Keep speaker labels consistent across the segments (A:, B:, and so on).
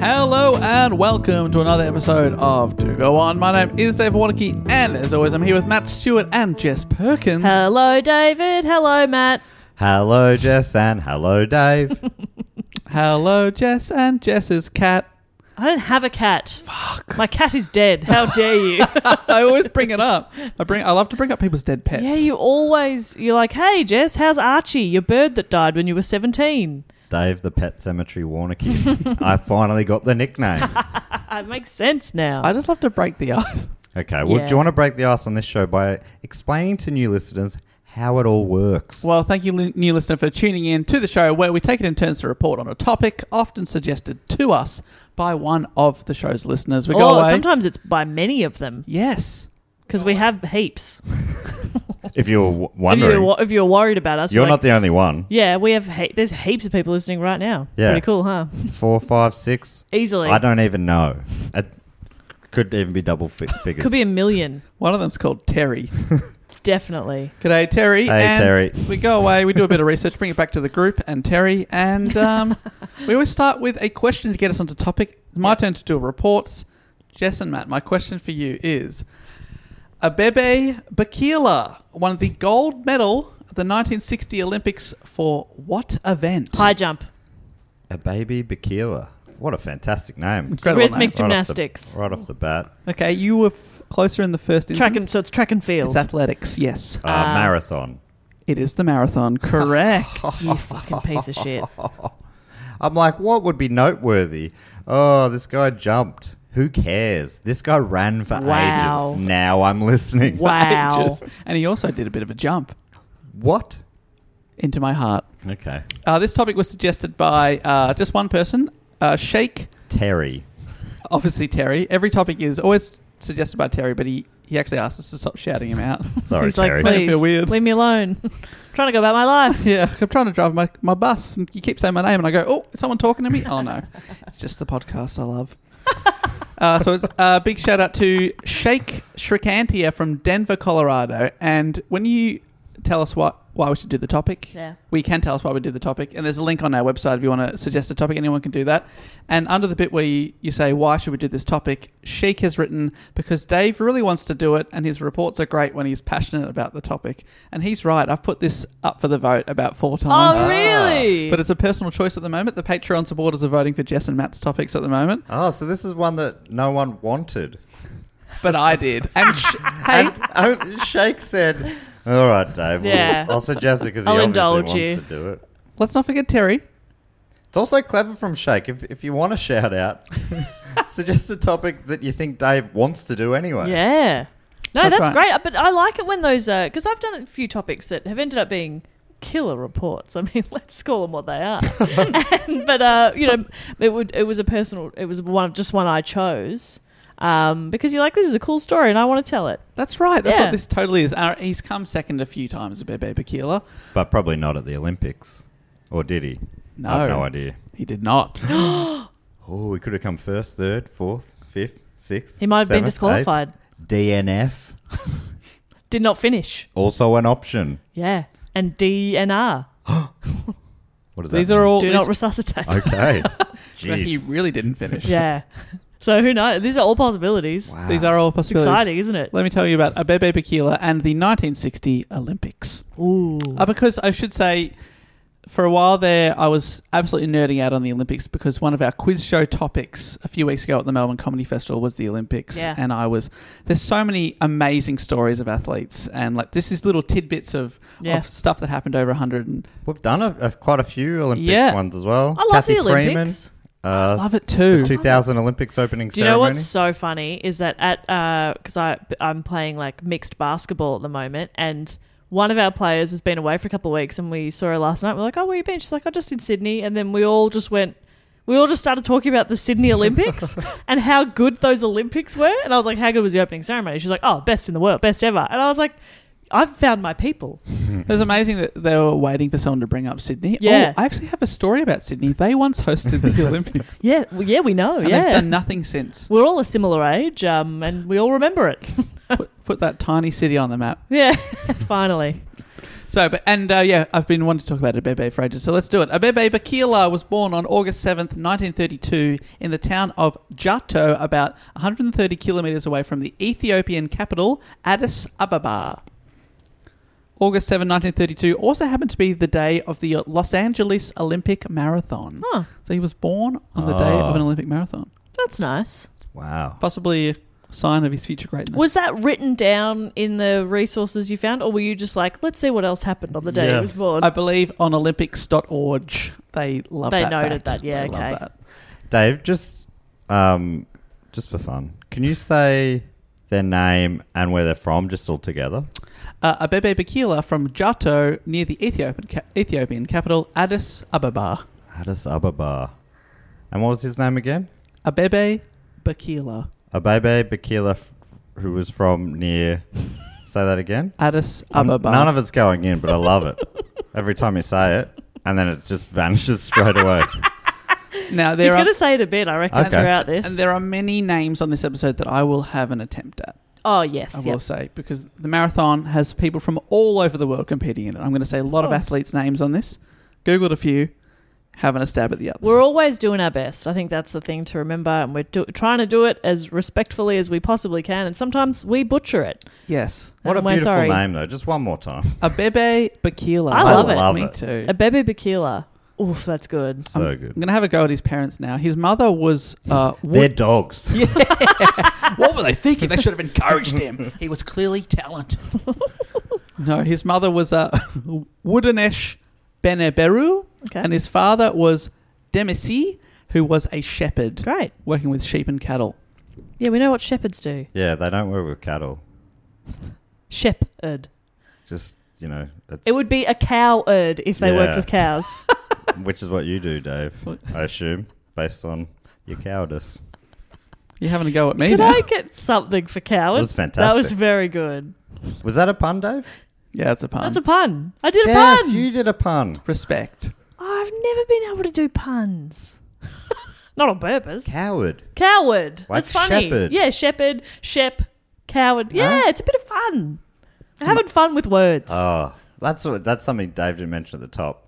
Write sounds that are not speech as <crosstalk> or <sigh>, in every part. A: Hello and welcome to another episode of Do Go On. My name is Dave Warnicky, and as always, I'm here with Matt Stewart and Jess Perkins.
B: Hello, David. Hello, Matt.
C: <laughs> Hello, Jess, and hello, <laughs> Dave.
A: Hello, Jess and Jess's cat. <laughs>
B: I don't have a cat. Fuck. My cat is dead. How dare you?
A: I always bring it up. I bring. I love to bring up people's dead pets.
B: Yeah, you always you're like, hey Jess, how's Archie, your bird that died when you were seventeen?
C: Dave, the pet cemetery Warnicky. I finally got the <laughs> nickname.
B: That Uh, makes sense now.
A: I just love to break the ice.
C: Okay, well,
B: Yeah.
C: do you want to break the ice on this show by explaining to new listeners how it all works?
A: Well, thank you, li- new listener, for tuning in to the show where we take it in turns to report on a topic often suggested to us by one of the show's listeners. We go
B: or
A: away.
B: Oh, sometimes it's by many of them
A: yes.
B: because we have heaps.
C: if you're w-
B: If
C: wondering,
B: you're, wo- if you're worried about us,
C: you're
B: like-
C: not the only one.
B: Yeah, we have. He- there's heaps of people listening right now.
C: Yeah.
B: pretty cool, huh?
C: Four, five, six.
B: Easily,
C: I don't even know. It could even be double fi- figures.
B: <laughs> could be a million,
A: One of them's called Terry.
B: definitely.
A: G'day, Terry.
C: Hey,
A: and
C: Terry.
A: We go away, we do a bit of research, bring it back to the group and Terry,
C: <laughs>
A: and um, we always start with a question to get us onto topic. It's my turn to do reports. Jess and Matt, my question for you is Abebe Bakila won the gold medal at the 1960 Olympics for what event?
B: High jump,
C: a baby Bakila. What a fantastic name.
A: Incredible
B: rhythmic
A: name.
C: Right off the-
B: gymnastics,
C: Right off the bat.
A: Okay, you were f- closer in the first
B: track and
A: instance.
B: so it's track and field.
A: It's athletics, yes.
C: Uh,
B: Uh,
C: marathon. <laughs>
A: It is
B: <laughs>
A: the marathon, correct.
B: you fucking piece of shit.
C: I'm like, what would be noteworthy? Oh, this guy jumped. Who cares? This guy ran for
B: Wow.
C: ages. Now I'm listening.
B: Wow.
A: Just- and he also did a bit of a jump
C: What?
A: into my heart.
C: Okay.
A: Uh, this topic was suggested by uh, just one person, uh, Sheikh,
C: Terry.
A: obviously Terry. Every topic is always suggested by Terry, but he, he actually asked us to stop shouting him out.
C: <laughs> Sorry,
B: He's
C: Terry.
B: like,
A: Made him
B: please,
A: feel weird.
B: leave me alone. <laughs> trying to go about my life.
A: yeah, <laughs> I'm trying to drive my, my bus, and you keep saying my name, and I go, oh, is someone talking to me? Oh, no. It's just the podcast I love. <laughs> Uh, so, it's uh, big shout out to Sheikh Shrikantia from Denver, Colorado. And when you tell us what, why we should do the topic.
B: Yeah.
A: We can tell us why we do the topic. And there's a link on our website if you want to suggest a topic. Anyone can do that. And under the bit where you, you say, why should we do this topic, Sheik has written, because Dave really wants to do it and his reports are great when he's passionate about the topic. And he's right. I've put this up for the vote about four times.
B: Oh, really?
A: But it's a personal choice at the moment. The Patreon supporters are voting for Jess and Matt's topics at the moment.
C: Oh, so this is one that no one wanted.
A: But I did.
B: <laughs>
A: And sh- hey,
C: And oh, Shake said, "All right, Dave. we'll-
B: Yeah.
C: I'll suggest it because he
B: I'll
C: obviously
B: indulge
C: wants
B: you.
C: to do it."
A: let's not forget Terry.
C: It's also clever from Shake. If, if you want a shout
B: <laughs>
C: out, suggest a topic that you think Dave wants to do anyway.
B: Yeah. No,
A: That's
B: that's,
A: right.
B: great. But I like it when those because I've done a few topics that have ended up being killer reports. <laughs> I mean, let's call them what they
C: <laughs>
B: are. and, but uh, you know, it would it was a personal. It was one just one I chose um, because you're like, this is a cool story and I want to tell it.
A: That's right. That's what
B: Yeah.
A: this totally is. Our, he's come second a few times, Bebe Bakila.
C: But probably not at the Olympics. Or did he?
A: No.
C: I have no idea.
A: He
B: <gasps>
A: did not.
C: Oh, he could have come first, third, fourth, fifth, sixth.
B: He might have been
C: seventh,
B: disqualified.
C: eighth. DNF,
B: Did not finish.
C: also an option.
B: Yeah, and DNR
C: What is that?
A: These are
C: mean?
A: all.
B: do not
A: these-
C: <laughs>
B: resuscitate. <laughs>
C: Okay.
A: <laughs> he
C: Jeez.
A: really didn't finish.
B: yeah. <laughs> So who knows? These are all possibilities.
C: Wow.
A: These are all
B: It's
A: possibilities.
B: exciting, isn't it?
A: Let me tell you about Abebe Bakila and the 1960 Olympics.
B: Ooh.
A: Uh, because I should say, for a while there, I was absolutely nerding out on the Olympics because one of our quiz show topics a few weeks ago at the Melbourne Comedy Festival was the Olympics.
B: Yeah.
A: And I was, there's so many amazing stories of athletes. And like, this is little tidbits of,
B: Yeah.
A: of stuff that happened over 100. And
C: We've done a, a, quite a few Olympic
A: Yeah.
C: ones as well.
B: I love
C: Kathy
B: the Olympics.
C: Freeman, uh,
A: love it
C: the
A: too.
C: 2000 Olympics opening
B: Do you
C: ceremony.
B: know what's so funny is that at because I I'm playing like mixed basketball at the moment, and one of our players has been away for a couple of weeks, and we saw her last night. We're like, "Oh, where you been?" She's like, "Oh, just in Sydney," and then we all just went. We all just started talking about the
A: <laughs>
B: Sydney Olympics and how good those Olympics were. And I was like, "How good was the opening ceremony?" She's like, "Oh, best in the world, best ever." And I was like, "I've found my people."
A: It was amazing that they were waiting for someone to bring up Sydney.
B: Yeah.
A: Oh, I actually have a story about Sydney. They once hosted
C: <laughs>
A: the Olympics.
B: Yeah, well, yeah, we know.
A: And they've
B: Oh, yeah,
A: done nothing since.
B: we're all a similar age, um, and we all remember it. <laughs>
A: Put, put that tiny city on the map.
B: yeah, <laughs> finally.
A: So, but and uh, yeah, I've been wanting to talk about Abebe for ages, so let's do it. Abebe Bakila was born on August seventh, nineteen thirty-two, in the town of Jato, about one hundred and thirty kilometers away from the Ethiopian capital Addis Ababa. August 7, 1932 also happened to be the day of the Los Angeles Olympic Marathon.
B: Huh.
A: So he was born on the day of an
C: Ah.
A: Olympic marathon.
B: That's nice.
C: wow.
A: Possibly a sign of his future greatness.
B: Was that written down in the resources you found, or were you just like, let's see what else happened on the day
C: Yeah.
B: it was born?
A: I believe on olympics.org. They love
B: They
A: that.
B: noted
A: fact.
B: that, yeah,
A: They love
B: okay.
A: that.
C: Dave, just um, just for fun, can you say their name and where they're from, just all together?
A: Uh, Abebe Bakila from Jato near the Ethiopian, ca- Ethiopian capital Addis Ababa.
C: Addis Ababa. And what was his name again?
A: Abebe Bakila.
C: Abebe Bakila, f- who was from near. Say that
B: <laughs>
C: again.
A: Addis
C: Um,
A: Ababa.
C: None of it's going in, but I love it. Every time you say it, and then it just vanishes straight away.
A: Now, there
B: He's
A: are,
B: going to say it a bit, I reckon,
C: Okay.
B: throughout this.
A: and there are many names on this episode that I will have an attempt at.
B: oh,
A: I
B: yes.
A: will
B: Yep.
A: say because the marathon has people from all over the world competing in it. I'm going to say a lot of
B: course.
A: athletes' names on this. Googled a few, having a stab at the others.
B: We're always doing our best. I think that's the thing to remember, and we're do- trying to do it as respectfully as we possibly can, and sometimes we butcher it.
A: yes,
C: What a
B: And we're
C: beautiful
B: sorry.
C: name, though. Just one more time.
A: Abebe Bakila.
B: I love I it.
C: love
A: Me
C: it.
A: too.
B: A baby Bakila. Oof, that's good.
C: So
A: I'm
C: good.
A: going to have a go at his parents now. His mother was <laughs> uh,
C: They're
A: wood-
C: dogs.
A: What were they thinking? They should have encouraged him. He was clearly talented. <laughs> no, his mother was uh, <laughs> Woodanesh Beneberu,
B: Okay.
A: and his father was Demisi, who was a shepherd
B: Great.
A: working with sheep and cattle.
B: Yeah, we know what shepherds do.
C: Yeah, they don't work with cattle.
B: Shepherd.
C: Just you know, it's,
B: It would be a coward if they
C: Yeah.
B: worked with cows.
C: which is what you do, Dave. I assume, based on your cowardice.
A: You having a go at me
B: Could
A: now?
B: I get something for cowards?
C: was
B: That was
C: fantastic.
B: very good.
C: Was that a pun, Dave?
A: Yeah, it's a pun.
B: That's a pun. I did
C: Um, yes,
B: a pun. Oh,
C: you did a pun.
A: Respect.
B: I've never been able to do puns. <laughs> Not on purpose.
C: Coward.
B: Coward.
C: Like
B: That's funny.
C: shepherd.
B: Yeah, shepherd, shep, coward. Yeah,
C: Huh?
B: it's a bit of fun. I'm having fun with words.
C: Oh, That's what, that's something Dave didn't mention at the top.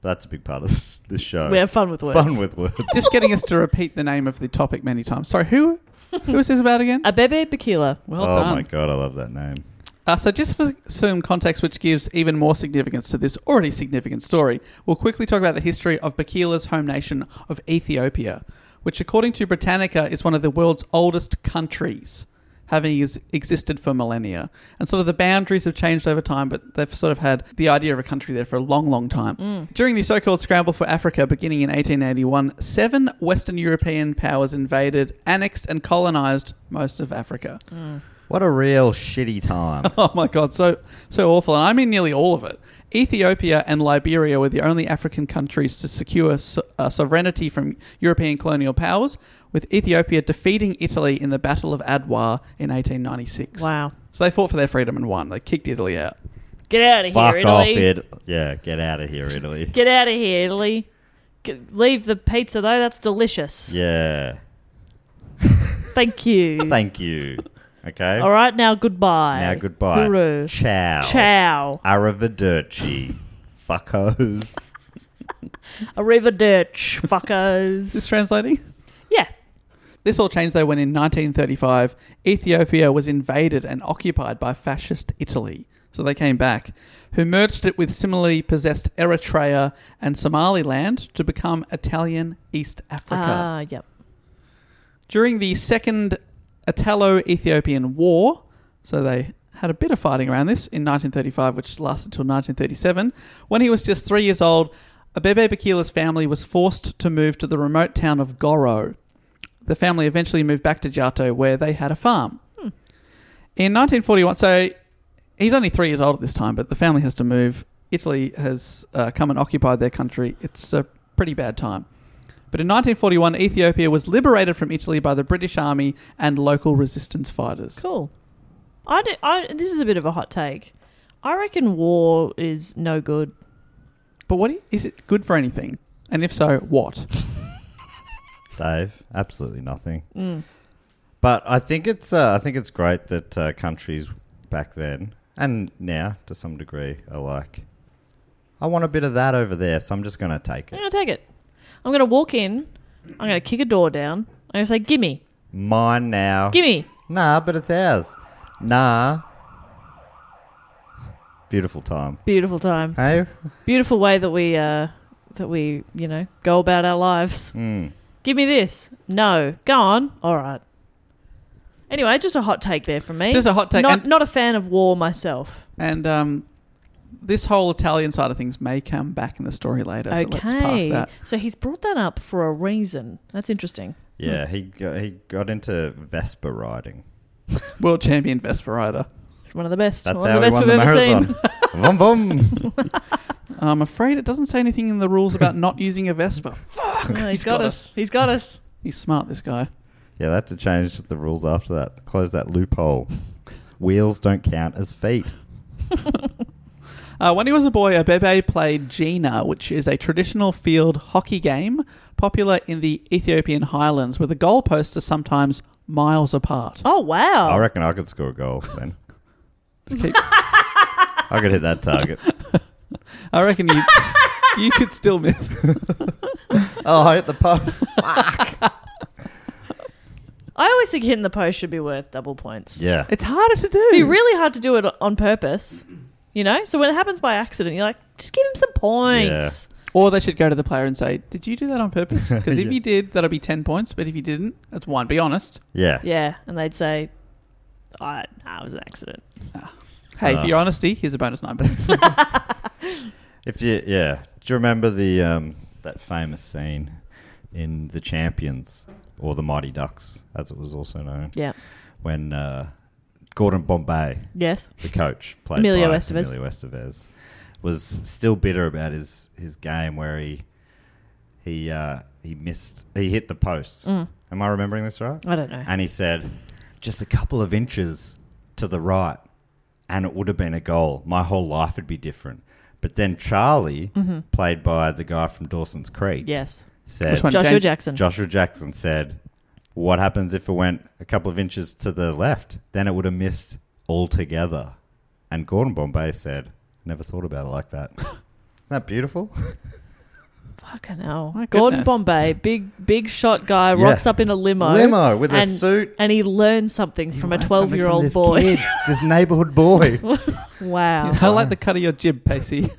C: But that's a big part of <laughs> this, this show.
B: We have fun with words.
C: Fun with words.
A: Just getting us to repeat the name of the topic many times. Sorry, who? Who is this
B: <laughs>
A: about again?
B: Abebe Bikila.
C: <laughs>
A: Well
C: oh
A: done.
C: my god, I love that name.
A: Uh, so, just for some context, which gives even more significance to this already significant story, we'll quickly talk about the history of Bakila's home nation of Ethiopia, which, according to Britannica, is one of the world's oldest countries, having is- existed for millennia. And sort of the boundaries have changed over time, but they've sort of had the idea of a country there for a long, long time. During the so called scramble for Africa beginning in 1881, seven Western European powers invaded, annexed, and colonized most of Africa.
C: What a real shitty
B: <laughs>
C: time.
A: <laughs> Oh my god, so so awful, and I mean nearly all of it. Ethiopia and Liberia were the only African countries to secure so- uh, sovereignty from European colonial powers, with Ethiopia defeating Italy in the Battle of Adwa in 1896.
B: Wow.
A: So they fought for their freedom and won. They kicked Italy out.
B: Get out of
C: Fuck
B: here,
C: off,
B: Italy.
C: Id. Yeah, get out of here, Italy.
B: Get out of here, Italy. G- leave the pizza though. That's delicious.
C: yeah. <laughs>
B: Thank you.
C: Thank you. Okay.
B: All right, now goodbye.
C: Now goodbye.
B: Hooroo.
C: Ciao.
B: Ciao.
C: Arrivederci. <laughs> Fuckos. <laughs>
B: Arrivederci, fuckers.
A: This translating?
B: yeah.
A: This all changed though when in 1935 Ethiopia was invaded and occupied by fascist Italy. So they came back, who merged it with similarly possessed Eritrea and Somaliland to become Italian East Africa.
B: Ah, yep.
A: During the Second Italo Ethiopian War, so they had a bit of fighting around this in 1935, which lasted till 1937. When he was just three years old, Abebe Bakila's family was forced to move to the remote town of Goro. The family eventually moved back to Jato, where they had a farm.
B: Hmm.
A: In 1941, so he's only three years old at this time, but the family has to move. Italy has uh, come and occupied their country. It's a pretty bad time. But in 1941, Ethiopia was liberated from Italy by the British Army and local resistance fighters.
B: Cool. I do, I, this is a bit of a hot take. I reckon war is no good.
A: But what i- is it good for anything? And if so, what?
C: Dave, absolutely nothing.
B: Mm.
C: But I think it's uh, I think it's great that uh, countries back then and now to some degree are like, I want a bit of that over there, so I'm just gonna take
B: I'm
C: it.
B: going to take it. I'm going to walk in. I'm going to kick a door down. I'm going to say, gimme.
C: Mine now.
A: Ah.
B: Gimme.
C: Nah, but it's ours. Nah. Beautiful time.
B: Beautiful time.
C: Hey,
B: Beautiful way that we, uh, that we, you know, go about our lives.
A: Mm.
C: Hmm.
B: Give me this. No. Go on. All right. Anyway, just a hot take there from me.
A: Just a hot take,
B: Not,
A: and-
B: not a fan of war myself.
A: And um, this whole Italian side of things may come back in the story later. So let's park
B: okay.
A: that.
B: So he's brought that up for a reason. That's interesting.
C: Yeah, he got, he got into Vespa riding.
A: World champion Vespa rider.
B: He's one of the best.
C: That's
B: one
C: how
B: of the
C: he
B: best
C: won
B: we've
C: the
B: ever
C: marathon. <laughs> vom
B: seen.
C: vom.
A: I'm afraid it doesn't say anything in the rules about not using a Vespa.
B: Oh,
A: He's
B: he's
A: got
B: got
A: us.
B: us. He's got us.
A: He's smart, this guy.
C: Yeah, they had to change the rules after that. Close that loophole. Wheels don't count as feet.
A: Uh, when he was a boy, Abebe played Gina, which is a traditional field hockey game popular in the Ethiopian highlands, where the goalposts are sometimes
B: <laughs>
A: miles apart.
B: Oh wow.
C: I reckon I could score a goal then. I could hit that target.
A: I reckon you <laughs> you could still miss.
C: <laughs> Oh, I hit the post.
B: I always think hitting the post should be worth double
C: <laughs>
B: points.
C: yeah.
A: It's harder to do.
B: It'd be really hard to do it on purpose. You know? So when it happens by accident, you're like, just give him some points.
A: or they should go to the player and say, "Did you do that on purpose?" Because if
C: Yeah.
A: you did, that'll be ten points. But if you didn't, that's one. Be honest.
C: Yeah.
B: Yeah. And they'd say, I nah, it was an accident.
A: Hey,
C: Uh.
A: for your honesty, here's a bonus nine points.
C: If you yeah, do you remember the um, that famous scene in The Champions or The Mighty Ducks, as it was also known,
B: Yeah.
C: when uh, Gordon Bombay
B: Yes.
C: the coach played
B: Emilio
C: by
B: Estevez.
C: Emilio Estevez was still bitter about his, his game where he he uh, he missed he hit the post. Am I remembering this right?
B: I don't know.
C: And he said, just a couple of inches to the right, and it would have been a goal. My whole life would be different. But then Charlie, played by the guy from Dawson's Creek,
B: Yes.
C: said
A: Which one?
B: Joshua
A: James-
B: Jackson.
C: Joshua Jackson said, "What happens if it went a couple of inches to the left? Then it would have missed altogether." And Gordon Bombay said, Never thought about it like that. <laughs> Isn't that beautiful?
B: Fucking hell.
A: My
B: Gordon
A: goodness.
B: Bombay, big big shot guy,
C: Yeah.
B: rocks up in a limo.
C: Limo with a
B: and,
C: suit.
B: And he learns something from a
C: Learn something
B: 12 year
C: from
B: old
C: this
B: boy. <laughs>
C: kid, this neighborhood boy.
B: wow.
A: <laughs> I like the cut of your jib, Pacey.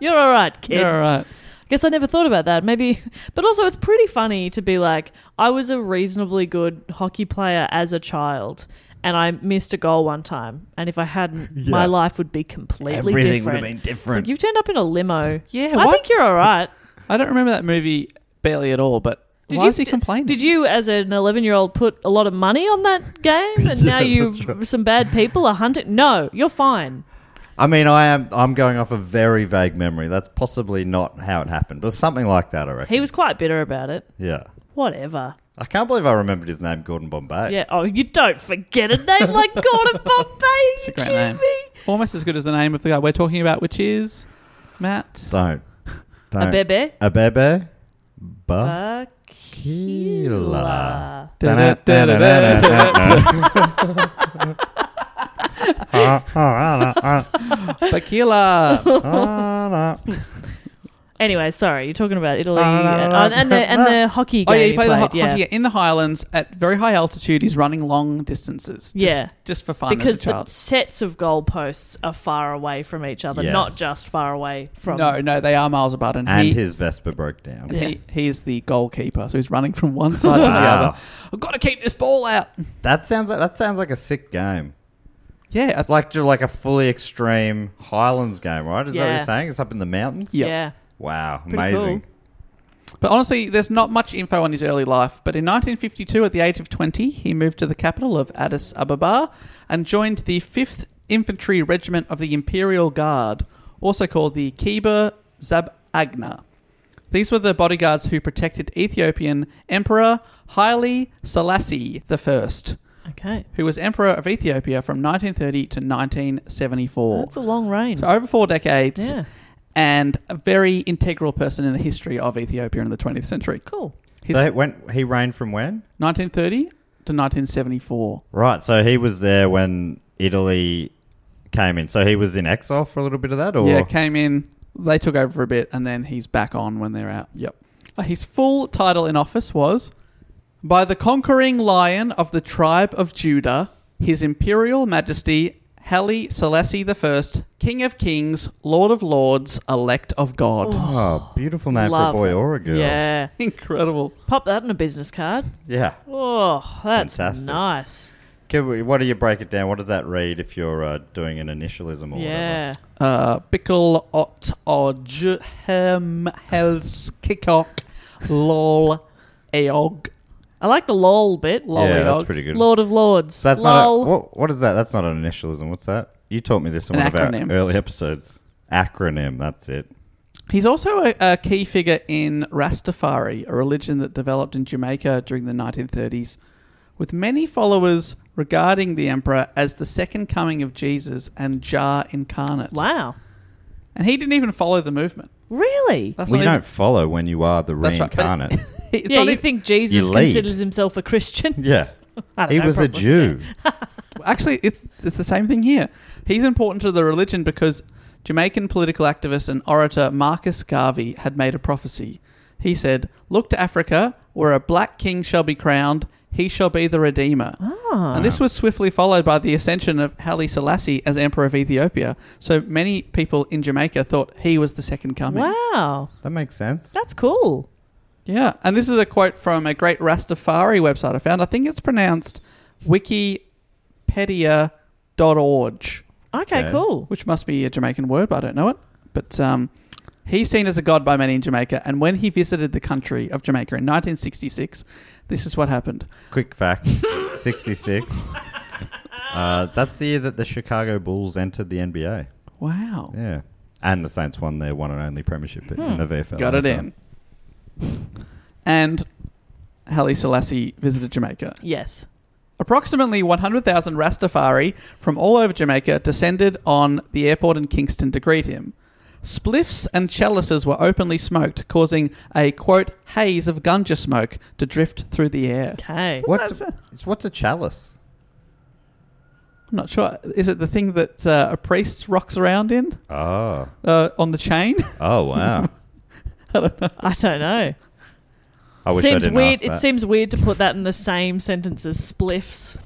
B: You're all right, kid.
A: You're all right.
B: Guess I never thought about that. Maybe, but also it's pretty funny to be like, I was a reasonably good hockey player as a child, and I missed a goal one time. And if I
A: <laughs>
B: hadn't, my life would be completely
C: Everything would have
B: different.
C: been
B: It's like
C: different.
B: you've turned up in a limo.
A: Yeah,
B: I
A: why-
B: think you're all right.
A: <laughs> I don't remember that movie barely at all, but
B: Did
A: why
B: you,
A: is he complaining?
B: Did you, as an 11 year old, put a lot of money on that game,
A: <laughs>
B: and now you some bad people are hunting? No, you're fine.
C: I mean, I am. I'm going off a very vague memory. That's possibly not how it happened, but something like that. I reckon.
B: He was quite bitter about it.
C: yeah.
B: Whatever.
C: I can't believe I remembered his name, Gordon Bombay.
B: Yeah. Oh, you don't forget a name like
A: <laughs>
B: Gordon Bombay. Are
A: It's
B: you
A: a great
B: kidding
A: name.
B: me?
A: Almost as good as the name of the guy we're talking about, which is Matt.
C: <laughs> Don't. Don't.
B: <laughs> Abebe.
C: A bebe. Ba.
B: Aquila.
C: Da-da-da-da-da-da.
B: <laughs>
A: Tequila.
B: Anyway, sorry, you're talking about Italy and, and the
C: <laughs>
B: and the hockey
A: oh
B: game.
A: yeah, you play the ho-
B: played, yeah.
A: hockey in the Highlands at very high altitude. He's running long distances. Just,
B: Yeah.
A: just for fun
B: because
A: as a
B: the
A: child.
B: sets of goalposts are far away from each other,
C: Yes.
B: not just far away from.
A: no, no, they are miles apart, and,
C: And
A: he,
C: his Vespa broke down.
A: he he is the goalkeeper, so he's running from one
C: <laughs>
A: side to the other. I've got to keep this ball out.
C: That sounds like, that sounds like a sick game.
A: Yeah, I-
C: Like just like a fully extreme Highlands game, right? Is that what
B: Yeah.
C: you're saying? It's up in the mountains.
A: Yeah.
B: Yeah.
C: Wow,
B: Pretty cool.
C: amazing.
A: But honestly, there's not much info on his early life. But in 1952, at the age of 20, he moved to the capital of Addis Ababa and joined the 5th Infantry Regiment of the Imperial Guard, also called the Kiber Zab Agna. These were the bodyguards who protected Ethiopian Emperor Haile Selassie I,
B: Okay.
A: who was Emperor of Ethiopia from 1930 to 1974.
B: That's a long reign.
A: So over four decades,
B: Yeah.
A: and a very integral person in the history of Ethiopia in the 20th century.
B: Cool.
A: His
C: So it went, he reigned from when?
A: 1930 to 1974.
C: Right. So he was there when Italy came in. So he was in exile for a little bit of that, or
A: Yeah, came in, they took over for a bit, and then he's back on when they're out. Yep. Uh, His full title in office was By the Conquering Lion of the Tribe of Judah, His Imperial Majesty Haile Selassie I, King of Kings, Lord of Lords, Elect of God.
C: oh, <laughs> beautiful name
B: Love
C: for a boy
B: it.
C: or a girl.
B: Yeah.
A: Incredible.
B: Pop that in a business card.
C: Yeah.
B: Oh, that's
C: Fantastic.
B: nice.
C: Can we, what do you break it down? What does that read if you're uh, doing an initialism or whatever?
B: Yeah.
A: uh, Bickle Ot Odge Hem Hels Kickock Lol Eog
B: I like the lol bit.
A: Lol
C: yeah,
A: Eog.
C: that's pretty good.
B: Lord of Lords.
C: So that's
B: lol.
C: not a, what, what is that? That's not an initialism. What's that? You taught me this in
A: An
C: one
A: acronym.
C: of our early episodes. Acronym. That's it.
A: He's also a, a key figure in Rastafari, a religion that developed in Jamaica during the 1930s, with many followers regarding the emperor as the second coming of Jesus and Jah incarnate.
B: wow.
A: And he didn't even follow the movement.
B: Really?
A: That's
C: Well,
A: not
C: you
A: even-
C: don't follow when you are the
A: That's right, but-
C: reincarnate.
A: <laughs>
C: <laughs>
A: it's
B: yeah,
A: not
B: you
A: even-
B: think Jesus
C: e- lead.
B: considers himself
C: <laughs>
B: a Christian?
C: yeah.
B: I don't
C: He
B: know,
C: was a
B: probably.
C: Jew.
A: Actually, it's it's the same thing here. He's important to the religion because Jamaican political activist and orator Marcus Garvey had made a prophecy. He said, "Look to Africa, where a black king shall be crowned. He shall be the redeemer." And this was swiftly followed by the ascension of Haile Selassie as emperor of Ethiopia. So many people in Jamaica thought he was the second coming.
B: Wow.
C: <laughs> That makes sense.
B: That's cool.
A: Yeah, and this is a quote from a great Rastafari website I found. I think it's pronounced wikipedia.org.
B: Okay,
C: Okay.
B: cool.
A: which must be a Jamaican word, but I don't know it. But um, he's seen as a god by many in Jamaica, and when he visited the country of Jamaica in 1966, this is what happened.
C: Quick fact <laughs>
A: <laughs>
C: 66. Uh, that's the year that the Chicago Bulls entered the NBA.
A: Wow,
C: Yeah. And the Saints won their one and only premiership in the VFL.
A: Hmm. got it in. And Haile Selassie visited Jamaica.
B: Yes.
A: Approximately 100,000 Rastafari from all over Jamaica descended on the airport in Kingston to greet him. Spliffs and chalices were openly smoked, causing a quote haze of ganja smoke to drift through the air.
B: Okay.
C: What's a, it's- what's a chalice?
A: I'm not sure. Is it the thing that uh, a priest rocks around in
C: Oh.
A: uh, on the chain? <laughs>
C: Oh, wow.
D: I don't know.
C: I wish I
B: seems
C: didn't
B: weird.
C: ask that.
B: It seems weird to put that in the same sentence as spliffs.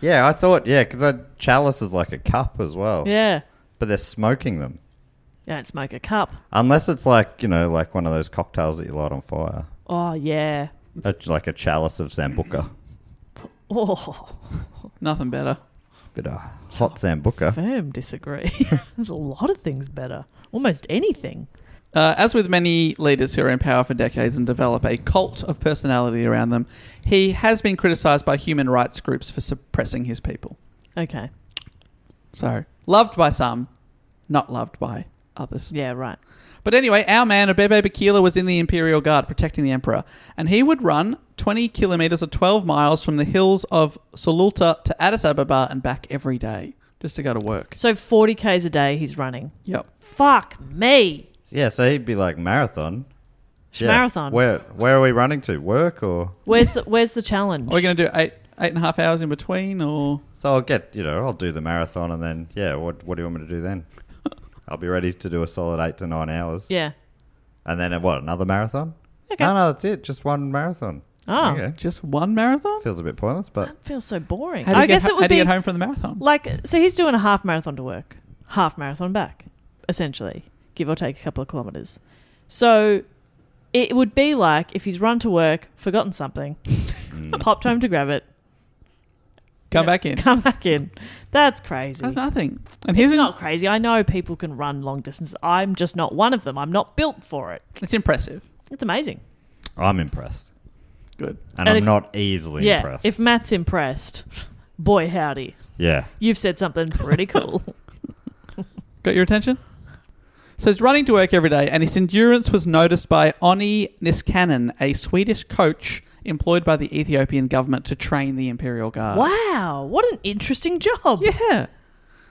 C: yeah, I thought, yeah, because a chalice is like a cup as well.
B: Yeah,
C: But they're smoking them.
B: you don't smoke a cup.
C: Unless it's like, you know, like one of those cocktails that you light on fire.
B: Oh yeah.
C: A, like a chalice of Zambuca. <laughs>
B: Oh,
A: Nothing better.
C: Bit of hot Zambuca.
B: firm disagree. <laughs> There's a lot of things better. Almost anything.
A: Uh, as with many leaders who are in power for decades and develop a cult of personality around them, he has been criticized by human rights groups for suppressing his people.
B: Okay.
A: So, loved by some, not loved by others.
B: Yeah. Right.
A: But anyway, our man, Abebe Bakila, was in the Imperial Guard protecting the Emperor, and he would run 20 kilometres or 12 miles from the hills of Salulta to Addis Ababa and back every day just to go to work.
B: So 40 k's a day he's running.
A: Yep.
B: Fuck me.
C: Yeah, so he'd be like marathon. Yeah.
B: Marathon.
C: Where where are we running to? Work or
B: Where's the Where's the challenge?
A: Are we going to do eight, eight and a half hours in between, or
C: so I'll get you know I'll do the marathon and then yeah what what do you want me to do
B: <laughs>
C: then? I'll be ready to do a solid eight to nine hours
B: yeah.
C: and then uh, what another marathon?
B: Okay.
C: No, no, that's it. Just one marathon.
B: Oh.
C: okay.
A: just one marathon?
C: feels a bit pointless, but
B: Feels so boring.
A: How do you,
B: I
A: get,
B: guess
A: ho-
B: it would
A: how do
B: be
A: you get home from the marathon?
B: like so he's doing a half marathon to work, half marathon back, essentially, give or take a couple of kilometers. So it would be like if he's run to work, forgotten something,
C: Hmm. mm,
B: popped home to grab it,
A: Come back in.
B: come back in. That's crazy.
A: That's nothing. And he's
B: it's
A: in,
B: not crazy. I know people can run long distances. I'm just not one of them. I'm not built for it.
A: it's impressive.
B: It's amazing.
C: I'm impressed,
A: Good.
C: and,
B: And
C: I'm
B: if-
C: not easily
B: yeah.
C: impressed.
B: If Matt's impressed, boy howdy,
C: yeah,
B: you've said something pretty cool.
A: <laughs> Got your attention? So he's running to work every day, and his endurance was noticed by Oni Niskanen, a Swedish coach employed by the Ethiopian government to train the Imperial Guard.
B: wow, what an interesting job.
A: Uh, Yeah.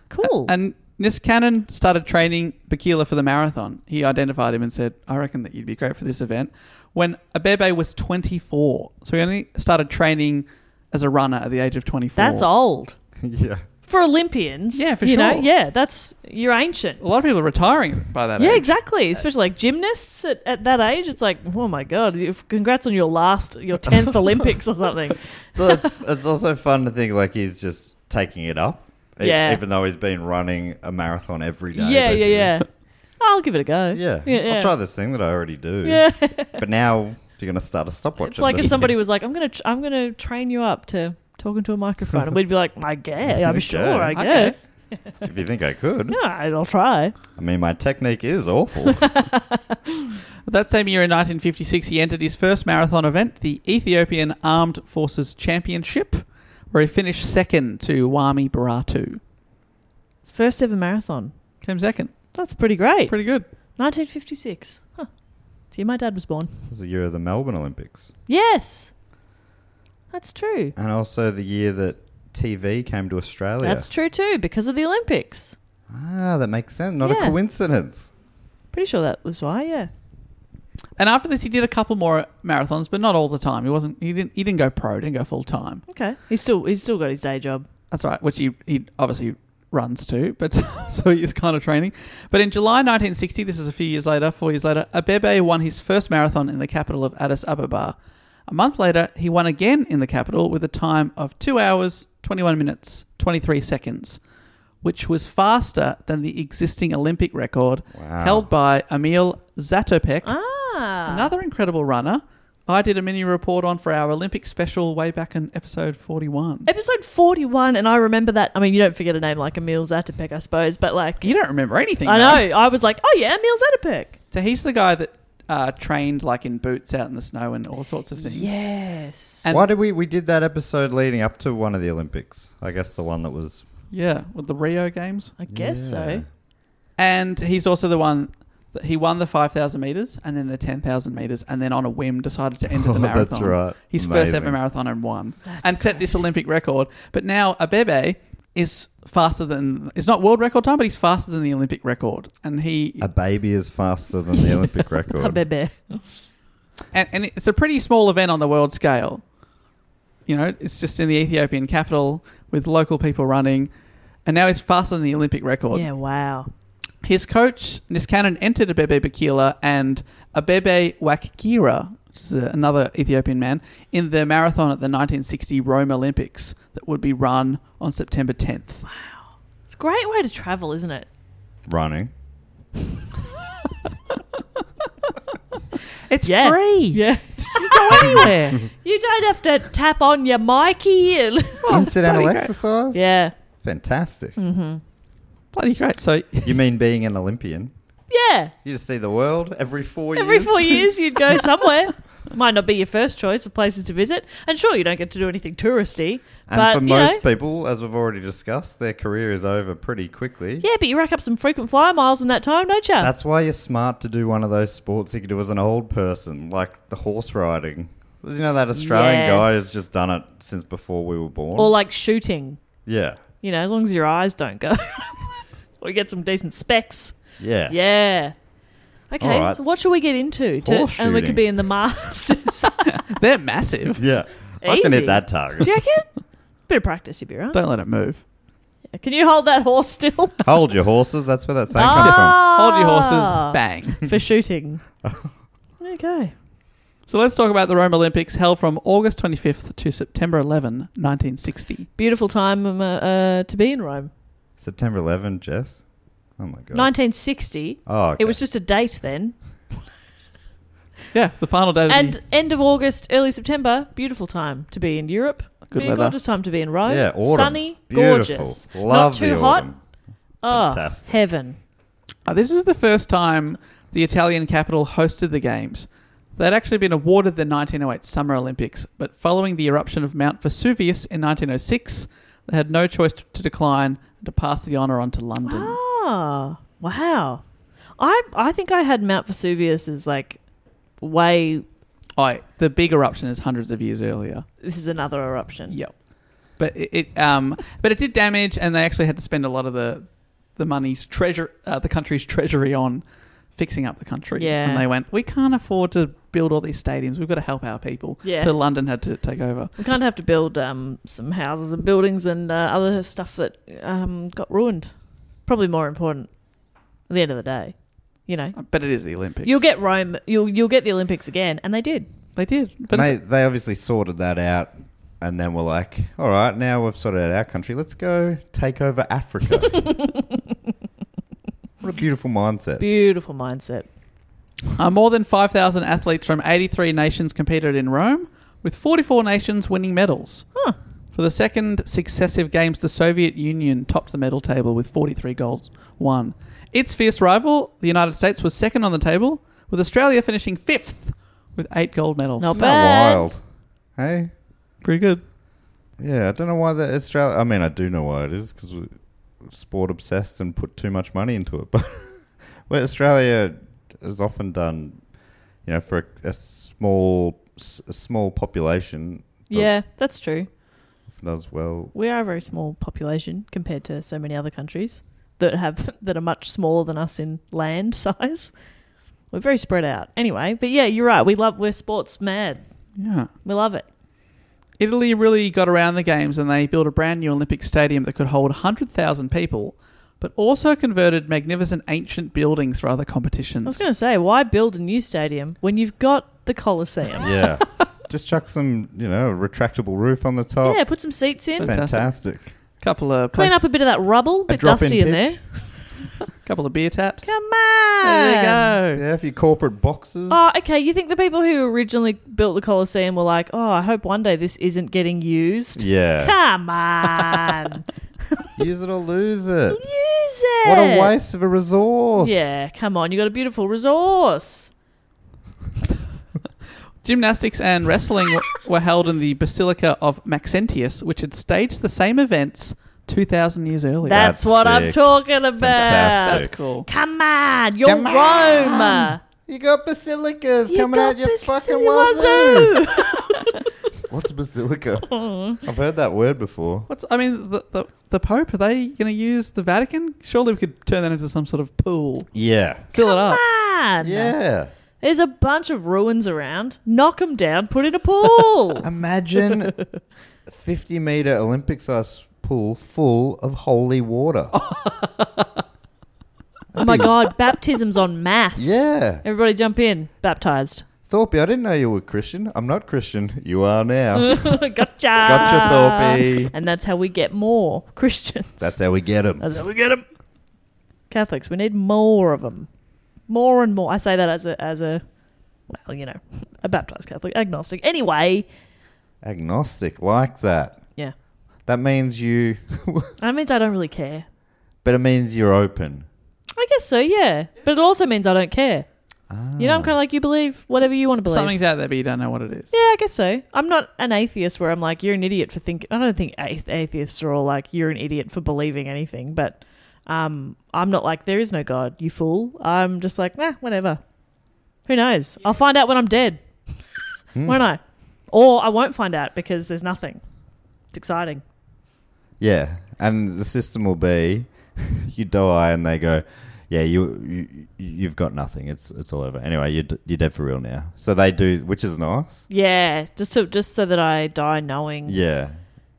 B: Cool.
A: And Niskanen started training Bakila for the marathon. He identified him and said, I reckon that you'd be great for this event. When Abebe was 24. So he only started training as a runner at the age of 24.
B: That's old.
C: <laughs> yeah.
B: for Olympians.
A: Yeah, for
B: you Know,
A: sure.
B: yeah, that's you're ancient.
A: A lot of people are retiring by that age. Uh,
B: Yeah, exactly. Especially like gymnasts at, at that age. It's like, oh my god, if- congrats on your last, your
A: <laughs>
B: tenth Olympics or something.
C: So it's it's also fun to think like he's just taking it up, e-
B: Yeah.
C: even though he's been running a marathon every day.
B: yeah, yeah,
C: basically.
B: yeah. I'll give it a go.
C: Yeah.
B: yeah.
C: I'll try this thing that I already do.
B: Yeah.
C: But now you're going to start a stopwatch.
B: It's
C: at
B: like
C: this.
B: if somebody was like, I'm gonna, tr- I'm gonna train you up to talking to a microphone, and we'd be like, I guess, I'm
C: Okay.
B: sure, I
C: Okay.
B: guess,
C: <laughs> If you think I could.
B: yeah, I'll try.
C: I mean, my technique is
B: <laughs>
C: awful.
A: That same year in 1956, he entered his first marathon event, the Ethiopian Armed Forces Championship, where he finished second to Wami Baratu.
B: It's first ever marathon.
A: Came second.
B: That's pretty great.
A: Pretty good.
B: 1956. Huh. See, my dad was born.
C: it was the year of the Melbourne Olympics.
B: Yes, that's true.
C: And also the year that TV came to Australia.
B: That's true too, because of the Olympics.
C: ah, that makes sense. Not a
B: Yeah.
C: coincidence.
B: Pretty sure that was why, yeah.
A: And after this, he did a couple more marathons, but not all the time. He wasn't. He didn't. He didn't go pro. Didn't go full time.
B: Okay. He's still he's still got his day job.
A: That's right. Which he he obviously runs to, but <laughs> so he is kind of training. But in July 1960, this is a few years later, four years later, Abebe won his first marathon in the capital of Addis Ababa. A month later, he won again in the capital with a time of two hours, 21 minutes, 23 seconds, which was faster than the existing Olympic record
C: Wow.
A: held by Emil Zatopek,
B: Ah.
A: another incredible runner. I did a mini report on for our Olympic special way back in episode 41.
B: Episode 41 and I remember that. I mean, you don't forget a name like Emil Zatopek, I suppose, but like
A: You don't remember anything.
B: I
A: though.
B: know. I was like, "Oh yeah, Emil Zatopek."
A: So he's the guy that uh, trained like in boots out in the snow and all sorts of things.
B: Yes.
A: And-
C: Why did we... We did that episode leading up to one of the Olympics. I guess the one that was...
A: Yeah, with the Rio Games.
B: I guess so.
A: And he's also the one that he won the 5,000 meters and then the 10,000 meters and then on a whim decided to
C: <laughs>
A: enter
C: Oh,
A: the
C: that's
A: marathon.
C: right.
A: His first
C: Amazing.
A: ever marathon and won and set this Olympic record. But now Abebe is faster than it's not world record time but he's faster than the olympic record and he
C: A baby is faster than the
B: <laughs>
C: Olympic
B: A
C: record.
B: bebe.
A: and, and it's a pretty small event on the world scale You know, it's just in the Ethiopian capital with local people running. And now he's faster than the Olympic record.
B: Yeah, wow.
A: His coach, Niskanen, entered Abebe Bakila and Abebe Wakira, which is a- another Ethiopian man, in the marathon at the 1960 Rome Olympics that would be run on September 10th.
B: It's a great way to travel, isn't it?
C: Running.
A: It's
B: Yeah.
A: free.
B: Yeah. <laughs>
A: You go anywhere.
B: you don't have to tap on your Mikey. And
C: Incidental
A: bloody great.
C: exercise?
B: <laughs> yeah. Mm.
C: Fantastic.
A: Bloody great. So <laughs>
C: You mean being an Olympian?
B: Yeah.
C: You just see the world every four
B: Every
C: years?
B: four years, you'd go somewhere. <laughs> Might not be your first choice of places to visit. And sure, you don't get to do anything touristy.
C: And
B: but,
C: for
B: you
C: most
B: know,
C: people, as we've already discussed, their career is over pretty quickly.
B: yeah, but you rack up some frequent flyer miles in that time, don't you?
C: That's why you're smart to do one of those sports you can do as an old person, like the horse riding. 'Cause You know that Australian
B: Yes.
C: guy who's just done it since before we were born.
B: or like shooting.
C: yeah,
B: You know, as long as your eyes don't go. <laughs> or you get some decent specs.
C: yeah, <laughs>
B: Yeah. Okay,
C: All right.
B: so what should we get into?
C: Horse
B: and we
C: shooting.
B: could be in the Masters.
C: <laughs>
B: <laughs> Do
A: they're massive.
C: yeah. I can
B: Easy.
C: hit that target.
B: you reckon? Bit of practice, you'd be right.
A: Don't let it move.
B: Can you hold that horse still?
C: Hold your horses. That's where that
B: <laughs>
C: saying comes from.
B: Ah,
A: Hold your horses. Bang.
C: <laughs>
B: For shooting. okay.
A: So let's talk about the Rome Olympics held from August 25th to September 11, 1960.
B: Beautiful time um, uh, uh, to be in Rome.
C: September 11, Jess. Oh my god.
B: 1960.
C: Oh, okay.
B: It was just a date then.
A: Yeah, the final day of
B: And
A: the
B: end of August, early September, beautiful time to be in Europe.
A: Good
B: Be a
A: weather.
B: Gorgeous time to be in Rome.
C: yeah, autumn.
B: Sunny,
C: Beautiful.
B: gorgeous.
C: Love
B: Not too
C: the
B: hot.
C: autumn.
B: Oh,
C: Fantastic.
B: heaven.
A: Uh, this was the first time the Italian capital hosted the Games. They'd actually been awarded the 1908 Summer Olympics, but following the eruption of Mount Vesuvius in 1906, they had no choice to decline and to pass the honour on to London.
B: Oh, wow. I I think I had Mount Vesuvius as like way.
A: Aye, the big eruption is hundreds of years earlier.
B: This is another eruption.
A: Yep. But it, it um but it did damage, and they actually had to spend a lot of the the money's treasure uh, the country's treasury on fixing up the country.
B: Yeah.
A: And they went, we can't afford to build all these stadiums. We've got to help our people.
B: Yeah.
A: So London had to take over.
B: We kind of have to build um, some houses and buildings and uh, other stuff that um, got ruined. Probably more important at the end of the day, you know.
A: But it is the Olympics.
B: You'll get Rome. You'll you'll get the Olympics again, and they did.
A: they did. But
C: And they,
A: it's-
C: they obviously sorted that out and then were like, all right, now we've sorted out our country. Let's go take over
B: <laughs>
C: Africa. what a beautiful mindset.
B: Beautiful mindset.
A: uh, more than five thousand athletes from eighty three nations competed in Rome, with forty four nations winning medals.
B: Huh.
A: For the second successive games, the Soviet Union topped the medal table with 43 goals won. Its fierce rival, the United States, was second on the table, with Australia finishing fifth with eight gold medals.
B: Nope.
C: Isn't
B: bad.
C: that wild? Hey?
A: Pretty good.
C: Yeah, I don't know why the Australia. I mean, I do know why it is because we're sport obsessed and put too much money into it. <laughs> But well, Australia has often done, you know, for a, a small s- a small population. does-
B: Yeah, that's true.
C: does well.
B: We are a very small population compared to so many other countries that have <laughs> that are much smaller than us in land <laughs> size. We're very spread out. Anyway, but yeah, you're right. We love we're sports mad.
A: Yeah.
B: We love it.
A: Italy really got around the games and they built a brand new Olympic stadium that could hold 100,000 people, but also converted magnificent ancient buildings for other competitions.
B: I was going to say, why build a new stadium when you've got the Colosseum? <laughs>
C: Yeah, just chuck some, you know, retractable roof on the top.
B: yeah, put some seats in,
C: fantastic.
A: couple of
B: clean
A: place-
B: up a bit of that rubble, a bit
C: drop-in
B: dusty in
C: pitch.
B: there.
A: couple of beer taps.
B: Come on,
A: there you go.
C: Yeah, a few corporate boxes.
B: Oh, okay. You think the people who originally built the Colosseum were like, "Oh, I hope one day this isn't getting used."
C: yeah, <laughs>
B: Come on,
C: use it or lose it.
B: use it.
C: What a waste of a resource.
B: Yeah, come on. You got a beautiful resource.
A: Gymnastics and wrestling w- were held in the Basilica of Maxentius, which had staged the same events 2,000 years earlier.
B: That's,
C: That's
B: what I'm
C: sick.
B: talking about. uh,
C: Fantastic.
A: That's cool.
B: Come on, you're
C: Come
B: Rome.
C: You got basilicas
B: You
C: coming out
B: got
C: your
B: this
C: fucking
B: in your
C: wazoo.
B: wazoo.
C: <laughs> What's basilica?
B: Mm-hmm.
C: I've heard that word before.
A: What's, I mean, the, the, the Pope, are they going to use the Vatican? Surely we could turn that into some sort of pool,
C: Yeah.
A: fill it up.
B: Come on.
C: Yeah.
B: There's a bunch of ruins around. Knock them down. Put in
C: <laughs>
B: a pool.
C: Imagine 50 meter Olympic size pool full of holy
B: <laughs>
C: water.
B: oh my god! Baptisms on mass.
C: Yeah.
B: Everybody jump in. Baptized.
C: Thorpey, I didn't know you were Christian. I'm not Christian. You are now.
B: <laughs> gotcha.
C: Oh. Gotcha, Thorpey.
B: And that's how we get more Christians.
C: That's how we get him.
B: That's how we get them. Catholics, we need more of them, more and more. I say that as a as a, well, you know, <laughs> a baptized Catholic, agnostic. Anyway,
C: Agnostic, like that.
B: yeah,
C: That means you, <laughs>
B: that means I don't really care.
C: but it means you're open.
B: I guess so, yeah. But it also means I don't care. You know, I'm kind of like you believe whatever you want to believe.
A: Something's out there, but you don't know what it is.
B: yeah, I guess so. I'm not an atheist where I'm like you're an idiot for thinking. I don't think athe- atheists are all like you're an idiot for believing anything. But um, I'm not like there is no god, you fool. I'm just like nah, whatever. Who knows? I'll find out when
C: <laughs>
B: I'm dead,
C: Hmm.
B: won't I? Or I won't find out because there's nothing. It's exciting.
C: Yeah, and the system will be <laughs> you die, and they go, yeah, you, you you've got nothing. It's it's all over. Anyway, you're d- you're dead for real now. So they do, which is nice.
B: Yeah, just so just so that I die knowing.
C: Yeah,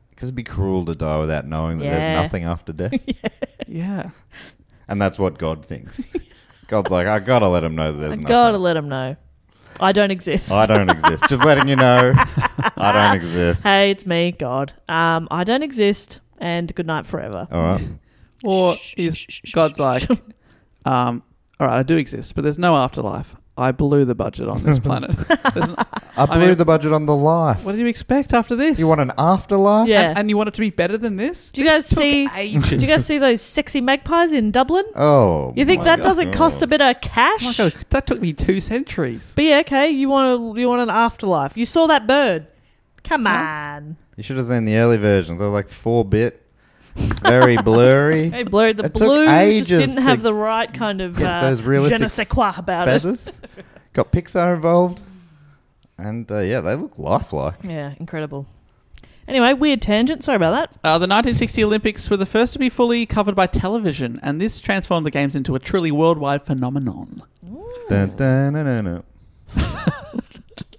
C: because it'd be cruel to die without knowing that
B: Yeah.
C: there's nothing after
B: <laughs>
C: death,
A: Yeah.
C: and that's what God thinks. God's like, I gotta let him know that there's
B: I
C: nothing.
B: gotta let them know. I don't exist.
C: I don't exist. Just letting you know, I don't exist.
B: Hey, it's me, God. Um, I don't exist, and good night forever.
C: All right.
A: Or is God's
B: <laughs>
A: like, um, all right, I do exist, but there's no afterlife. I blew the budget on this planet. There's n-
C: I blew
A: mean-
C: the budget on the life.
A: what do you expect after this?
C: you want an afterlife?
B: Yeah.
A: and, and you want it to be better than this?
B: Do you guys
A: This took
B: see-
A: ages.
B: Did you guys see those sexy magpies in Dublin?
C: Oh,
B: You think
A: my
B: that
A: God.
B: doesn't cost a bit of
A: Oh my
B: cash?
A: God, that took me two centuries.
B: But yeah, okay. You want a, you want an afterlife? You saw that bird? Come on!
C: You should have seen the early versions. They're like four bit,
B: <laughs>
C: very blurry.
B: Hey, blur the
C: It took
B: blue just
C: ages
B: didn't have
C: to
B: the right kind of
C: get
B: uh,
C: those
B: je ne
C: realistic
B: sais quoi about it.
C: Feathers. Got Pixar involved, and uh, yeah, they look lifelike.
B: Yeah, incredible. Anyway, weird tangent. Sorry about that.
A: Uh, the 1960 Olympics were the first to be fully covered by television, and this transformed the games into a truly worldwide phenomenon.
B: Hmm.
C: Dun, dun, dun, dun, dun.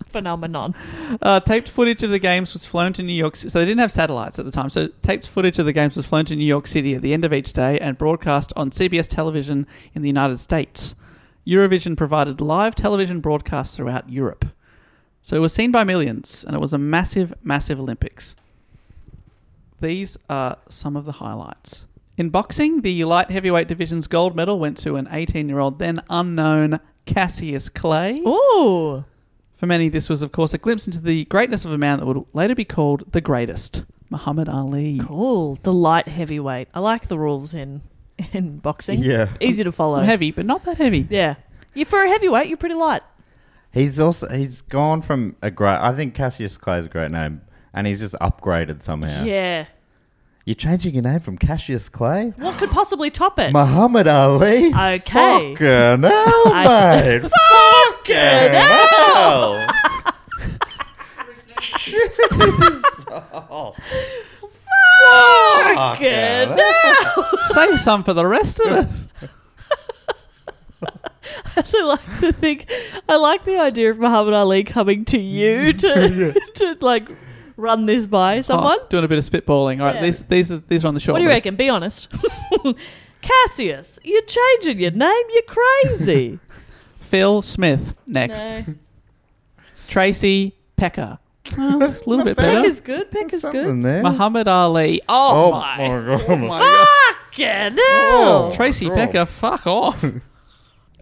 B: Phenomenon.
C: <laughs>
A: Uh, taped footage of the games was flown to New York. Ci- So they didn't have satellites at the time. So taped footage of the games was flown to New York City at the end of each day and broadcast on CBS television in the United States. Eurovision provided live television broadcasts throughout Europe. So it was seen by millions, and it was a massive, massive Olympics. These are some of the highlights. In boxing, the light heavyweight division's gold medal went to an 18 year old, then unknown Cassius Clay.
B: Ooh,
A: For many, this was, of course, a glimpse into the greatness of a man that would later be called the greatest, Muhammad Ali.
B: cool. The light heavyweight. I like the rules in in boxing.
C: Yeah.
B: easy to follow.
A: I'm heavy, but not that heavy.
B: Yeah. You for a heavyweight, you're pretty light.
C: He's also he's gone from a great. I think Cassius Clay is a great name, and he's just upgraded somehow.
B: Yeah.
C: You're changing your name from Cassius Clay,
B: What could possibly top
C: <laughs>
B: it?
C: Muhammad Ali.
B: Okay.
C: Fucking hell,
B: I-
C: mate. Fucking
A: <laughs>
C: hell.
B: Good. <laughs>
A: Save some for the rest of us.
B: I like the thing. I like the idea of Muhammad Ali coming to
A: <laughs>
B: you to to like run this by <laughs> someone.
A: Oh, doing a bit of spitballing. All right,
B: Yeah.
A: these these are these are on the short
B: what do you
A: list.
B: reckon? Be honest. <laughs> Cassius, you're changing your name. You're
A: <laughs>
B: crazy.
A: Phil Smith next.
B: no.
A: Tracy Pecker. Well, that's a little bit
B: Peck
A: better.
B: is good. Peck
C: There's
B: is
C: something
B: good.
C: there.
A: Muhammad Ali. Oh,
C: oh
A: my.
C: my god. Oh my
B: Fucking hell.
A: Tracy
C: God.
A: Pecker, fuck off.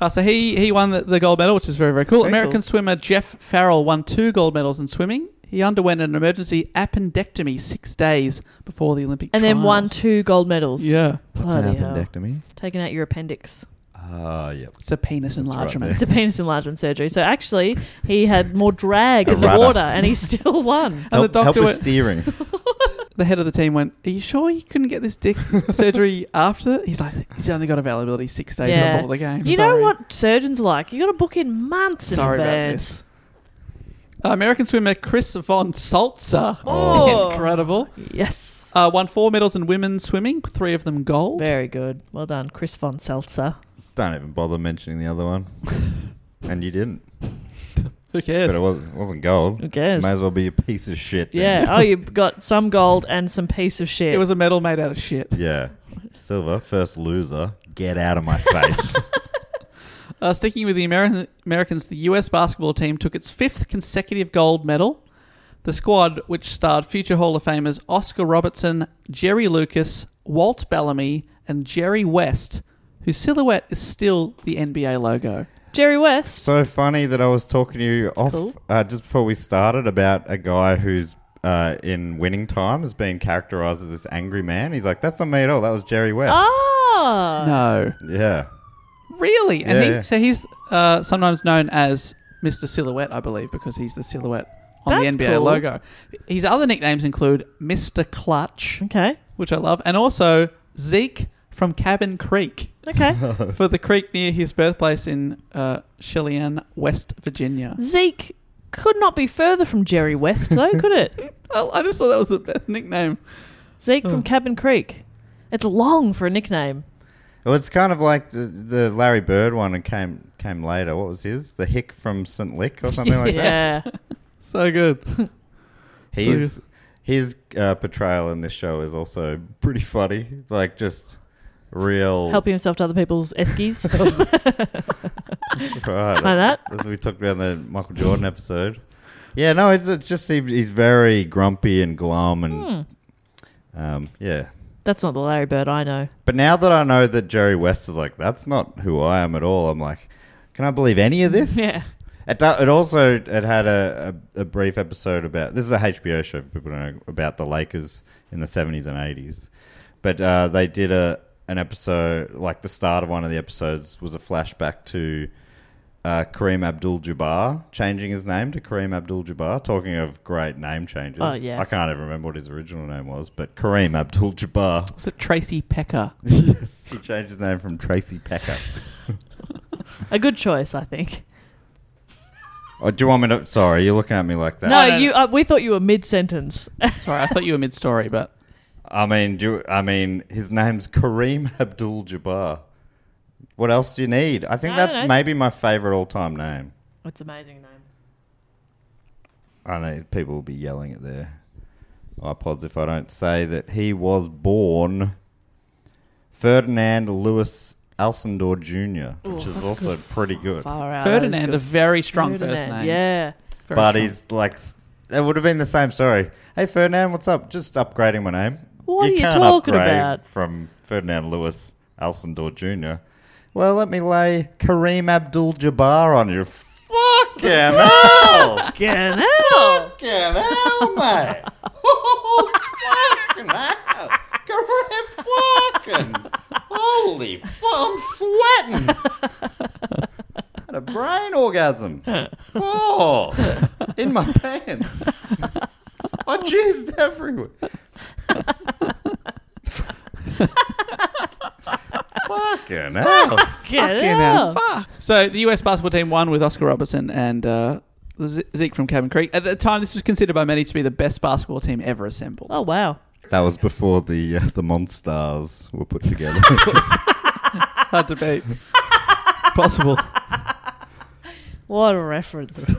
A: Uh, so he, he won the, the gold medal, which is very, very cool. American swimmer Jeff Farrell won two gold medals in swimming. He underwent an emergency appendectomy six days before the Olympic
B: And then
A: trials.
B: won two gold medals.
A: Yeah.
C: What's an
B: Bloody hell.
C: appendectomy?
B: Taking out your appendix.
C: Ah, yep.
A: It's a penis enlargement.
C: right
B: It's a penis enlargement surgery. So actually, he had more drag in the
C: rudder.
B: water, and he still won.
A: And
C: help,
A: the
C: help
A: doctor
C: with
A: went,
C: steering. <laughs>
A: the head of the team went, Are you sure you couldn't get
C: <laughs>
A: this dick surgery after? He's like, He's only got availability six days
B: Yeah.
A: before the game.
B: You know
A: Sorry.
B: what surgeons are like? You got to book in months in
A: Sorry about
B: advance.
A: this. Uh, American swimmer Chris von Salzer.
B: Oh.
A: Incredible.
B: Yes,
A: Uh, won four medals in women's swimming, three of them gold.
B: very good. Well done, Chris von Seltzer.
C: Don't even bother mentioning the other one. and you didn't.
A: <laughs> Who cares?
C: But it wasn't, it wasn't gold.
B: Who cares?
C: Might as well be a piece of shit. then.
B: Yeah. Oh, you got some gold and some piece of shit.
E: It was a medal made out of shit.
C: <laughs> Yeah. Silver, first loser. Get out of my
A: <laughs>
C: face.
A: Uh, sticking with the Ameri- Americans, the U.S. basketball team took its fifth consecutive gold medal. The squad, which starred future Hall of Famers Oscar Robertson, Jerry Lucas, Walt Bellamy, and Jerry West, whose silhouette is still the NBA logo.
B: Jerry West.
C: so funny that I was talking to you off
B: cool.
C: uh, just before we started about a guy who's uh, in winning time has been characterized as this angry man. He's like, that's not me at all. That was Jerry West.
B: Oh. Ah.
A: No,
C: Yeah.
A: really, and
C: Yeah,
A: he,
C: yeah.
A: so he's uh, sometimes known as Mr. Silhouette, I believe, because he's the silhouette on
B: That's
A: the NBA
B: cool.
A: logo. His other nicknames include Mr. Clutch,
B: Okay.
A: which I love, and also Zeke from Cabin Creek.
B: Okay.
A: <laughs> for the creek near his birthplace in uh, Cheyenne, West Virginia.
B: Zeke could not be further from Jerry West, though, could it?
A: Oh, I, I just thought that was the best nickname.
B: Zeke from Cabin Creek. It's long for a nickname.
C: Well, it's kind of like the, the Larry Bird one that came came later. What was his? The Hick from St. Lick or something
B: <laughs>
C: like that.
B: Yeah.
A: So good.
C: He's his uh, portrayal in this show is also pretty funny. Like just real
B: Helping himself to other people's
C: <laughs>
B: eskies. <laughs>
C: Right.
B: Like that?
C: As we talked about in the Michael Jordan episode. Yeah, no, it's, it's just he, he's very grumpy and glum and um, yeah.
B: Hmm. That's not the Larry Bird I know.
C: But now that I know that Jerry West is like, that's not who I am at all. I'm like, can I believe any of this?
B: <laughs> Yeah.
C: It, do- it also it had a, a, a brief episode about this is a HBO show for people who don't know about the Lakers in the seventies and eighties, but uh, they did a an episode like the start of one of the episodes was a flashback to uh, Kareem Abdul-Jabbar changing his name to Kareem Abdul-Jabbar. Talking of great name changes,
B: Oh, yeah.
C: I can't even remember what his original name was, but Kareem
B: <laughs>
C: Abdul-Jabbar
A: Was it
C: <laughs>
A: Tracy Pecker?
C: yes, he changed his name from Tracy
B: <laughs>
C: Packer.
B: A good choice, I think.
C: Oh, do you want me to? Sorry, you're looking at me like that.
B: No,
A: no,
B: you. Uh, we thought you were mid <laughs> sentence.
A: Sorry, I thought you were mid story, but
C: I mean, do I mean his name's Kareem Abdul-Jabbar? What else do you need? I think
B: I
C: that's
B: don't know.
C: maybe my favorite all-time name.
B: it's amazing name.
C: I know people will be yelling at their iPods if I don't say that he was born Ferdinand Louis Alcindor Jr., which is also pretty good.
B: Far out.
A: Ferdinand, a
B: that is
A: very
B: good.
A: strong first
B: Ferdinand, <laughs>
A: name.
B: Yeah.
A: Very
C: But
A: strong.
C: he's like, it would have been the same story. Hey, Ferdinand, what's up? Just upgrading my name.
B: What are you talking
C: upgrade
B: about?
C: From Ferdinand Lewis Alcindor Jr. Well, let me lay Kareem Abdul Jabbar on you. Fucking
B: <laughs>
C: hell!
B: Fucking hell.
C: Fucking hell, <laughs> mate! Oh, fucking hell! Kareem fucking! Holy fuck, I'm sweating! Had a brain orgasm. Oh! In my pants. I jizzed everywhere. fucking hell!
B: Fucking
A: Yeah.
B: hell.
A: Fuck. So the US basketball team won with Oscar Robertson and uh, Ze- Zeke from Cabin Creek. At the time, this was considered by many to be the best basketball team ever assembled.
B: Oh wow.
C: That was before the uh, the Monstars were put <laughs> together.
A: Hard to beat. Possible.
B: What a reference.
C: <laughs>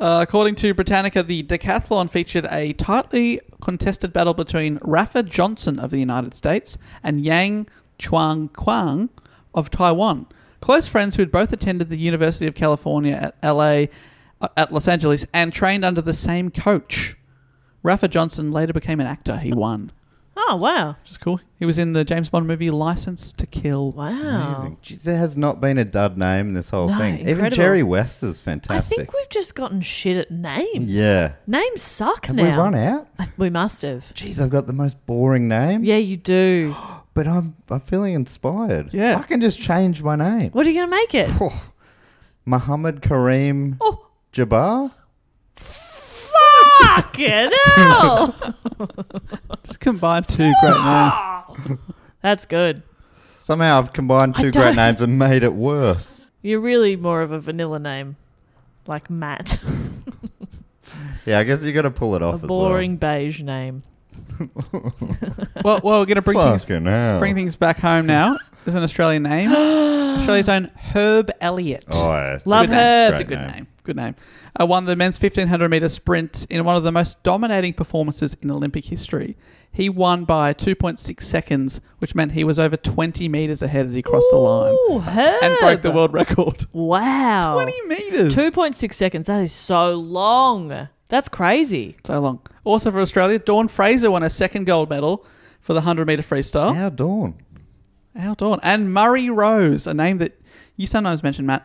A: Uh, according to Britannica, the decathlon featured a tightly contested battle between Rafa Johnson of the United States and Yang Chuang Kwang of Taiwan, close friends who had both attended the University of California at LA, uh, at Los Angeles, and trained under the same coach. Rafa Johnson later became an actor. He won,
B: Oh wow.
A: which is cool. He was in the James Bond movie License to Kill.
B: Wow.
C: Amazing. Jeez, there has not been a dud name in this whole
B: No,
C: thing. Even
B: incredible.
C: Jerry West is
B: I
C: fantastic.
B: think we've just gotten shit at names.
C: Yeah.
B: Names suck
C: Have
B: now.
C: we run out?
B: I- We must have.
C: Jeez, I've got the most boring name.
B: Yeah, you do. <gasps>
C: But I'm I'm feeling inspired.
A: Yeah.
C: I can just change my name.
B: What are you going to make it?
C: Oh, Muhammad Kareem
B: Oh,
C: Jabbar? <laughs>
B: fucking hell.
A: Just combine two great names.
B: That's good.
C: Somehow I've combined
B: I
C: two
B: don't-
C: great names and made it worse.
B: You're really more of a vanilla name, like Matt,
C: Yeah, I guess you got to pull it
B: a
C: off as well.
B: boring beige name.
A: well, well, we're going to bring things,
C: Fucking hell.
A: bring things back home now. There's an
B: <gasps>
A: Australian name. Australia's own Herb Elliott.
C: Oh, yeah, it's a
B: Love
C: good name.
B: her.
C: It's
A: That's
C: a
A: a good
C: great
A: name. Good name. Uh, won the men's 1500 meter sprint in one of the most dominating performances in Olympic history. He won by 2.6 seconds, which meant he was over 20 meters ahead as he crossed the line
B: Ooh, Herb. Oh.
A: and broke the world record.
B: Wow.
A: 20 meters.
B: 2.6 seconds. That is so long. That's crazy.
A: So long. Also for Australia, Dawn Fraser won her second gold medal for the 100 meter freestyle.
C: How dawn?
A: Al Dawn. And Murray Rose, a name that you sometimes mention, Matt,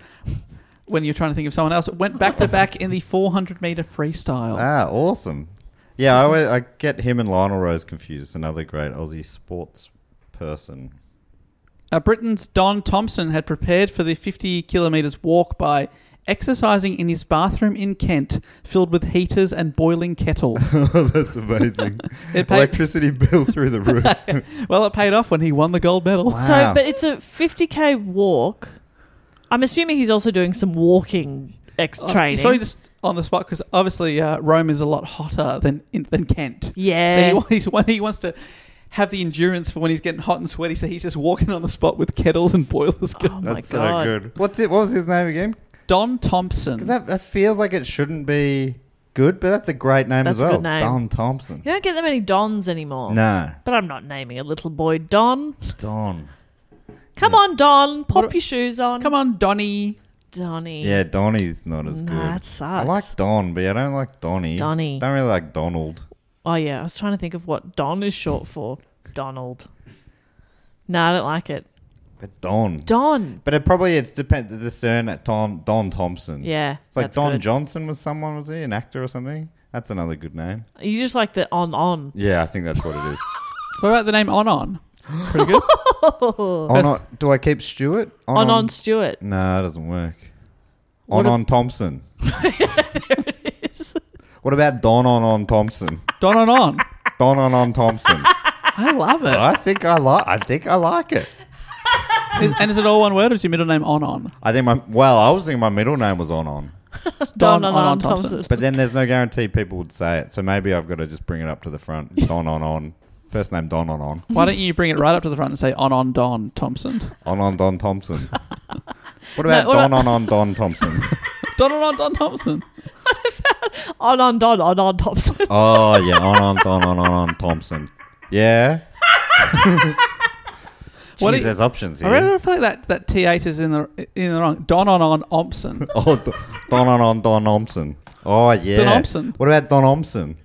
A: when you're trying to think of someone else, went back to back in the 400 meter
B: Oh.
A: freestyle.
C: Ah, awesome. Yeah, I, always- I get him and Lionel Rose confused. Another great Aussie sports person.
A: Uh, Britain's Don Thompson had prepared for the 50 kilometres walk by exercising in his bathroom in Kent, filled with heaters and boiling kettles.
C: <laughs> That's amazing.
A: It paid-
C: Electricity bill through the
B: <laughs>
C: roof.
A: well, it paid off when he won the gold medal.
C: <laughs> Wow.
B: So, but it's a 50k walk. I'm assuming he's also doing some walking ex-
A: Uh,
B: training.
A: He's probably just on the spot because obviously uh, Rome is a lot hotter than in, than Kent.
B: Yeah.
A: So he, wa- <laughs> he's, one- he wants to have the endurance for when he's getting hot and sweaty. So he's just walking on the spot with kettles and boilers.
B: oh my
C: That's so
B: god.
C: good. What's it? What was his name again?
A: Don Thompson.
C: 'Cause that, that feels like it shouldn't be good, but that's a great name
B: That's
C: as
B: a
C: well.
B: good name.
C: Don Thompson.
B: You don't get that many dons anymore.
C: No,
B: But I'm not naming a little boy Don.
C: Don.
B: Come on, Don. Pop
A: What-
B: your shoes on.
A: Come on, Donny.
B: Donnie.
C: Yeah, Donnie's not as
B: Nah,
C: good.
B: that sucks.
C: I like Don, but I don't like Donnie.
B: Donnie.
C: Don't really like Donald.
B: Oh, yeah. I was trying to think of what Don is short for. Donald. No, I don't like it.
C: But Don.
B: Don.
C: But it probably it's depend the surname at Tom Don Thompson.
B: Yeah.
C: It's like
B: that's
C: Don
B: good.
C: Johnson was someone, was he? An actor or something? That's another good name.
B: You just like the on on.
C: Yeah, I think that's what it is.
A: What about the name Onon? Pretty
B: <laughs>
A: good.
C: on, on, do I keep Stewart?
B: On on Stewart.
C: No, nah, it doesn't work. On on
B: <laughs>
C: Thompson. What about Don on on Thompson?
A: Don Onon.
C: Don on on
B: <laughs>
C: Thompson.
A: I love it.
C: I think I like. I think I like it.
A: Is- and is it all one word or is your middle name Onon?
C: I think my well, I was thinking my middle name was on on,
B: Don,
A: Don
B: on on
A: Onon
B: Thompson.
A: Thompson.
C: but then there's no guarantee people would say it, so maybe I've got to just bring it up to the front. Don on on, first name Don on on,
A: Why don't you bring it right up to the front and say Onon Don Thompson?
C: on on Don Thompson. What about
B: what
C: Don on on Don
B: <laughs>
C: Thompson?
A: Don Onon Don Thompson.
B: On on Don on on Thompson.
C: <laughs> oh yeah, on on Don on on on Thompson. Yeah.
A: What
C: What
A: do
C: is
A: you-
C: there's options
A: I really
C: here.
A: feel like that, that T8 is in the, in the wrong. Don Onon Ompson.
C: <laughs> Oh, Don Don on on Don Thompson. Oh yeah.
A: Thompson.
C: What about Don Thompson?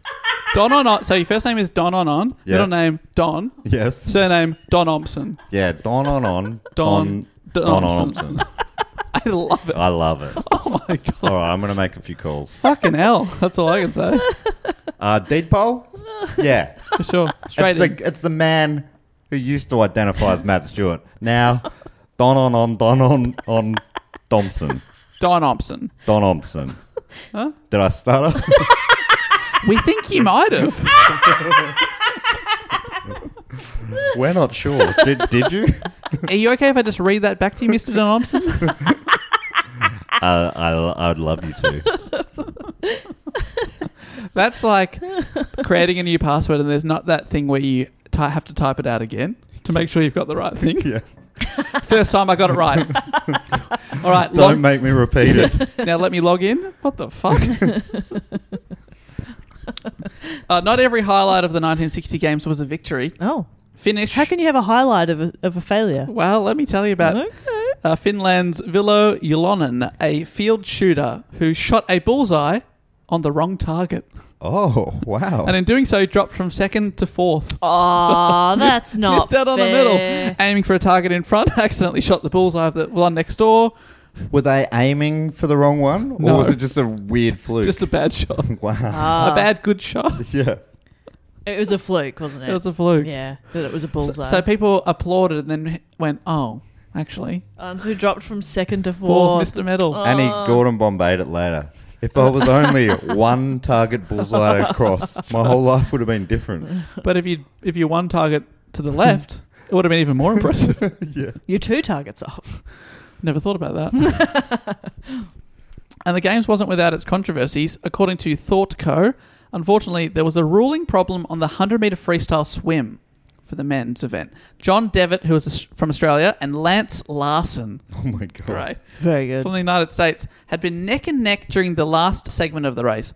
A: Don Onon. So your first name is Don Onon.
C: Yeah.
A: Middle name Don.
C: <laughs> Yes.
A: Surname Don Ompson.
C: Yeah, Don on on
A: Don-
C: Don,
A: Don
C: Don on
A: Thompson.
C: Thompson.
A: <laughs> I love it.
C: I love
A: <laughs>
C: it.
A: Oh my God.
C: All right, I'm going to make a few calls.
A: Fucking hell. That's all I can say.
C: Uh, Deed Pole? Yeah.
A: For sure. <laughs>
C: <laughs>
A: Straight
C: It's
A: in.
C: the, it's the man who used to identify as Matt Stewart. Now, Don on on Don on on Thompson.
A: Don Ompson.
C: Don Thompson. Did I start up?
A: We think you might have.
C: <laughs> We're not sure. Did, did you?
A: <laughs> Are you okay if I just read that back to you, Mr.
C: <laughs>
A: Don Ompson?
C: Uh, I, I'd love you
A: <laughs>
C: to.
A: That's like creating a new password and there's not that thing where you ty- have to type it out again to make sure you've got the right thing.
C: Yeah.
A: First time I got it
C: <laughs>
A: right. All right,
C: Don't
A: log-
C: make me repeat
A: <laughs>
C: it.
A: now let me log in. What
C: <laughs>
A: the fuck? uh, not every highlight of the 1960 games was a victory.
B: Oh.
A: Finish.
B: How can you have a highlight of a, of a failure?
A: well, let me tell you about
B: Okay.
A: uh, Finland's Vilo Jalonen, a field shooter who shot a bullseye on the wrong target,
C: Oh, wow.
A: and in doing so, dropped from second to fourth. <laughs>
B: Aw, that's not
A: Missed out on the
B: fair.
A: middle, aiming for a target in front. <laughs> Accidentally shot the bullseye of the one next door.
C: Were they aiming for the wrong one? Or
A: No.
C: was it just a weird fluke? <laughs>
A: Just a bad shot.
B: <laughs>
C: wow.
A: <laughs> a bad good shot.
C: yeah.
B: Ah, It was a fluke, wasn't it?
A: It was a fluke.
B: yeah, that it was a
A: So,
B: bullseye.
A: so people applauded and then went, "Oh, actually,
B: Um, so he dropped from second to
A: for
B: fourth.
A: Mr. Medal."
B: <laughs>
C: And he Gordon Bombayed it later. If I was only one target bullseye
A: <laughs>
C: across, my whole life would have been different.
A: But if you if you one target to the left, it would have been even more impressive.
B: You're two targets
A: <laughs>
B: off.
A: Never thought about that. <laughs> and the games wasn't without its controversies. According to ThoughtCo, Unfortunately, there was a ruling problem on the 100 meter freestyle swim for the men's event. John Devitt, who is Aus- from Australia, and Lance Larson,
C: Oh my god!
A: right,
B: Very good.
A: from the United States, had been neck and neck during the last segment of the race.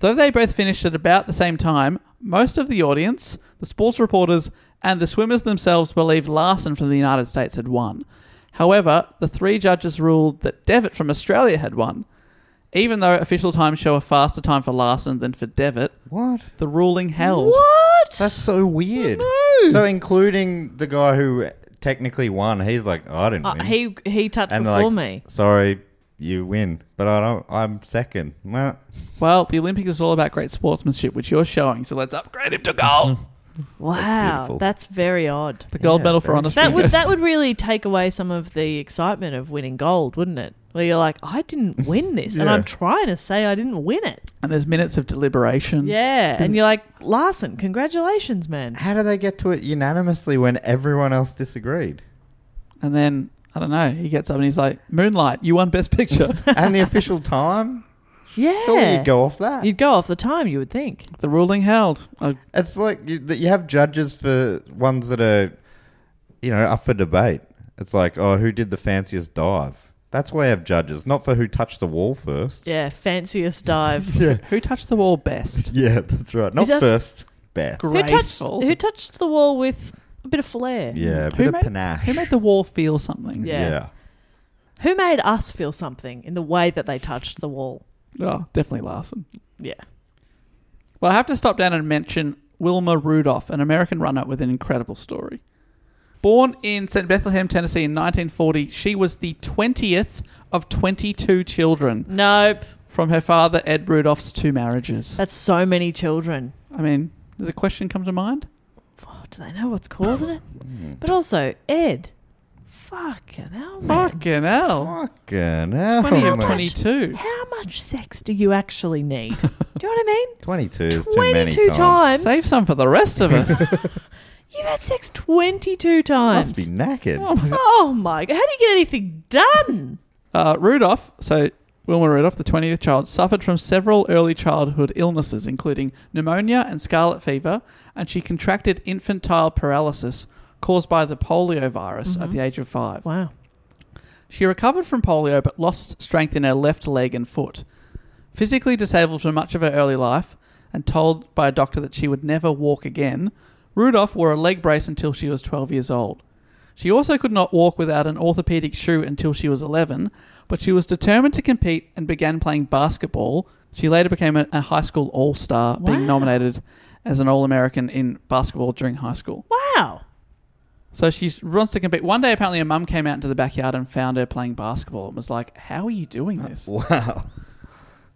A: Though they both finished at about the same time, most of the audience, the sports reporters, and the swimmers themselves believed Larson from the United States had won. However, the three judges ruled that Devitt from Australia had won. Even though official times show a faster time for Larson than for Devitt,
C: What?
A: the ruling held.
C: That's so weird. So including the guy who technically won, he's like, oh, I didn't
B: Uh,
C: win.
B: he he touched
C: and they're
B: before
C: like,
B: me.
C: sorry, you win, but I don't. I'm second. Well,
A: Well, the Olympics is all about great sportsmanship, which you're showing, so let's upgrade him
B: <laughs>
A: to gold.
B: Wow,
C: beautiful.
B: that's, very odd.
A: The gold
C: Yeah,
A: medal for
C: very
A: honesty.
B: That would
A: goes-
B: that would really take away some of the excitement of winning gold, wouldn't it? Where you're like, I
C: <laughs>
B: didn't win this, and
C: Yeah.
B: I'm trying to say I didn't win it.
A: and there's minutes of deliberation.
B: Yeah, and you're like, Larson, congratulations, man.
C: Mm. how do they get to it unanimously when everyone else disagreed?
A: And then, I don't know, he gets up and he's like, Moonlight, you won Best Picture.
C: And the
A: <laughs>
C: official time?
B: Yeah,
C: Surely you'd go off that.
B: You'd go off the time, you would think.
A: the ruling held. Uh,
C: It's like you, that you have judges for ones that are, you know, up for debate. It's like, oh, who did the fanciest dive? That's why you have judges, not for who touched the wall first.
B: Yeah, fanciest dive.
C: <laughs>
A: who touched the wall best?
C: Yeah, that's right. Not
B: does-
C: first, best.
A: Gr-
B: who touched
A: Graceful.
B: Who touched the wall with a bit of flair?
C: Yeah, a
A: Who
C: bit
A: made-
C: of panache.
A: Who made the wall feel something?
B: Yeah. Who made us feel something in the way that they touched the wall?
A: Oh, definitely Larson.
B: Yeah.
A: Well, I have to stop down and mention Wilma Rudolph, an American runner with an incredible story. Born in St. Bethlehem, Tennessee in 1940, she was the 20th of 22 children
B: Nope.
A: from her father, Ed Rudolph's two marriages.
B: That's so many children.
A: I mean, does a question come to mind?
B: Oh, do they know what's causing it? But also, Ed. Fucking hell, man.
A: Fucking hell.
C: Fucking hell.
A: 20 of
C: mate.
A: 22.
B: How much sex do you actually need? do you know what I mean?
C: 22 is too many
B: 22
C: times.
B: times.
A: Save some for the rest of us.
B: You've had sex 22 times.
C: Must be knackered.
A: oh my God.
B: Oh my god. How do you get anything done?
A: Uh, Rudolph, so Wilma Rudolph, the 20th child, suffered from several early childhood illnesses, including pneumonia and scarlet fever, and she contracted infantile paralysis caused by the polio virus at the age of five.
B: wow.
A: She recovered from polio but lost strength in her left leg and foot. Physically disabled for much of her early life and told by a doctor that she would never walk again, Rudolph wore a leg brace until she was 12 years old. She also could not walk without an orthopedic shoe until she was 11, but she was determined to compete and began playing basketball. She later became a, a high school all star, being
B: Wow.
A: nominated as an All American in basketball during high school.
B: Wow.
A: So she wants to compete. One day, apparently, her mum came out into the backyard and found her playing basketball and was like, How are you doing this?
C: Wow.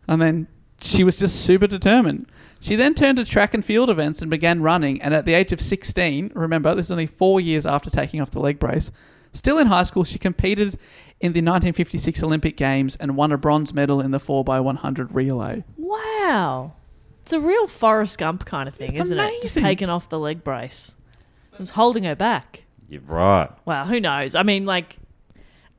A: And then she was just super determined. She then turned to track and field events and began running. And at the age of 16, remember, this is only four years after taking off the leg brace, still in high school, she competed in the 1956 Olympic Games and won a bronze medal in the 4x100 relay.
B: Wow. It's a real Forrest Gump kind of thing,
A: It's
B: isn't it? Just
A: amazing.
B: taking off the leg brace. It was holding her back.
C: You're right.
B: Well, who knows? I mean, like,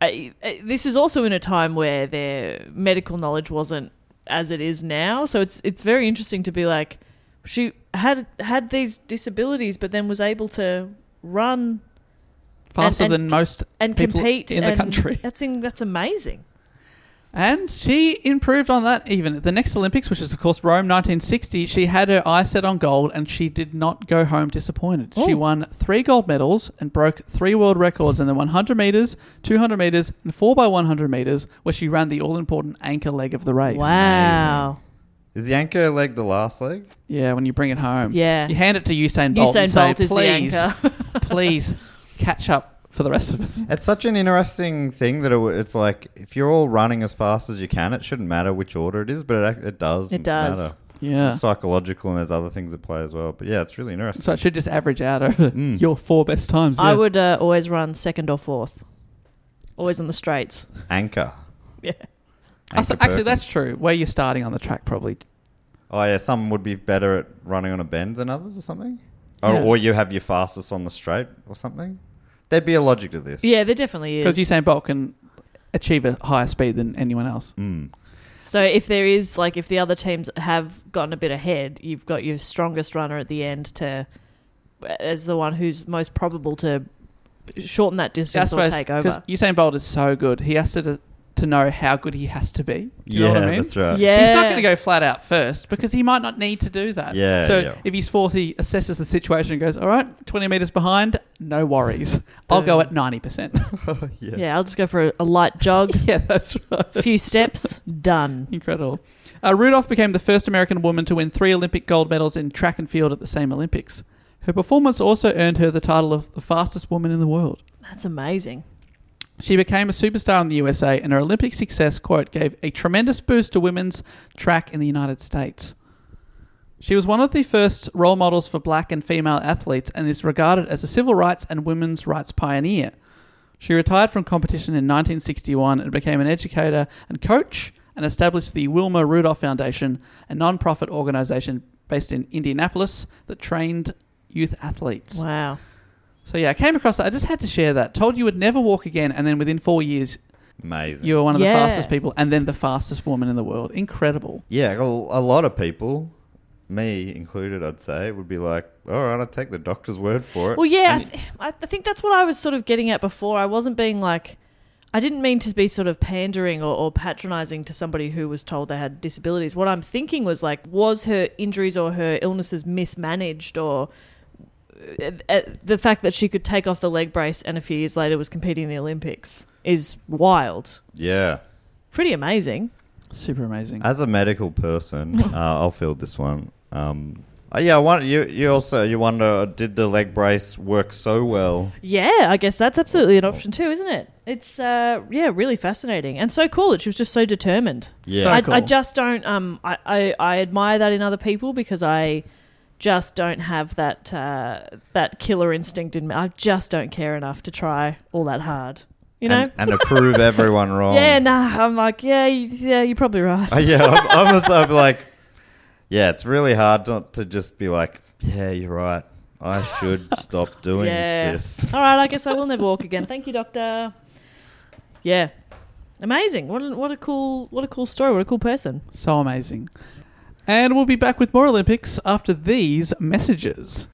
B: I, I, this is also in a time where their medical knowledge wasn't as it is now. So it's it's very interesting to be like, she had had these disabilities, but then was able to run
A: Faster
B: and-
A: than most
B: and
A: people
B: compete
A: in the
B: and
A: country.
B: <laughs> That's in, that's amazing.
A: And she improved on that even. At the next Olympics, which is, of course, Rome 1960, she had her eye set on gold and she did not go home disappointed. She won three gold medals and broke three world records in the 100 metres, 200 metres, and 4x100 metres, where she ran the all important anchor leg of the race.
B: Wow.
C: Is the anchor leg the last leg?
A: Yeah, when you bring it home.
B: Yeah.
A: You hand it to Usain Bolt and
B: Usain
A: say,
B: Bolt is the
A: please,
B: anchor. <laughs>
A: please catch up for the rest of us.
C: It's such an interesting thing that it, w- it's like if you're all running as fast as you can, it shouldn't matter which order it is, but it, ac- it does.
B: It does.
C: Matter.
A: Yeah.
C: It's psychological, and there's other things at play as well. But yeah, it's really interesting.
A: So it should just average out over your four best times.
B: I
A: yeah.
B: would uh, always run second or fourth, always on the straights. <laughs>
C: Anchor.
B: Yeah.
A: Oh, so
C: Anchor
A: actually,
C: Perkins.
A: that's true. Where you're starting on the track, probably.
C: Oh yeah, some would be better at running on a bend than others, or something.
A: Yeah.
C: Or, or you have your fastest on the straight, or something. There'd be a logic to this.
B: Yeah, there definitely is.
A: Because Usain Bolt can achieve a higher speed than anyone else.
C: Mm.
B: So if there is like if the other teams have gotten a bit ahead, you've got your strongest runner at the end to as the one who's most probable to shorten that
A: Yeah, I
B: distance or
A: suppose
B: take
A: because
B: over.
A: Usain Bolt is so good, he has to to know how good he has to be. Do you
C: yeah,
A: know what I mean?
C: that's right.
B: Yeah.
A: He's not going to go flat out first because he might not need to do that.
C: Yeah,
A: So
C: yeah.
A: if he's fourth, he assesses the situation and goes, "All right, twenty meters behind,
B: <laughs>
A: no worries. I'll go
B: Boom.
A: at ninety percent." <laughs>
C: <laughs> yeah.
B: Yeah. I'll just go for a, a light jog,
A: Yeah, that's right.
B: a few steps, done.
A: Incredible. Uh, Rudolph became the first American woman to win three Olympic gold medals in track and field at the same Olympics. Her performance also earned her the title of the fastest woman in the world.
B: That's amazing.
A: She became a superstar in the USA, and her Olympic success, quote, gave a tremendous boost to women's track in the United States. She was one of the first role models for black and female athletes and is regarded as a civil rights and women's rights pioneer. She retired from competition in 1961 and became an educator and coach and established the Wilma Rudolph Foundation, a non-profit organization based in Indianapolis that trained youth athletes.
B: Wow.
A: So yeah, I came across that. I just had to share that. Told you would never walk again, and then within four years,
C: Amazing.
A: you were one of
B: Yeah.
A: the fastest people, and then the fastest woman in the world. Incredible.
C: yeah, a a lot of people, me included, I'd say, would be like, all right, I'll take the doctor's word for it.
B: Well, yeah, I,
C: And-
B: th- I I think that's what I was sort of getting at before. I wasn't being like, I didn't mean to be sort of pandering or, or patronizing to somebody who was told they had disabilities. What I'm thinking was like, was her injuries or her illnesses mismanaged or. uh, uh, The fact that she could take off the leg brace and a few years later was competing in the Olympics is wild.
C: yeah.
B: Pretty amazing.
A: Super amazing.
C: As a medical
B: <laughs>
C: person, uh, I'll field this one. Um, uh, yeah, I want you. You also you wonder did the leg brace work so well?
B: Yeah, I guess that's absolutely an option too, isn't it? It's uh, yeah, really fascinating and so cool that she was just so determined.
C: Yeah.
A: So
B: I,
A: cool.
B: I just don't. Um, I, I I admire that in other people because I just don't have that uh, that killer instinct in me. I just don't care enough to try all that hard. You know?
C: and, and to prove everyone wrong.
B: yeah, nah. I'm like, yeah, you, yeah, you're probably right.
C: <laughs> Uh, yeah, I'm, I'm, just, I'm like, yeah, it's really hard not to just be like, yeah, you're right. I should stop doing
B: yeah.
C: this.
B: all right, I guess I will never walk again. Thank you, doctor. Yeah. Amazing. What a, what a cool what a cool story. What a cool person.
A: so amazing. And we'll be back with more Olympics after these messages.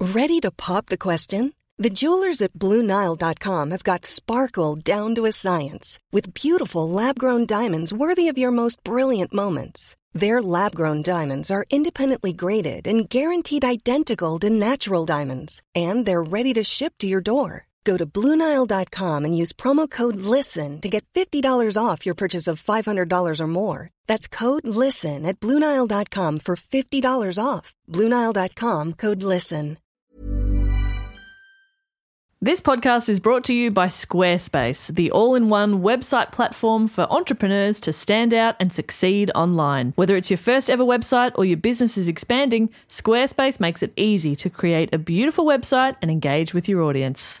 F: Ready to pop the question? The jewelers at BlueNile.com have got sparkle down to a science with beautiful lab grown diamonds worthy of your most brilliant moments. Their lab grown diamonds are independently graded and guaranteed identical to natural diamonds, and they're ready to ship to your door. Go to BlueNile.com and use promo code LISTEN to get $50 off your purchase of $500 or more. That's code LISTEN at BlueNile.com for $50 off. BlueNile.com code LISTEN.
G: This podcast is brought to you by Squarespace, the all in one website platform for entrepreneurs to stand out and succeed online. Whether it's your first ever website or your business is expanding, Squarespace makes it easy to create a beautiful website and engage with your audience.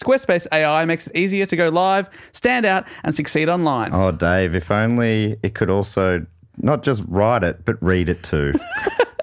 E: Squarespace AI makes it easier to go live, stand out, and succeed online.
C: oh, Dave, if only it could also not just write it, but read it too.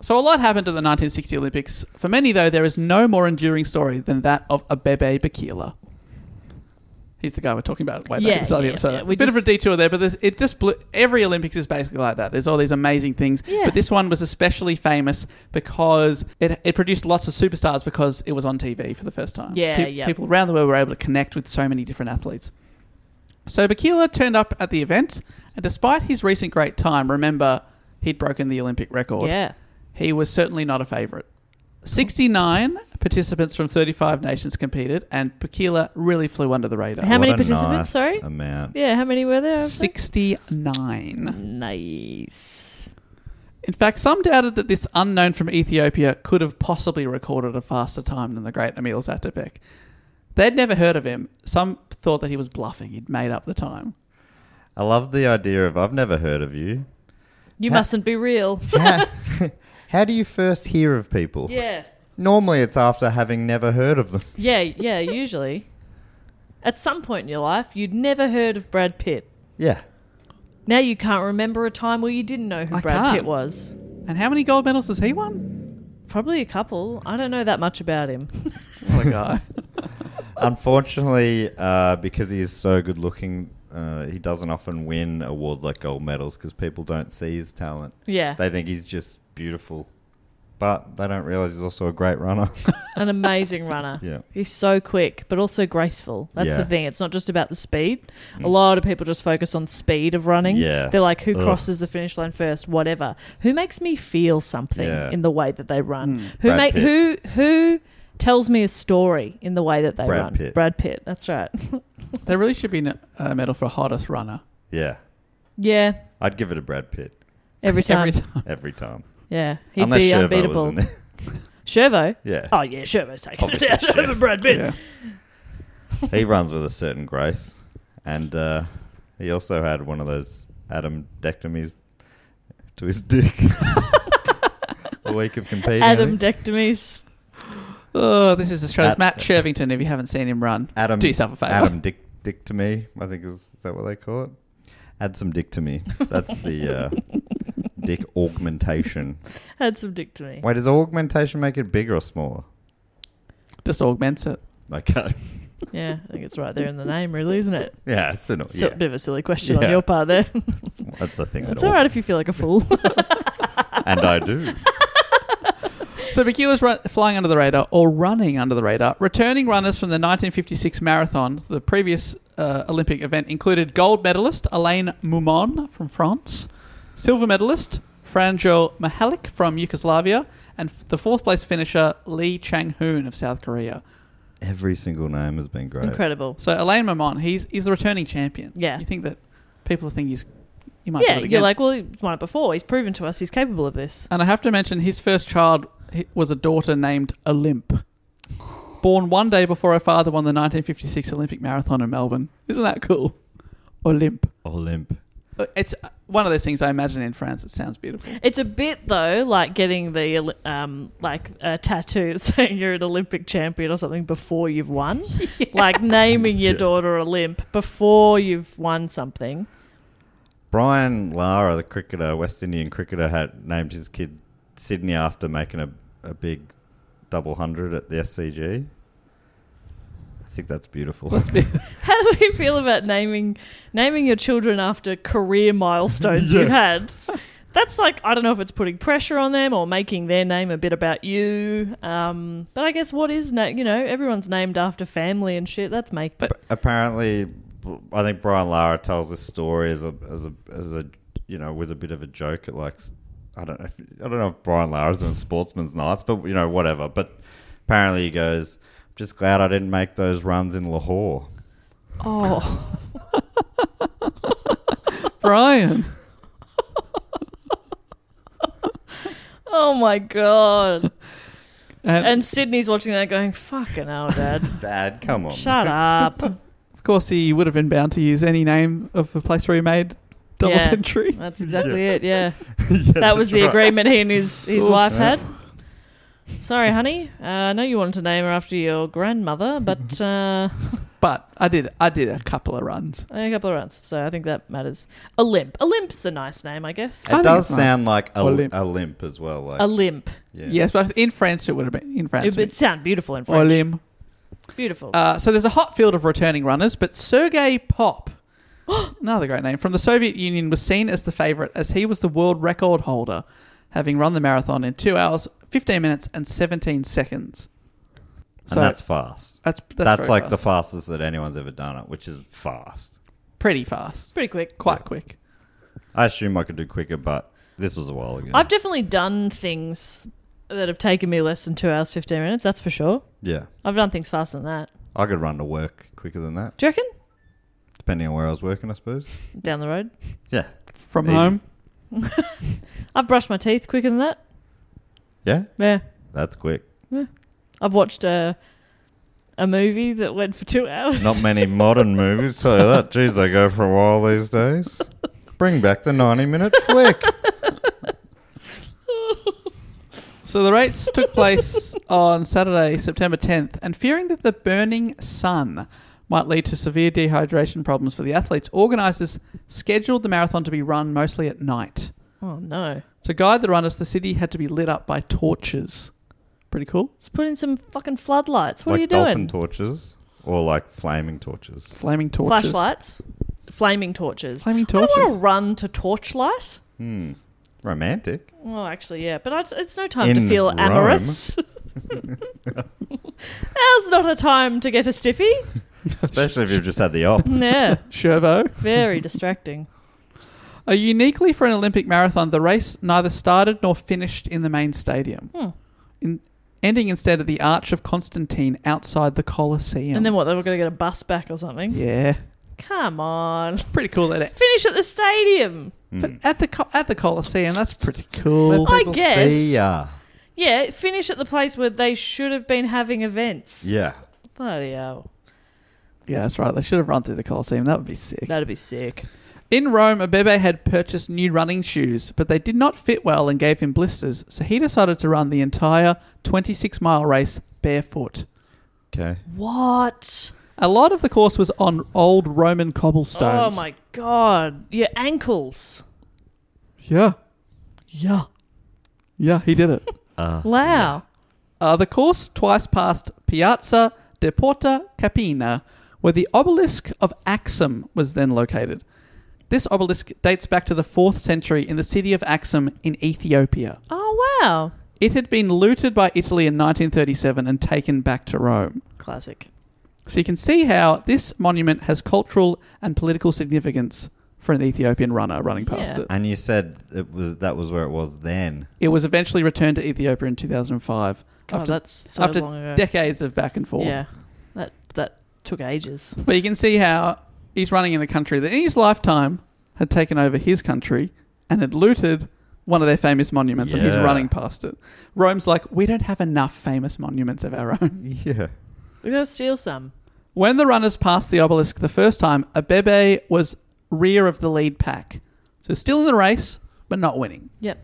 A: So a lot happened at the 1960 Olympics. For many, though, there is no more enduring story than that of Abebe Bakila. He's the guy we're talking about way back
B: Yeah,
A: inside the
B: yeah,
A: episode.
B: yeah,
A: A
B: we
A: Bit of a
B: just-
A: detour there, but this, it just blew, every Olympics is basically like that. There's all these amazing things,
B: Yeah.
A: but this one was especially famous because it, it produced lots of superstars because it was on TV for the first time.
B: Yeah,
A: Pe-
B: yeah.
A: People around the world were able to connect with so many different athletes. So Bakila turned up at the event, and despite his recent great time, remember he'd broken the Olympic record
B: Yeah.
A: he was certainly not a favourite. 69 participants from 35 nations competed, and Pekila really flew under the radar.
B: How many
C: a
B: participants,
C: nice
B: sorry?
C: Amount.
B: Yeah, how many were there?
A: 69.
B: Nice.
A: In fact, some doubted that this unknown from Ethiopia could have possibly recorded a faster time than the great Emil Zatopek. They'd never heard of him. Some thought that he was bluffing, he'd made up the time.
C: I love the idea of I've never heard of
B: <laughs>
C: you.
B: You
C: Ha-
B: mustn't be real.
C: How, <laughs> how do you first hear of people?
B: yeah.
C: Normally, it's after having never heard
B: <laughs>
C: of them.
B: Yeah, yeah, usually. At some point in your life, you'd never heard of Brad Pitt.
C: Yeah.
B: Now you can't remember a time where you didn't know who
A: I
B: Brad
A: can't.
B: Pitt was.
A: And how many gold medals has he won?
B: Probably a couple. I don't know that much about him. <laughs>
A: What a guy.
C: Unfortunately, uh, because he is so good looking, uh, he doesn't often win awards like gold medals because people don't see his talent.
B: Yeah.
C: They think he's just beautiful, but they don't realize he's also a great runner. <laughs>
B: An amazing runner.
C: Yeah.
B: He's so quick, but also graceful. That's
C: Yeah. Mm.
B: the thing. It's not just about the speed. A lot of people just focus on speed of running.
C: Yeah.
B: They're like, who
C: Ugh.
B: crosses the finish line first? Whatever. Who makes me feel something
C: Yeah. Mm.
B: in the way that they run? Who
C: Brad
B: make
C: Pitt.
B: who who tells me a story in the way that they
C: Brad
B: run?
C: Pitt.
B: Brad Pitt. That's right.
A: there really should be n- a medal for hottest runner.
C: yeah.
B: yeah.
C: I'd give it to Brad Pitt
B: Every time.
A: Every time.
C: <laughs> every time.
B: Yeah. He'd
C: Unless
B: be
C: Shervo
B: unbeatable.
C: was in there. <laughs>
B: Shervo?
C: yeah.
B: Oh yeah, Shervo's taking it
C: Obviously
B: <laughs> out
C: Shervo.
B: over Brad Pitt.
A: Yeah.
C: he runs with a certain grace, and uh, he also had one of those Adam Dectomies to his
A: <laughs>
C: dick. a week of competing. I
B: Adam
C: think.
B: Dectomies.
A: Oh, this is Australia's
C: At-
A: Matt Shervington. If you haven't seen him run,
C: Adam,
A: do yourself a favor.
C: Adam Dick Dick to me. I think is, is that what they call it? Add some dick to me. That's the
B: <laughs>
C: uh, dick augmentation.
B: Had some dick to me.
C: Wait, does augmentation make it bigger or smaller?
A: just augments it.
C: Okay.
B: Yeah, I think it's right there in the name, really, isn't it?
C: <laughs> Yeah, it's an
B: It's a
C: yeah.
B: bit of a silly question on
C: Yeah.
B: your part
C: <laughs>
B: there.
C: That's a thing.
B: it's
C: that
B: all
C: aug-
B: right if you feel like
C: <laughs>
B: a fool.
C: and I do.
A: So Bakula's run, flying under the radar or running under the radar. Returning runners from the 1956 marathon, the previous uh, Olympic event, included gold medalist Elaine Moumon from France, silver medalist Franjo Mihalik from Yugoslavia, and f- the fourth place finisher Lee Chang Hoon of South Korea.
C: Every single name has been great.
B: <laughs> Incredible.
A: So Elaine Moumon, he's he's the returning champion.
B: Yeah.
A: you think that people think he's he might do
B: Yeah,
A: it again.
B: you're like, well, he's won it before. He's proven to us he's capable of this.
A: And I have to mention his first child was a daughter named Olymp. Born one day before her father won the 1956 Olympic Marathon in Melbourne. Isn't that cool? Olymp.
C: Olymp.
A: Uh, It's uh, one of those things I imagine in France. It
B: <laughs>
A: sounds beautiful.
B: It's a bit though, like getting the um, like a tattoo <laughs> that's saying you're an Olympic champion or something before
C: <laughs>
B: you've won, like naming your
C: Yeah.
B: daughter Olymp before you've won something.
C: Brian Lara, the cricketer, West Indian cricketer, had named his kid Sydney after making a, a big double hundred at the SCG. I think that's beautiful.
B: <laughs> How do we feel about naming naming your children after career milestones you've had? That's like I don't know if it's putting pressure on them or making their name a bit about you. Um, but I guess what is na- you know everyone's named after family and shit. That's make
C: <laughs> apparently, I think Brian Lara tells this story as a as a as a you know with a bit of a joke at like I don't know if, I don't know if Brian Lara's doing Sportsman's Nights, but you know whatever. But apparently he goes, "I'm just glad I didn't make those runs in Lahore."
B: oh
A: Brian.
B: oh my god.
A: And,
B: And Sydney's watching that going fucking hell, Dad.
C: Dad, come on.
B: Shut up.
A: of course, he would have been bound to use any name of a place where he made double
B: Yeah.
A: century.
B: That's exactly it.
C: Yeah,
B: Yeah, that was
C: that's
B: the
C: right.
B: agreement he and his his wife had. Sorry, honey. Uh, I know you wanted to name her after your grandmother, but. Uh,
A: But I did. I did a couple of runs.
B: I think a couple of rounds, so I think that matters. A limp. A limp's a nice name, I guess.
A: I
C: It
A: think
C: does
A: it's nice.
C: sound like a,
A: Olymp.
C: a limp as well. Like
B: A limp.
C: yeah.
A: Yes, but in France it would have been in France.
B: It would sound beautiful in French.
A: Olymp.
B: Beautiful.
A: Uh, so there's a hot field of returning runners, but Sergei Pop, another great name, from the Soviet Union was seen as the favourite as he was the world record holder, having run the marathon in 2 hours, 15 minutes, and 17 seconds.
C: and that's fast.
A: that's, that's,
C: That's,
A: very
C: like the
A: fast.
C: fastest that anyone's ever done it, which is fast.
A: Pretty fast.
B: Pretty quick.
A: Quite quick.
C: I assume I could do quicker, but This was a while ago.
B: I've definitely done things that have taken me less than two hours, 15 minutes, that's for sure.
C: yeah.
B: I've done things faster than that.
C: I could run to work quicker than that,
B: Do you reckon?
C: depending on where I was working, I suppose.
B: Down the road.
C: Yeah.
A: From
C: Easy.
A: home,
B: I've brushed my teeth quicker than that.
C: Yeah.
B: Yeah.
C: That's quick.
B: I've watched a, a movie that went for two <laughs> hours.
C: Not many modern movies tell you that. Geez, they go for a while these days. Bring back the 90
B: <laughs>
C: minute flick.
A: So the rates took
C: <laughs>
A: place on Saturday, September 10th, and fearing that the burning sun might lead to severe dehydration problems for the athletes, organisers scheduled the marathon to be run mostly at night.
B: Oh, no.
A: To guide the runners, the city had to be lit up by torches. Pretty cool.
B: Just put in some fucking floodlights. What
C: like
B: are you
C: dolphin
B: doing?
C: torches or like flaming torches.
A: Flaming torches.
B: Flashlights. Flaming torches.
A: Flaming
B: I don't want
A: torches.
B: to run to torchlight.
C: Hmm. Romantic.
B: Oh, actually, yeah, but I, it's no time
C: In
B: to feel
C: Rome. <laughs>
B: amorous. Now's not a time to get a stiffy.
C: Especially if you've just had the op.
B: Yeah,
A: Shervo.
B: very distracting.
A: Uh, uniquely for an Olympic marathon, the race neither started nor finished in the main stadium,
B: Hmm.
A: in, ending instead at the Arch of Constantine outside the Colosseum.
B: And then what? They were going to get a bus back or something.
A: Yeah,
B: Come on,
A: pretty cool that it
B: finish at the stadium.
A: But at the co- at the Coliseum, that's pretty cool.
C: Let
B: I
C: people
B: guess.
C: See ya.
B: Yeah, finish at the place where they should have been having events.
C: Yeah.
B: Bloody hell,
A: Yeah, that's right. They should have run through the Coliseum. That would be sick.
B: that'd be sick.
A: In Rome, Abebe had purchased new running shoes, but they did not fit well and gave him blisters. So he decided to run the entire 26 mile race barefoot.
C: Okay.
B: What?
A: A lot of the course was on old Roman cobblestones.
B: Oh my god, your ankles.
A: Yeah,
B: Yeah.
A: yeah, he did it.
C: Ah,
B: Wow.
A: <laughs> uh, the course twice passed Piazza de Porta Capina, where the obelisk of Axum was then located. This obelisk dates back to the 4th century in the city of Axum in Ethiopia.
B: Oh wow.
A: It had been looted by Italy in 1937 and taken back to Rome.
B: Classic.
A: So you can see how this monument has cultural and political significance for an Ethiopian runner running past
B: Yeah.
A: it.
C: And you said it was that was where it was then. <laughs>
A: It was eventually returned to Ethiopia in 2005
B: God,
A: after,
B: that's so
A: after
B: long ago.
A: decades of back and forth.
B: Yeah, that that took ages.
A: But you can see how he's running in a country that in his lifetime had taken over his country and had looted one of their famous monuments, and he's
C: Yeah.
A: running past it. Rome's like, we don't have enough famous monuments of our own.
C: Yeah.
B: We gotta steal some.
A: When the runners passed the obelisk the first time, Abebe was rear of the lead pack. So still in the race, but not winning.
B: Yep.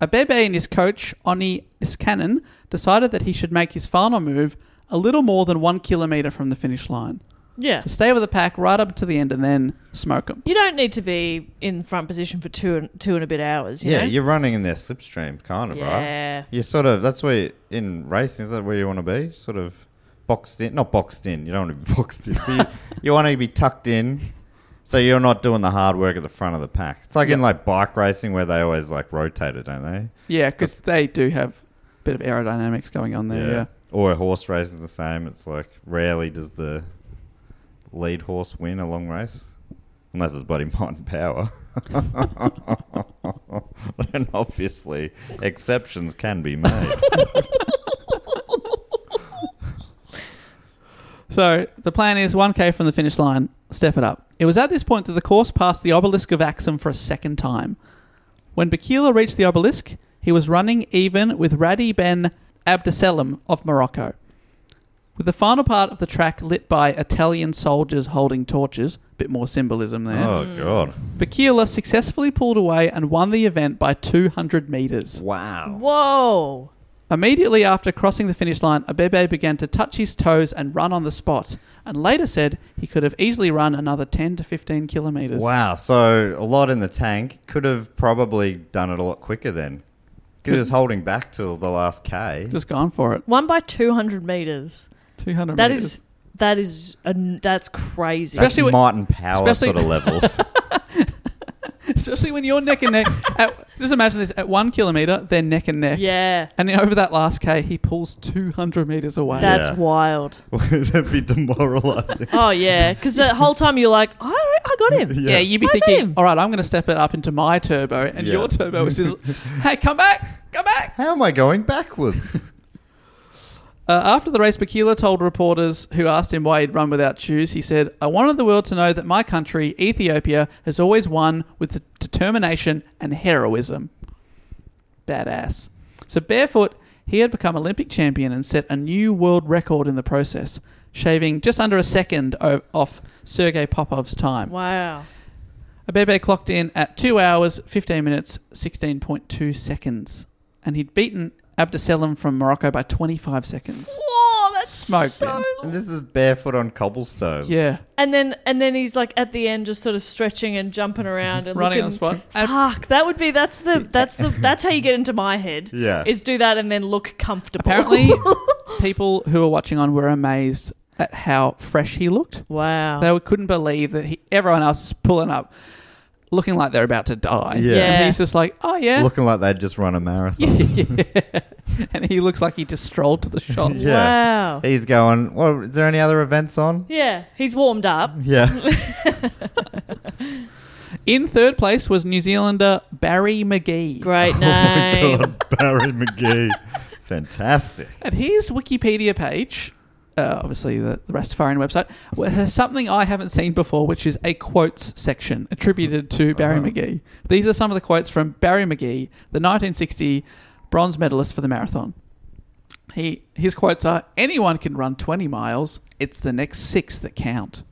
A: Abebe and his coach, Oni Iskanen, decided that he should make his final move a little more than one kilometre from the finish line.
B: Yeah.
A: So stay with the pack right up to the end and then smoke them.
B: You don't need to be in front position for two and two and a bit hours. You
C: yeah,
B: know?
C: you're running in their slipstream, kind of, right?
B: yeah.
C: You sort of that's where you- in racing is that where you want to be, sort of boxed in, not boxed in. You don't want to be <laughs> boxed in. But you, you want to be tucked in, so you're not doing the hard work at the front of the pack. It's like in like bike racing where they always like rotate it, don't they?
A: Yeah, because they do have a bit of aerodynamics going on there. Yeah.
C: Or horse racing's the same. It's like rarely does the lead horse win a long race, unless it's Buddy Martin Power. <laughs> and obviously, exceptions can be
A: <laughs>
C: made.
A: So the plan is 1k from the finish line, step it up. It was at this point that the course passed the obelisk of Axum for a second time. When Bakila reached the obelisk, he was running even with Radi Ben Abdesalam of Morocco. With the final part of the track lit by Italian soldiers holding torches, bit more symbolism there.
C: oh god!
A: Bakila successfully pulled away and won the event by 200 meters.
C: Wow.
B: Whoa.
A: Immediately after crossing the finish line, Abebe began to touch his toes and run on the spot, and later said he could have easily run another 10 to 15 kilometres.
C: Wow. So a lot in the tank. Could have probably done it a lot quicker then. Because was holding back till the last K.
A: Just gone for it.
B: One by two hundred meters.
A: 200
B: That
A: metres.
B: is that is an that's crazy.
C: That's
A: especially when-
C: Martin Power
A: especially-
C: sort of levels.
A: <laughs>
C: <laughs>
A: Especially when you're neck and neck. at, just imagine this at one kilometre, they're neck and neck.
B: yeah.
A: And then over that last K, he pulls 200 metres away.
C: That-
B: That's
C: Yeah.
B: wild.
C: That'd be demoralizing.
A: <laughs>
B: Oh yeah, because the whole time you're like, I I got him.
C: Yeah.
A: Yeah, you'd be
B: I got
A: thinking,
B: him.
A: all right, I'm going to step it up into my turbo, and
C: Yeah.
A: your turbo
C: <laughs>
A: is just, hey, come back, come back.
C: How am I going backwards?
A: Uh, after the race, Bakila told reporters who asked him why he'd run without shoes, he said, I wanted the world to know that my country, Ethiopia, has always won with de- determination and heroism. Badass. So, barefoot, he had become Olympic champion and set a new world record in the process, shaving just under a second o- off Sergei Popov's time.
B: Wow.
A: Abebe clocked in at 2 hours, 15 minutes, 16.2 seconds, and he'd beaten Abdeselim from Morocco by 25 seconds.
B: Whoa, that's
A: Smoked
B: so.
C: and this is barefoot on cobblestone.
A: Yeah.
B: And then and then he's like at the end, just sort of stretching and jumping around and
A: Running
B: looking,
A: on the spot. And
B: Fuck, that would be that's the that's the that's how you get into my head.
C: Yeah.
B: is do that and then look comfortable.
A: apparently, people who were watching on were amazed at how fresh he looked.
B: <laughs> wow.
A: They couldn't believe that he, everyone else is pulling up, looking like they're about to
C: Yeah.
A: die. And
B: Yeah.
A: he's just like, oh, yeah.
C: Looking like they'd just run a marathon.
A: and he looks like he just strolled to the shop.
C: <laughs> Yeah.
B: Wow.
C: He's going, well, is there any other events on?
B: Yeah, he's warmed up.
C: <laughs> Yeah.
A: In third place was New Zealander Barry McGee.
B: Great
C: Oh My
B: name.
C: God, Barry McGee. Fantastic.
A: And his Wikipedia page, uh, obviously the, the Rastafarian website, wh- has something I haven't seen before, which is a quotes section attributed to Barry McGee. These are some of the quotes from Barry McGee, the 1960 bronze medalist for the marathon. He his quotes are: "Anyone can run 20 miles. It's the next six that count."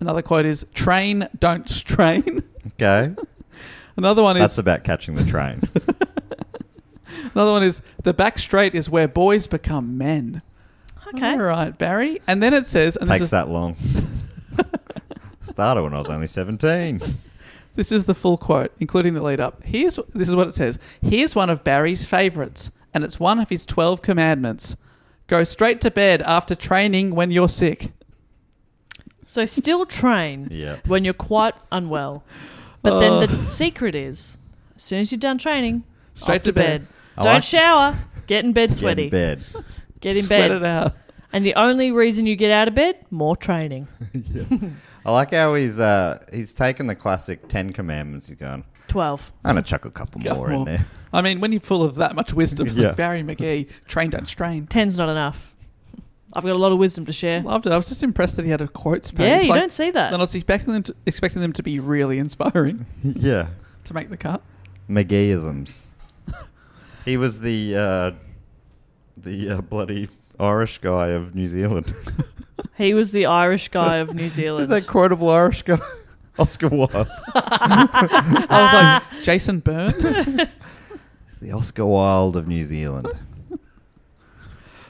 A: Another quote is: "Train, don't <laughs> strain." <laughs>
C: Okay.
A: Another one is
C: That's about catching the
A: <laughs>
C: train.
A: another one is: "The back straight is where boys become men."
B: Okay.
A: All right, Barry. And then it says, and this
C: Takes
A: is,
C: that long. <laughs> Started when I was only 17.
A: this is the full quote, including the lead up. Here's this is what it says. Here's one of Barry's favorites, and it's one of his twelve commandments. Go straight to bed after training when you're sick.
B: So still train
C: Yeah.
A: <laughs>
B: when you're quite unwell. But then the secret is as soon as you're done training,
A: Straight
B: off
A: to bed.
C: I
B: Don't
C: like-
B: shower. Get in bed
C: Get
B: sweaty.
C: in bed.
B: Get in
A: Sweat it
B: bed.
A: out.
B: And the only reason you get out of bed, more training.
C: I like how he's uh, he's taken the classic Ten Commandments. He's going,
B: 12.
C: I'm going to chuck a couple
A: Go
C: more
A: on.
C: in there. <laughs>
A: I mean, when you're full of that much wisdom,
C: Yeah.
A: like <laughs> Barry McGee, train don't strain.
B: 10's not enough. I've got a lot of wisdom to share.
A: Loved it. I was just impressed that he had a quotes page.
B: Yeah, you
A: Like,
B: don't see that.
A: I was expecting them to, expecting them to be really inspiring
C: yeah.
A: to make the cut.
C: McGeeisms. he was the uh, the uh, bloody Irish guy of New Zealand. <laughs>
B: He was the Irish guy of New
C: Is
B: Zealand.
C: that quotable Irish guy? Oscar Wilde.
A: I was
B: Ah.
A: like,
B: <laughs>
A: Jason Byrne.
C: It's the Oscar Wilde of New Zealand.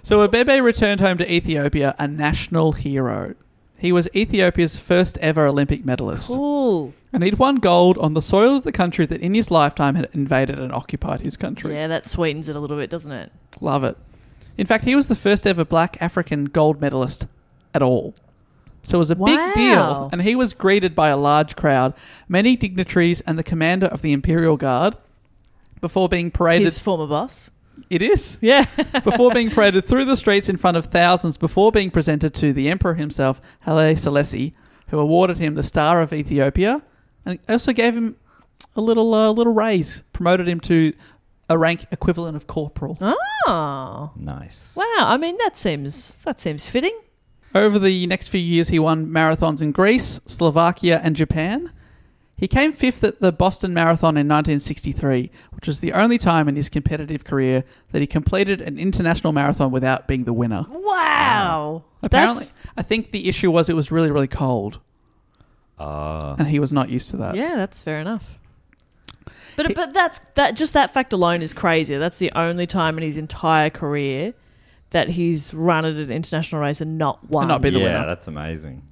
A: So Abebe returned home to Ethiopia a national hero. He was Ethiopia's first ever Olympic medalist.
B: cool.
A: And he'd won gold on the soil of the country that in his lifetime had invaded and occupied his country.
B: Yeah, that sweetens it a little bit, doesn't it?
A: Love it. In fact, he was the first ever black African gold medalist at all. So it was a big
B: Wow.
A: deal. And he was greeted by a large crowd, many dignitaries, and the commander of the Imperial Guard before being paraded.
B: His former boss.
A: it is.
B: Yeah. <laughs>
A: before being paraded through the streets in front of thousands, before being presented to the emperor himself, Haile Selassie, who awarded him the Star of Ethiopia, and also gave him a little uh, little raise, promoted him to a rank equivalent of corporal.
B: oh.
C: Nice.
B: Wow. I mean, that seems that seems fitting.
A: Over the next few years, he won marathons in Greece, Slovakia, and Japan. He came fifth at the Boston Marathon in 1963, which was the only time in his competitive career that he completed an international marathon without being the winner.
B: Wow.
A: Apparently,
B: That's,
A: I think the issue was it was really, really cold,
C: Ah.
A: and he was not used to that.
B: yeah, that's fair enough. But but that's that just that fact alone is crazy. That's the only time in his entire career that he's run at an international race and not won.
A: And not been the
C: yeah,
A: winner.
C: that's amazing.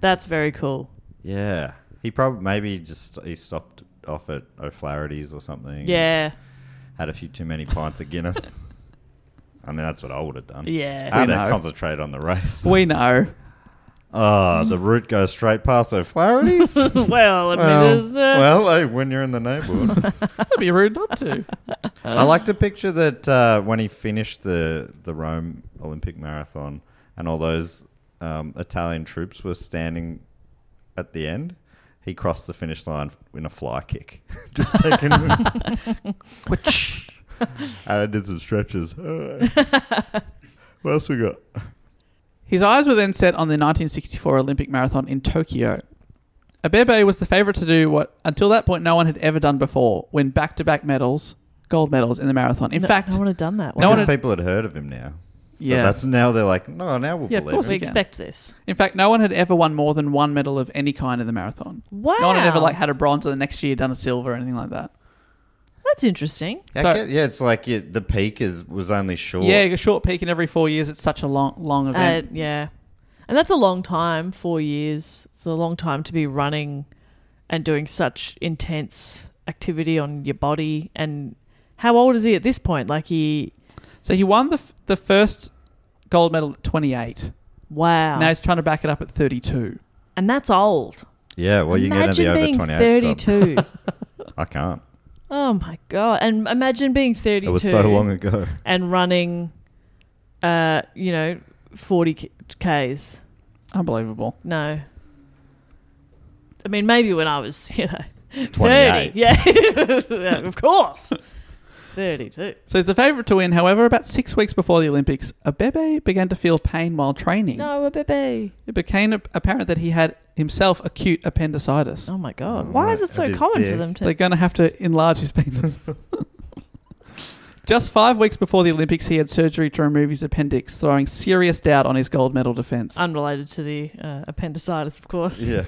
B: that's very cool.
C: Yeah. He probably maybe just he stopped off at O'Flaherty's or something.
B: Yeah.
C: Had a few too many pints of Guinness. <laughs> I mean, that's what I would have done.
B: Yeah.
C: I would
A: We
C: have
A: know.
C: concentrated on the race.
A: We know.
C: Ah, the route goes straight past
B: <laughs>
C: O'Flaherty's.
B: <laughs> well, I mean,
C: Well,
B: there's, uh,
C: well, hey, when you're in the neighborhood.
A: <laughs> That'd be rude not to.
C: I like to picture that uh, when he finished the, the Rome Olympic marathon and all those um, Italian troops were standing at the end, he crossed the finish line in a fly kick. <laughs> Just taking and I did some stretches. <laughs> what else we got?
A: His eyes were then set on the 1964 Olympic marathon in Tokyo. Abebe was the favourite to do what, until that point, no one had ever done before win back to back medals, gold medals in the marathon. In
B: no,
A: fact,
B: no one had done that.
A: No
C: Because
A: one had-
C: people had heard of him now. So
A: yeah,
C: that's now they're like, no, now we'll
A: Yeah, of
C: believe
A: course
C: it.
B: we
A: again.
B: expect this.
A: in fact, no one had ever won more than one medal of any kind in the marathon.
B: Wow,
A: No one had ever like had a bronze, or the next year done a silver, or anything like that.
B: that's interesting.
C: Yeah,
A: So-
C: I get- yeah, it's like yeah, the peak is was only short.
A: Yeah, a short peak in every four years. It's such a long, long
B: Uh,
A: event.
B: yeah, and that's a long time. Four years. It's a long time to be running and doing such intense activity on your body. And how old is he at this point? Like he,
A: so he won the f- the first gold medal at 28.
B: wow,
A: Now he's trying to back it up at 32.
B: and that's old.
C: Yeah, well, you can get in
B: Imagine
C: the
B: being
C: over 28 club.
B: thirty-two.
C: <laughs> I can't.
B: <laughs> oh my god! And imagine being
C: It
B: thirty-two.
C: was so long ago.
B: and running, uh, you know, forty k- k's.
A: Unbelievable.
B: No. I mean, maybe when I was, <laughs> you know,
C: 28.
B: 30. Yeah, <laughs> of
A: <laughs>
B: course. 32.
A: So he's the favourite to win. However, about six weeks before the Olympics, Abebe began to feel pain while training.
B: No, a baby.
A: It became ap- apparent that he had himself acute appendicitis.
B: Oh my
C: Oh,
A: Mm,
B: God. Why is
C: right.
B: it so
C: That is
B: common for
C: dick.
B: them to.
A: They're going to have to enlarge his penis. <laughs> Just five weeks before the Olympics, he had surgery to remove his appendix, throwing serious doubt on his gold medal defence.
B: unrelated to the uh, appendicitis, of course.
C: Yeah.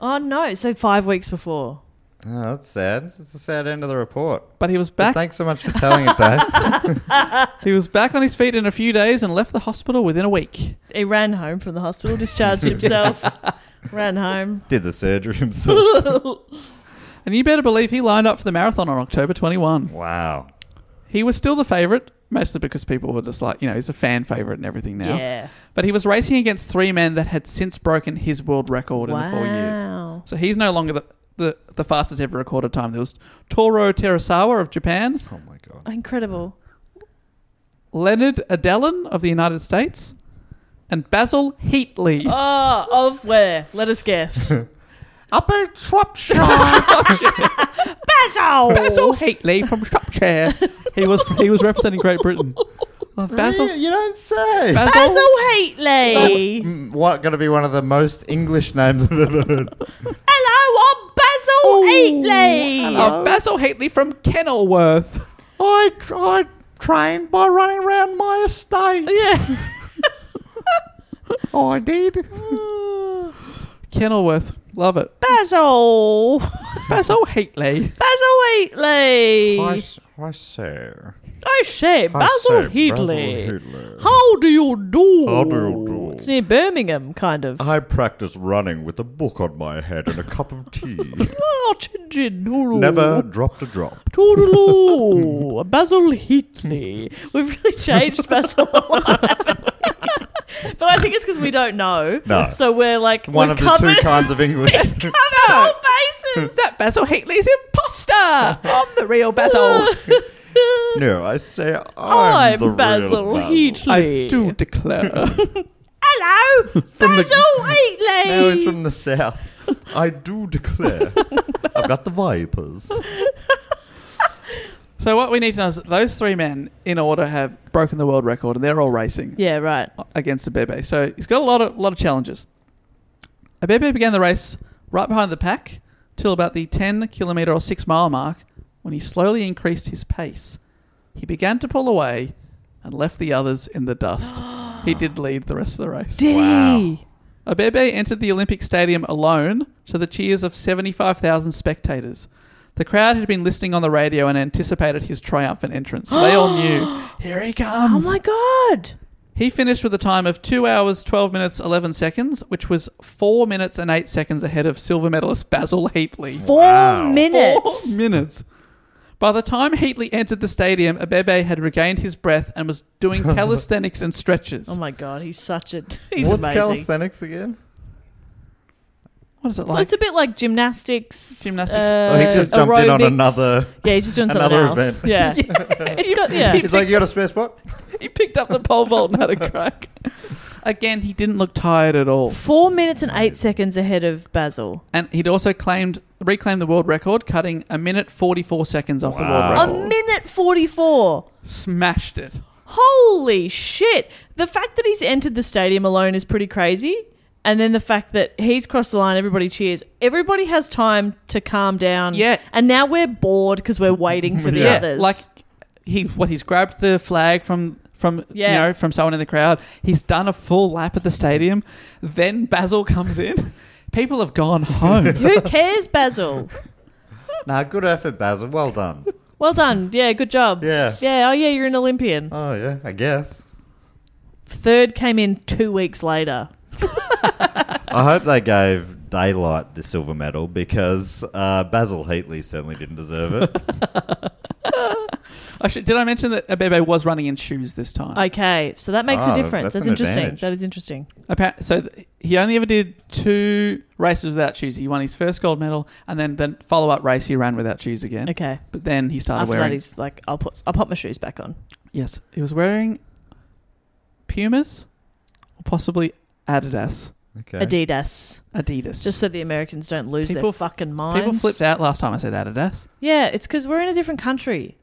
B: Oh no. So five weeks before.
C: Oh, that's sad. It's a sad end of the report.
A: but he was
C: But
A: back.
C: thanks so much for telling it, Dave.
A: He was back on his feet in a few days and left the hospital within a week.
B: He ran home from the hospital,
A: <laughs>
B: discharged himself, ran home.
C: Did the surgery himself.
A: And you better believe he lined up for the marathon on October 21.
C: wow.
A: He was still the favourite, mostly because people were just like, you know, he's a fan favourite and everything now.
B: Yeah.
A: But he was racing against three men that had since broken his world record in the four years.
B: Wow.
A: So he's no longer the, the, the fastest ever recorded time. There was Toro Terasawa of Japan,
C: Oh my god.
B: Incredible.
A: <gasps> Leonard Adelin of the United States, and Basil Heatley.
B: Oh, of where? Let us
A: <laughs>
B: guess.
A: Up in
B: <laughs>
A: Shropshire.
B: Basil!
A: Basil Heatley from Shropshire. he was he was representing Great
B: <laughs>
A: Britain. Oh,
C: Yeah,
A: Basil.
C: you don't say.
A: Basil.
B: Basil Heatley!
C: Mm, what going to be one of the most English names I've ever heard?
B: Hello, I'm Basil Heatley!
A: Oh, Basil Heatley from Kenilworth.
C: I I trained by running around my estate.
B: <laughs> Yeah.
C: I did.
B: Oh,
A: Kenilworth. Love it.
B: <laughs> Basil!
A: Basil Heatley.
B: Basil
C: I,
B: Heatley!
C: s- I sir.
B: I say,
C: I
B: Oh, Basil
C: sir,
B: Heatley.
C: Heatley.
B: How do you do?
C: How do you do?
B: It's near Birmingham, kind of.
C: I practice running with a book on my head and a cup of tea.
B: Ah, chin, chin, toodaloo.
C: Never dropped a drop.
B: Toodaloo. <laughs> Basil Heatley. We've really
C: <laughs>
B: changed Basil a lot. but I think it's because we don't know.
C: No.
B: So we're like,
C: One
B: we've
C: of the
B: covered
C: two kinds
B: <laughs>
C: of English.
B: all bases.
A: That Basil Heatley's imposter. I'm the real Basil.
B: <laughs>
C: no, I say I'm,
B: I'm
C: the
B: Basil
C: real Basil.
B: Heatley.
A: I do <laughs> declare.
B: Hello,
C: <laughs> From the-
B: Basil Heatley.
C: No, he's from the <laughs> south. I do declare, I've got the <laughs> vipers.
A: so what we need to know is that those three men in order have broken the world record and they're all racing.
B: yeah, right.
C: Oh,
A: against Abebe. So he's got a lot of lot of challenges. Abebe began the race right behind the pack till about the 10 kilometer or 6 mile mark when he slowly increased his pace. He began to pull away and left the others in
B: <gasps>
A: the dust. he did lead the rest of the race.
B: Did
C: Wow.
B: he?
A: Abebe entered the Olympic Stadium alone to the cheers of 75,000 spectators. The crowd had been listening on the radio and anticipated his triumphant entrance. So they all
B: <gasps>
A: knew, here
B: Oh
A: he comes.
B: my god!
A: He finished with a time of 2 hours, 12 minutes, 11 seconds, which was 4 minutes and 8 seconds ahead of silver medalist Basil Heatley.
B: Four
C: Wow.
B: minutes.
A: 4 minutes. By the time Heatley entered the stadium, Abebe had regained his breath and was doing calisthenics and stretches.
B: Oh my god, he's such a <laughs> he's
C: What's
B: amazing.
C: calisthenics <laughs> again?
A: what is it
B: so
A: like? <laughs>
B: it's a bit like gymnastics.
A: Gymnastics.
B: uh,
C: oh, he just jumped in on
B: aerobics.
C: another.
B: Yeah, he's just doing
C: another
B: something else.
C: event. <laughs>
B: Yeah. it's got yeah.
C: He's like, you got a spare spot?
B: <laughs>
A: he picked up the pole vault and had a crack. Again, he didn't look tired at all.
B: Four minutes and eight seconds ahead of Basil.
A: And he'd also claimed reclaimed the world record, cutting a minute 44 seconds off
C: Wow.
A: the
B: A
A: world record.
B: minute 44.
A: Smashed it.
B: Holy shit. The fact that he's entered the stadium alone is pretty crazy. And then the fact that he's crossed the line, everybody cheers. Everybody has time to calm down.
A: Yeah.
B: And now we're bored because we're waiting for the others.
A: Like he what he's grabbed the flag from from
B: Yeah.
A: you know from someone in the crowd. He's done a full lap at the stadium. Then Basil comes in. People have
B: <laughs>
A: gone home.
B: who cares, Basil?
C: Nah, good effort, Basil. Well <laughs> done.
B: Well done. Yeah, good job.
C: Yeah.
B: Yeah. Oh, yeah, you're an Olympian.
C: Oh, yeah, I guess.
B: Third came in two weeks later.
C: I hope they gave Daylight the silver medal because uh, Basil Heatley certainly didn't deserve it. <laughs>
A: I should, did I mention that Abebe was running in shoes this time?
B: Okay. So that makes
C: Ah,
A: Oh,
B: a difference.
C: that's
B: That's,
C: an
B: interesting.
C: advantage.
B: That is interesting.
A: Appa- so th- he only ever did two races without shoes. He won his first gold medal, and then the follow up race he ran without shoes again.
B: Okay.
A: But then he started
B: After that,
A: wearing.
B: he's like, I'll put, I'll pop my shoes back on.
A: yes, he was wearing Pumas, or possibly Adidas.
C: Okay.
B: Adidas.
A: Adidas.
B: Just so the Americans don't lose
A: People
B: their
A: f-
B: fucking minds.
A: people flipped out last time I said Adidas.
B: Yeah, it's because we're in a different country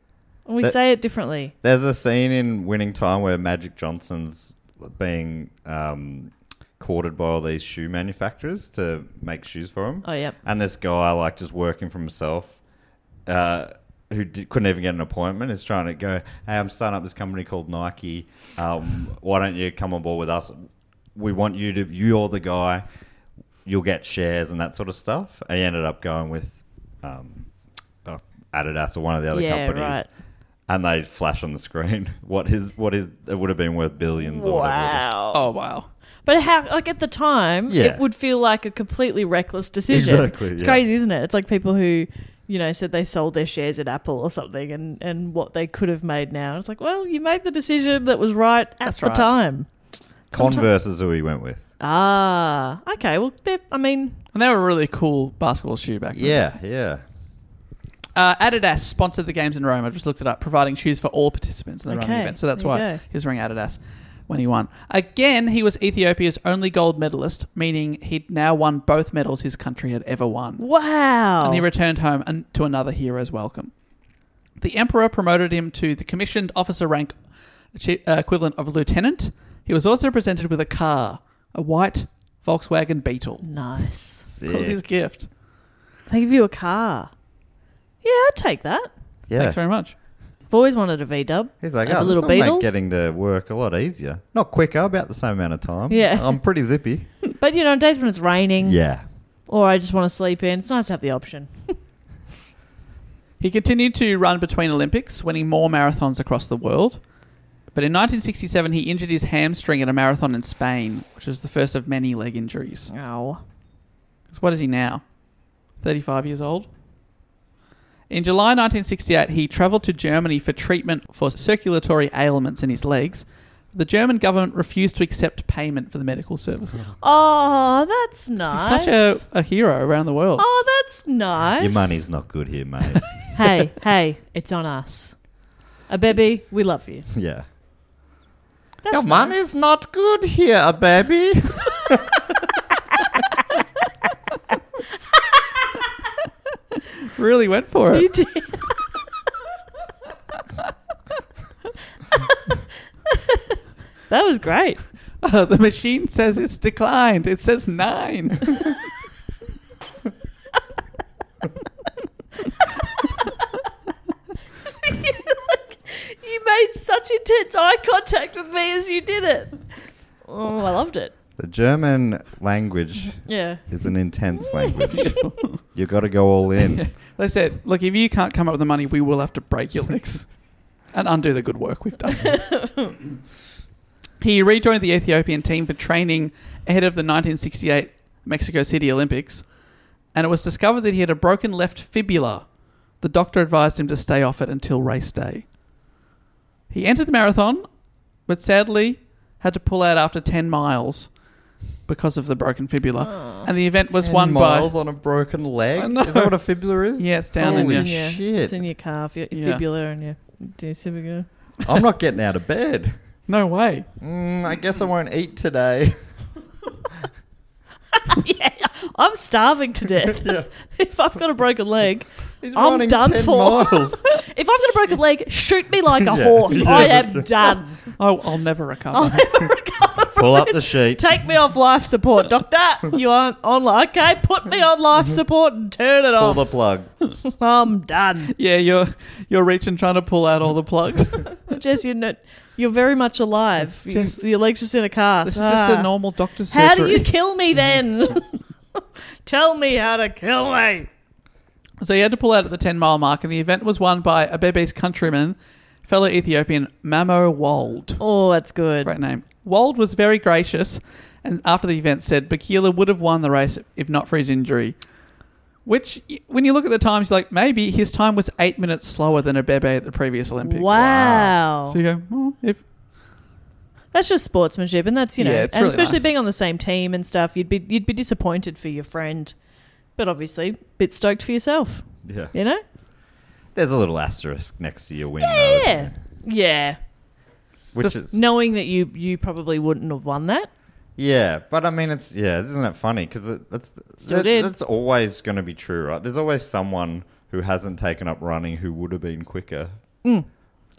B: and we
C: That-
B: say it differently.
C: There's a scene in Winning Time where Magic Johnson's being um, courted by all these shoe manufacturers to make shoes for him.
B: Oh, yep.
C: And this guy, like, just working for himself, uh, who di- couldn't even get an appointment, is trying to go, Hey, I'm starting up this company called Nike. Um, why don't you come on board with us? We want you to, you're the guy, you'll get shares and that sort of stuff. And he ended up going with um, uh, Adidas or one of the other
B: Yeah,
C: companies.
B: right.
C: And they flash on the screen <laughs> what his what his it would have been worth billions. Or whatever.
A: Oh wow.
B: But how, like, at the time,
C: Yeah.
B: it would feel like a completely reckless decision.
C: Exactly,
B: It's
C: yeah.
B: crazy, isn't it? It's like people who, you know, said they sold their shares at Apple or something and, and what they could have made now. It's like, well, you made the decision that was right at
A: That's
B: the
A: right.
B: time.
C: Converse is who he went with.
B: Ah, okay. Well, they're- I mean,
A: And they were a really cool basketball shoe back then.
C: Yeah, yeah.
A: Uh, Adidas sponsored the games in Rome. I just looked it up, providing shoes for all participants in the
B: Okay,
A: running event. So that's
B: there you
A: why
B: go.
A: he was wearing Adidas when he won. Again, he was Ethiopia's only gold medalist, meaning he'd now won both medals his country had ever won.
B: wow.
A: And he returned home and to another hero's welcome. The emperor promoted him to the commissioned officer rank chi- uh, equivalent of lieutenant. He was also presented with a car, a white Volkswagen Beetle.
B: nice.
A: That was his
C: Sick.
A: gift.
B: They give you a car. Yeah, I'd take that.
C: Yeah.
A: Thanks very much.
B: I've always wanted a V dub.
C: He's like,
B: Have
C: oh,
B: a little
C: this will
B: beetle."
C: make getting to work a lot easier. Not quicker, about the same amount of time.
B: Yeah. Mm.
C: I'm pretty zippy.
B: But you know, on days when it's raining
C: yeah.
B: or I just want to sleep in, it's nice to have the option.
A: He continued to run between Olympics, winning more marathons across the world. But in 1967, he injured his hamstring at a marathon in Spain, which was the first of many leg injuries.
B: Ow.
A: So what is he now? 35 years old? In July 1968, he travelled to Germany for treatment for circulatory ailments in his legs. The German government refused to accept payment for the medical services.
B: Oh, that's nice.
A: He's such a, a hero around the world.
B: Oh, that's nice.
C: Your money's <laughs> not good here,
B: <laughs>
C: mate.
B: hey, hey, it's on us. A baby, we love you.
C: yeah.
B: That's
C: Your
B: nice.
C: money's not good here, baby.
A: Really went for
B: You
A: it.
B: did. <laughs> that was great. <laughs>
A: Oh, <laughs> the machine says it's declined. It says nine.
B: you made such intense eye contact with me as you did it. Oh, I loved it.
C: the German language
B: Yeah.
C: is an intense
B: <laughs>
C: language. You've got to go all in.
A: They said, look, if you can't come up with the money, we will have to break your legs and undo the good work we've done. he rejoined the Ethiopian team for training ahead of the 1968 Mexico City Olympics, and it was discovered that he had a broken left fibula. The doctor advised him to stay off it until race day. He entered the marathon, but sadly had to pull out after 10 miles because of the broken fibula. And the event was won by.
C: miles on a broken leg.
A: I know.
C: Is that what a fibula is?
A: Yeah, it's down in
C: Holy
A: your
B: It's in your-
C: shit.
B: It's in your calf, your
A: Yeah.
B: fibula, and your do you see what we go?
C: I'm not getting out of bed.
A: No way.
C: Mm, I guess I won't eat today.
B: <laughs>
C: <laughs>
B: yeah, I'm starving to death.
C: <laughs>
B: <laughs> if I've got a broken leg,
C: He's
B: I'm
C: running
B: done
C: 10
B: for.
C: miles.
B: <laughs> if I've got a broken leg, shoot me like a
C: Yeah.
B: horse.
C: Yeah,
B: I
C: that's <laughs>
B: am done. <laughs>
A: Oh, I'll never recover.
B: I'll never recover from
C: Pull up
B: this.
C: the sheet.
B: Take me off life support, doctor. You aren't on life. Okay, put me on life support and turn it
C: Mm-hmm. Pull
B: off.
C: the plug.
B: I'm done.
A: <laughs> yeah, you're you're reaching trying to pull out all the plugs. this
B: Jess, you're, not, you're very much alive. You,
A: Jess-
B: your leg's just in a cast.
A: is just
B: Ah.
A: a normal doctor's surgery.
B: How do you kill me
A: <laughs>
B: then? Tell me how to kill me.
A: So he had to pull out at the 10 mile mark, and the event was won by Abebe's countryman, fellow Ethiopian Mamo Wold.
B: Oh, that's good.
A: Great name. Wold was very gracious and after the event said Bakila would have won the race if not for his injury. Which, y- when you look at the times, you're like, maybe his time was eight minutes slower than Abebe at the previous Olympics.
B: Wow.
A: So you go, well, if
B: That's just sportsmanship and that's, you know,
A: Yeah,
B: and
A: it's really
B: especially
A: nice.
B: being on the same team and stuff, you'd be you'd be disappointed for your friend. But obviously, bit stoked for yourself,
C: Yeah.
B: you know?
C: There's a little asterisk next to your win. though,
B: Yeah.
C: isn't
B: Yeah.
C: there? Which is
B: Knowing that you you probably wouldn't have won that.
C: yeah, but I mean it's yeah, isn't that funny? Because that's
B: Still
C: that-
B: did.
C: that's always going to be true, right? There's always someone who hasn't taken up running who would have been quicker.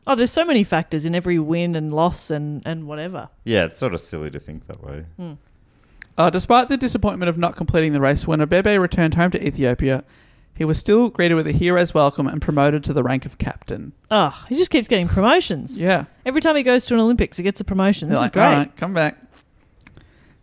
B: Oh, there's so many factors in every win and loss and and whatever.
C: Yeah, it's sort of silly to think that
B: <gasps>
C: way.
A: Uh, despite the disappointment of not completing the race, when Abebe returned home to Ethiopia, he was still greeted with a hero's welcome and promoted to the rank of captain.
B: Oh, he just keeps getting promotions.
A: Yeah.
B: Every time he goes to an Olympics, he gets a promotion. This
A: They're
B: is
A: like,
B: great.
A: "All right, come back.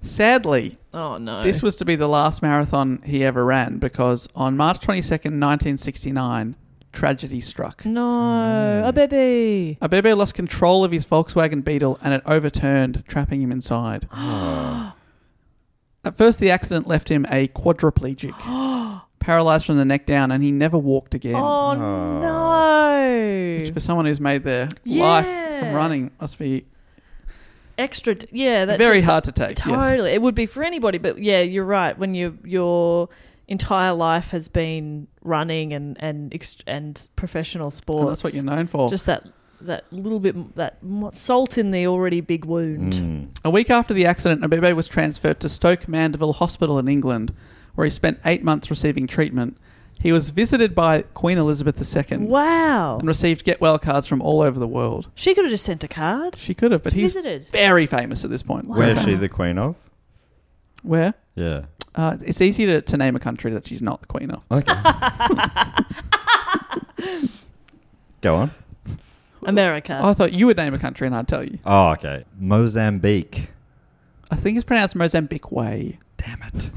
A: Sadly,
B: Oh no.
A: this was to be the last marathon he ever ran because on March 22nd, 1969, tragedy
B: Mm.
A: struck. Mm.
B: No, a baby.
A: Abebe lost control of his Volkswagen Beetle and it overturned, trapping him inside.
C: Mm.
A: At first, the accident left him a
B: <gasps>
A: quadriplegic, paralyzed from the neck down, and he never walked again.
B: Oh no.
A: Which for someone who's made their life
B: Yeah.
A: from running must be
B: Extra, d- yeah, that's
A: very hard to take. Yes.
B: Totally, it would be for anybody, but yeah, you're right. When your your entire life has been running and and ext- and professional sports,
A: And that's what you're known for.
B: Just that that little bit m- that m- salt in the already big wound.
A: A week after the accident, Abebe was transferred to Stoke Mandeville Hospital in England, where he spent eight months receiving treatment. He was visited by Queen Elizabeth II
B: Wow,
A: and received get well cards from all over the world.
B: she could have just sent a card.
A: She could have, but he's
B: Visited.
A: very famous at this point.
C: Where is she the queen of?
A: Where?
C: Yeah.
A: Uh, it's easy to, to name a country that she's not the queen of.
B: <laughs>
C: Okay. Go on.
B: America.
A: I thought you would name a country and I'd tell you.
C: Oh, okay. Mozambique.
A: I think it's pronounced Mozambique Way. Damn it.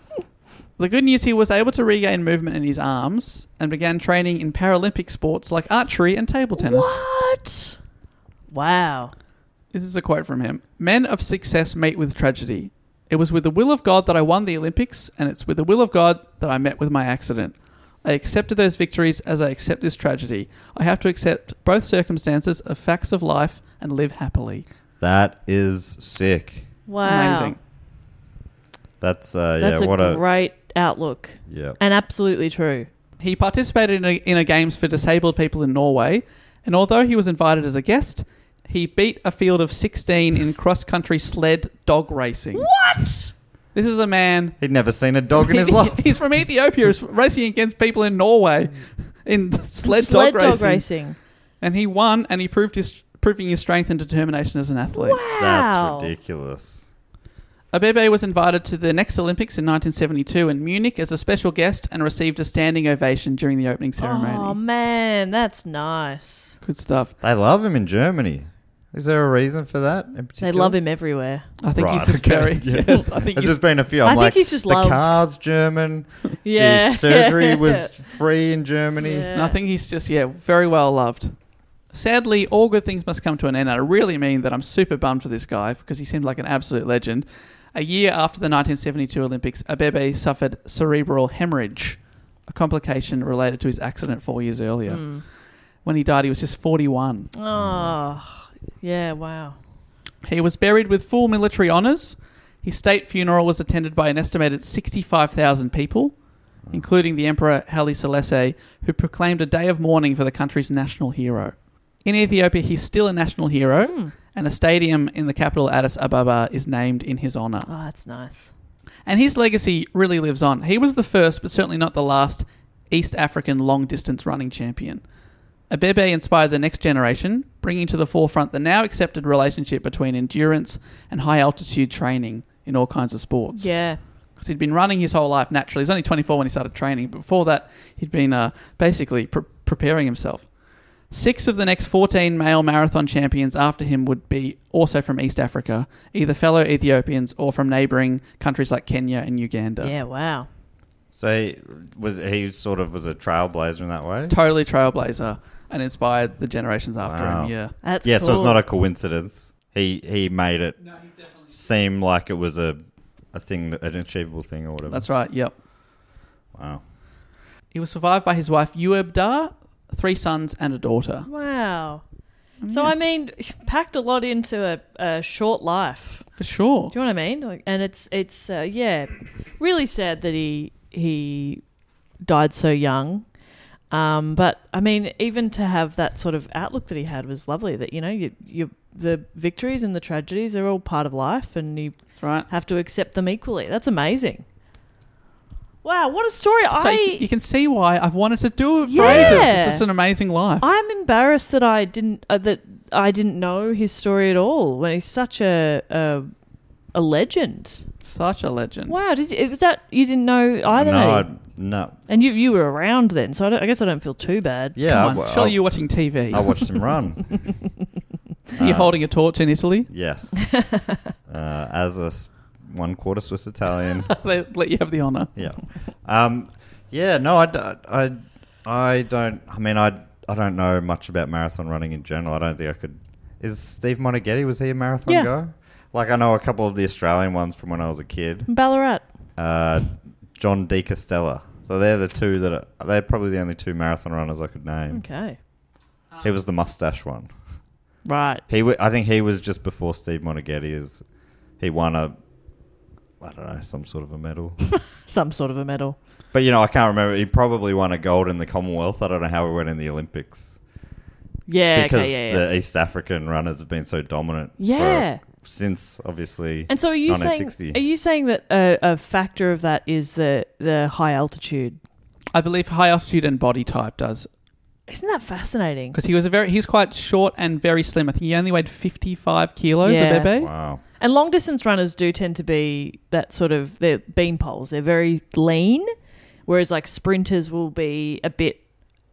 A: <laughs> the good news he was able to regain movement in his arms and began training in Paralympic sports like archery and table tennis.
B: What? Wow.
A: This is a quote from him Men of success meet with tragedy. It was with the will of God that I won the Olympics, and it's with the will of God that I met with my accident. I accepted those victories as I accept this tragedy. I have to accept both circumstances of facts of life and live happily.
C: That is sick.
B: Wow.
A: Amazing.
C: That's uh
B: That's
C: yeah, what
B: a
C: a
B: great outlook
C: yeah.
B: and absolutely true.
A: He participated in a, in a games for disabled people in Norway, and although he was invited as a guest, he beat a field of 16 <laughs> in cross country sled dog racing.
B: What?
A: This is a man
C: He'd never seen a dog in
B: <laughs>
C: his life.
A: <laughs> He's from Ethiopia. He's racing against people in <laughs> Norway in sled,
B: Sled
A: dog,
B: dog,
A: racing.
B: racing.
A: And he won, and he proved his proving his strength and determination as an athlete.
B: Wow.
C: That's ridiculous.
A: Abebe was invited to the next Olympics in 1972 in Munich as a special guest and received a standing ovation during the opening ceremony.
B: Oh man, that's nice.
A: Good stuff.
C: They love him in Germany. Is there a reason for that? In
B: They
C: particular?
B: love him everywhere.
A: I think
C: Right,
A: he's just
C: okay.
A: very.
C: Yeah.
A: Yes, <laughs> I think
C: There's
A: he's
C: just been a few. I'm
B: I think
C: like,
B: he's just
C: the
B: loved.
C: car's German.
B: <laughs> Yeah.
C: The
B: <laughs>
C: surgery was free in Germany.
B: Yeah.
A: And I think he's just, yeah, very well loved. Sadly, all good things must come to an end. I really mean that I'm super bummed for this guy because he seemed like an absolute legend. A year after the 1972 Olympics, Abebe suffered cerebral hemorrhage, a complication related to his accident four years earlier. When he died, he was just 41.
B: Oh, yeah. Wow.
A: He was buried with full military honours. His state funeral was attended by an estimated 65,000 people, including the Emperor Haile Selassie, who proclaimed a day of mourning for the country's national hero. In Ethiopia, he's still a national hero, and a stadium in the capital, Addis Ababa, is named in his honor.
B: Oh, that's nice.
A: And his legacy really lives on. He was the first, but certainly not the last, East African long distance running champion. Abebe inspired the next generation, bringing to the forefront the now accepted relationship between endurance and high altitude training in all kinds of sports.
B: Yeah.
A: Because he'd been running his whole life naturally. He's only 24 when he started training. Before that, he'd been uh, basically pre- preparing himself. Six of the next 14 male marathon champions after him would be also from East Africa, either fellow Ethiopians or from neighbouring countries like Kenya and Uganda.
B: Yeah, wow.
C: So he, was he sort of was a trailblazer in that way?
A: Totally trailblazer and inspired the generations after
C: Wow.
A: him. Yeah.
B: That's
C: yeah,
B: cool.
C: so it's not a coincidence. He he made it seem like it was a a thing, that- an achievable thing or whatever.
A: That's right. Yep.
C: wow.
A: He was survived by his wife, Ueb Dar, three sons, and a daughter.
B: Wow. So I mean, packed a lot into a, a short life.
A: For sure.
B: Do you know what I mean? Like, and it's it's uh, yeah, really sad that he he died so young. Um, but I mean, even to have that sort of outlook that he had was lovely. That you know, you you the victories and the tragedies are all part of life, and you
A: That's right.
B: have to accept them equally. That's amazing. Wow, what a story!
A: So
B: I
A: you, you can see why I've wanted to do it for
B: Yeah.
A: ages. It's just an amazing life.
B: I'm embarrassed that I didn't uh, that I didn't know his story at all. When he's such a a, a legend.
A: Such a legend.
B: Wow, did you, was that you didn't know either?
C: no,
B: Maddie?
C: I, no.
B: and you you were around then, so I, don't, I guess I don't feel too bad.
C: Yeah,
A: Come on,
C: I,
A: surely
C: I,
A: you're watching TV.
C: I uh, watched him
B: <laughs>
C: run.
A: <laughs> you're holding a torch in Italy.
B: <laughs>
A: <laughs>
C: Yes, uh, as a s- one quarter Swiss Italian.
A: they let you have the honour.
C: Yeah. Um, yeah, no, I, d- I, I don't, I mean, I, I don't know much about marathon running in general. I don't think I could. Is Steve Monaghetti, was he a marathon
B: Yeah.
C: guy? Like, I know a couple of the Australian ones from when I was a kid.
B: Ballarat.
C: Uh, John D. Costella. So they're the two that are, they're probably the only two marathon runners I could name.
B: Okay,
C: He was the mustache one.
B: right.
C: He, w- I think he was just before Steve Monaghetti. Is he won a, I don't know, some sort of a
B: <laughs>
C: medal.
B: Some sort of a medal.
C: But you know, I can't remember. He probably won a gold in the Commonwealth. I don't know how he went in the Olympics
B: Yeah.
C: because
B: okay. Yeah. yeah.
C: the East African runners have been so dominant. for-
B: Yeah.
C: since obviously.
B: and so, are you saying
C: 1960.
B: are you saying that a, a factor of that is the the high altitude?
A: I believe high altitude and body type does
B: Isn't that fascinating?
A: because he was a very he's quite short and very slim. I think he only weighed fifty five kilos.
B: Yeah.
A: Abebe.
C: wow.
B: And long distance runners do tend to be that sort of they're bean poles. They're very lean, whereas like sprinters will be a bit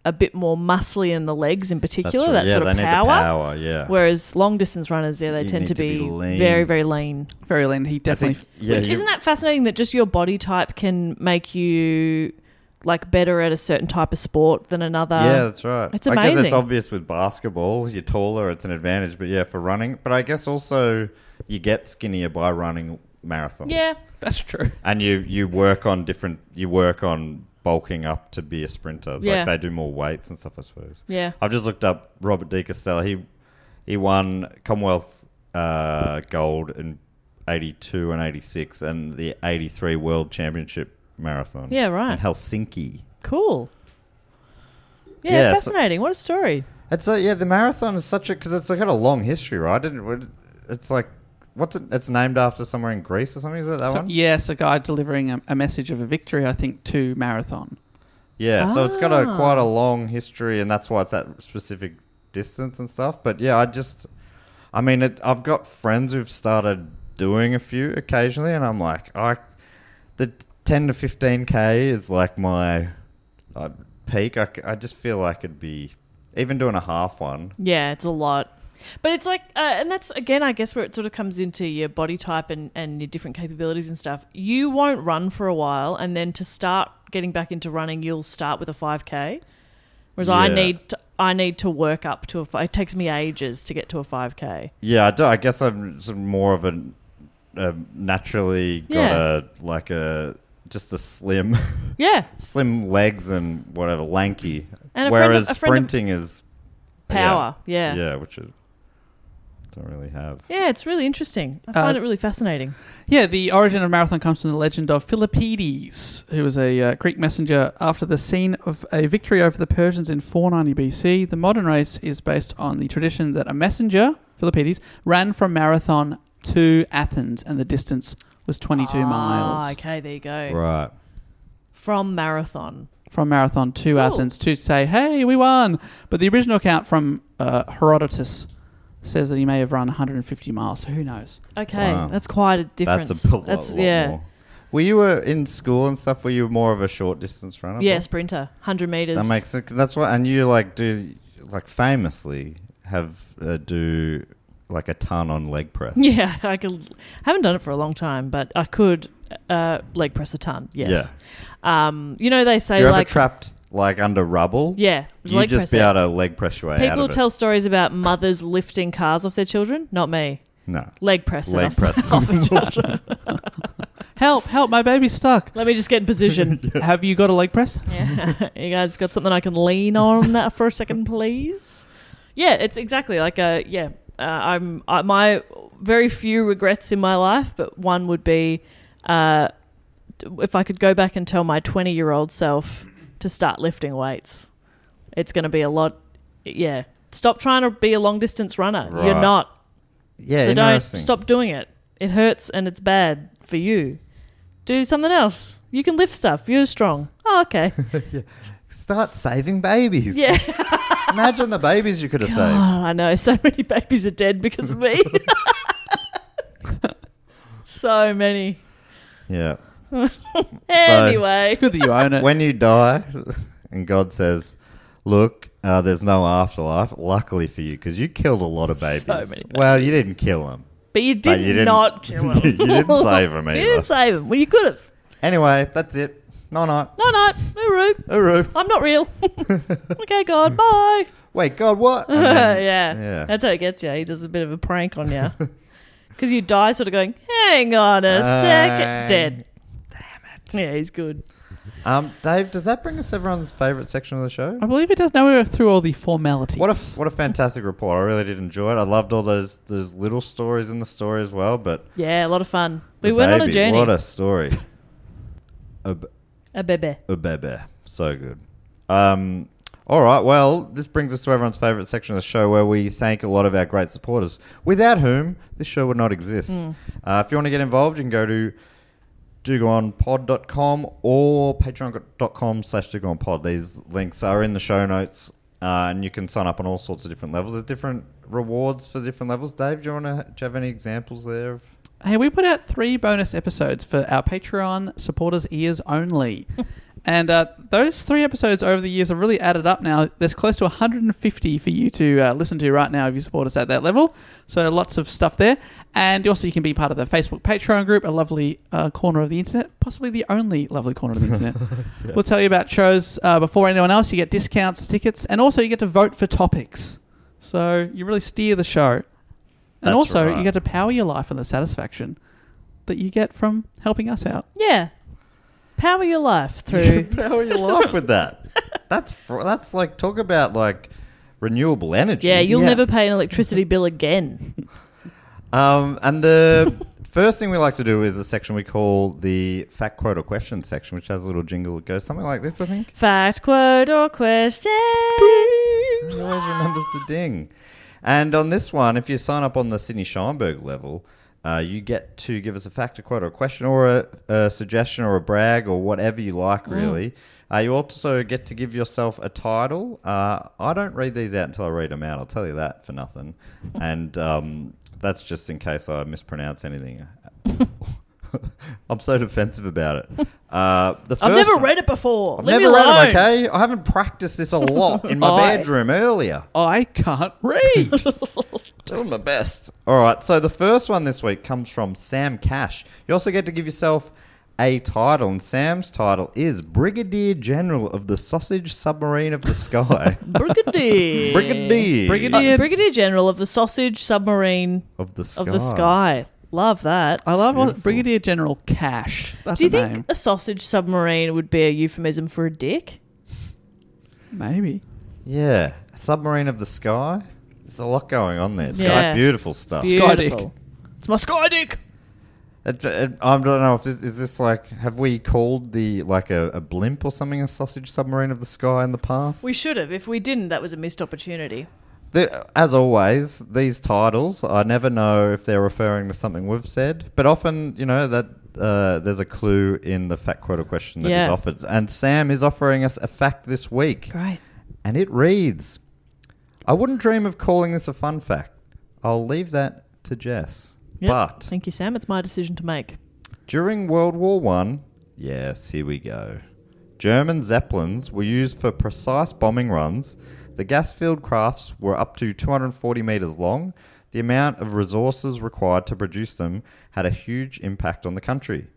B: a bit more muscly in the legs in particular.
C: right.
B: That
C: yeah,
B: sort
C: they
B: of
C: need
B: power.
C: the power. Yeah.
B: Whereas long distance runners, yeah, they
C: You
B: tend
C: need
B: to
C: to be
B: be,
C: lean.
B: very very lean.
A: Very lean. He
C: I
A: definitely.
C: think. Yeah. you-
B: Isn't that fascinating that just your body type can make you like better at a certain type of sport than another?
C: yeah, that's right.
B: it's
C: I guess it's
B: amazing.
C: obvious with basketball. You're taller, it's an advantage. But yeah, for running. But I guess also you get skinnier by running marathons.
B: Yeah.
A: <laughs> that's true.
C: and you you work on different you work on bulking up to be a sprinter
B: Yeah.
C: like they do more weights and stuff i suppose
B: Yeah.
C: i've just looked up robert de costello he he won commonwealth uh, gold in 82 and 86 and the 83 world championship marathon
B: Yeah, right.
C: in helsinki
B: Cool. Yeah,
C: Yeah, so-
B: fascinating. what a story.
C: it's a, yeah the marathon is such a because it's got a long history right didn't it's like what's it it's named after somewhere in greece or something is it that
A: So,
C: one
A: yes, a guy delivering a, a message of a victory. I think to marathon.
C: Yeah, so it's got a
B: Ah.
C: quite a long history, and that's why it's that specific distance and stuff. But yeah, I just, I mean, it, I've got friends who've started doing a few occasionally, and I'm like, I, the ten to fifteen k is like my uh, peak. I, c- I just feel like it'd be even doing a half one.
B: Yeah, it's a lot. But it's like, uh, and that's again, I guess, where it sort of comes into your body type and, and your different capabilities and stuff. You won't run for a while, and then to start getting back into running, you'll start with a 5K. Whereas I
C: Yeah.
B: need to, I need to work up to a. fi- It takes me ages to get to a 5K.
C: Yeah, I, do, I guess I'm sort of more of a, a naturally got
B: Yeah.
C: a like a just a slim. <laughs>
B: Yeah,
C: slim legs and whatever, lanky.
B: And a friend
C: Whereas
B: of- a friend of-
C: sprinting is yeah.
B: power. Yeah.
C: yeah, which is Don't really have.
B: Yeah, it's really interesting. I
A: Uh,
B: find it really fascinating.
A: Yeah, the origin of marathon comes from the legend of Philippides, who was a uh, Greek messenger after the scene of a victory over the Persians in 490 BC. The modern race is based on the tradition that a messenger, Philippides, ran from Marathon to Athens, and the distance was 22
B: Ah,
A: miles.
B: okay, there you go.
C: Right.
B: From marathon.
A: From Marathon to Athens to say, hey, we won. But the original account from uh, Herodotus says that he may have run 150 miles, so who knows?
B: Okay,
C: Wow.
B: that's quite a difference.
C: That's <laughs> a lot, lot
B: yeah,
C: more. Were you uh, in school and stuff? Were you more of a short distance runner?
B: yeah, sprinter, hundred meters.
C: That makes sense. That's why, and you like do like famously have uh, do like a ton on leg press.
B: <laughs> Yeah, I could. Haven't done it for a long time, but I could uh, leg press a ton. Yes. Um, you know they say
C: You're
B: like
C: ever trapped like under rubble?
B: yeah,
C: You
B: leg
C: just
B: press
C: be
B: it.
C: able to leg press your way out
B: People
C: of
B: tell stories about mothers lifting cars off their children. Not me.
C: it.
B: <laughs>
C: No.
B: Leg press. it
C: Leg
B: off,
C: press.
B: <laughs> off of children.
A: Help, help, my
B: <laughs>
A: baby's stuck.
B: Let me just get
C: <laughs>
B: in position.
A: Have you got a leg press?
B: Yeah. you guys got something I can lean on that for a second, please? Yeah, it's exactly like a yeah. Uh, I'm I, my very few regrets in my life, but one would be uh, t- if I could go back and tell my 20 year old self to start lifting weights. It's going to be a lot. Yeah, stop trying to be a long distance runner. You're
C: Right.
B: not.
C: <laughs> Yeah.
B: so don't
C: interesting.
B: stop doing it. It hurts and it's bad for you. Do something else. You can lift stuff. You're strong.
C: <laughs>
B: Oh, okay.
C: Start saving babies.
B: Yeah.
C: Imagine the babies you could have saved.
B: Oh, I know. <laughs> So many babies are dead because
C: <laughs>
B: of me. so many.
C: Yeah.
B: Anyway.
A: Good that you own it.
C: When you die, <laughs> and God says, "Look, uh, there's no afterlife." Luckily for you, because you killed a lot of babies.
B: many
C: Well, you didn't kill them.
B: but you
C: But
B: did
C: you didn't-
B: not kill him.
C: <laughs> you didn't save him
B: <laughs> You
C: either.
B: didn't save him. Well, you could have.
C: Anyway, that's it. No, no.
B: No, no. No, Rube.
C: Uru.
B: <laughs> I'm not real. okay, God. Bye.
C: <laughs> Wait, God,
B: <laughs>
C: what? And
B: yeah.
C: then-
B: yeah.
C: <laughs>
B: That's how it gets you. He does a bit of a prank on <laughs> you. Because you die sort of going, hang on a
C: Uh,
B: second. Dead. Damn it. Yeah, he's good.
C: Um, Dave, does that bring us everyone's favourite section of the show?
A: I believe it does. Now we're through all the formalities.
C: What a what a fantastic report! I really did enjoy it. I loved all those those little stories in the story as well. But
B: Yeah, a lot of fun. We
C: the
B: went on a
C: baby,
B: journey.
C: What a story! a, b-
B: a bebe.
C: a bebe, so good. Um, all right. Well, this brings us to everyone's favourite section of the show, where we thank a lot of our great supporters, without whom this show would not exist. Uh, if you want to get involved, you can go to dogonpod.com or patreon.com slash dogonpod. These links are in the show notes uh, and you can sign up on all sorts of different levels. There's different rewards for different levels. Dave, do you, want to, do you have any examples there? Of,
A: Hey, we put out three bonus episodes for our Patreon supporters' ears only. and uh, those three episodes over the years have really added up now. There's close to 150 for you to uh, listen to right now if you support us at that level. So lots of stuff there. And also, you can be part of the Facebook Patreon group, a lovely uh, corner of the internet, possibly the only lovely corner of the <laughs> internet. We'll tell you about shows uh, before anyone else. You get discounts, tickets, and also you get to vote for topics. So you really steer the show. And
C: That's
A: also,
C: right.
A: you get to power your life and the satisfaction that you get from helping us out.
B: Yeah. Power your life
C: <laughs>
B: through.
C: How are you life with that? That's, fr- that's like, talk about like renewable energy.
B: yeah, you'll
A: Yeah.
B: never pay an electricity bill again.
C: Um, and the <laughs> first thing we like to do is a section we call the fact quote or question section, which has a little jingle that goes something like this, I think.
B: Fact, quote, or question.
C: He always remembers the ding. And on this one, if you sign up on the Sydney Scheinberg level, uh, you get to give us a fact, a quote, or a question, or a, a suggestion, or a brag, or whatever you like,
B: Mm.
C: really. Uh, you also get to give yourself a title. Uh, I don't read these out until I read them out. I'll tell you that for nothing.
B: <laughs>
C: and um, that's just in case I mispronounce
B: <laughs>
C: anything. <laughs> I'm so defensive about it. Uh, the
B: I've
C: first
B: never
C: one-
B: read it before.
C: I've
B: Leave
C: never
B: me
C: read
B: alone.
C: them, okay? I haven't practiced this a lot in my
A: I-
C: bedroom earlier.
A: I can't <laughs> read.
C: Doing my best. All right, so the first one this week comes from Sam Cash. You also get to give yourself a title, and Sam's title is Brigadier General of the Sausage Submarine of the
B: <laughs>
C: Sky.
B: <laughs> Brigadier.
C: Brigadier.
A: Brigadier.
B: Uh, Brigadier General of the Sausage Submarine
C: Of the sky.
B: of the Sky. Love that.
A: I love all- Brigadier General Cash. That's
B: Do you
A: a
B: think
A: name.
B: a sausage submarine would be a euphemism for a dick?
A: Maybe.
C: Yeah. Submarine of the Sky? There's a lot going on there. It's
B: Yeah.
C: got beautiful stuff.
A: Sky
B: Beautiful. It's my sky dick.
C: It, it- I don't know if this is this like have we called the like a, a blimp or something a sausage submarine of the sky in the past?
B: We should have. If we didn't, that was a missed opportunity.
C: The- as always, these titles I never know if they're referring to something we've said, but often you know that uh, there's a clue in the fact quote or question that is
B: Yeah.
C: offered, and Sam is offering us a fact this week.
B: Great.
C: And it reads I wouldn't dream of calling this a fun fact. I'll leave that to Jess.
B: Yep.
C: But
B: Thank you, Sam. It's my decision to make.
C: during World War One, yes, here we go. German Zeppelins were used for precise bombing runs. The gas filled crafts were up to 240 metres long. The amount of resources required to produce them had a huge impact on the country.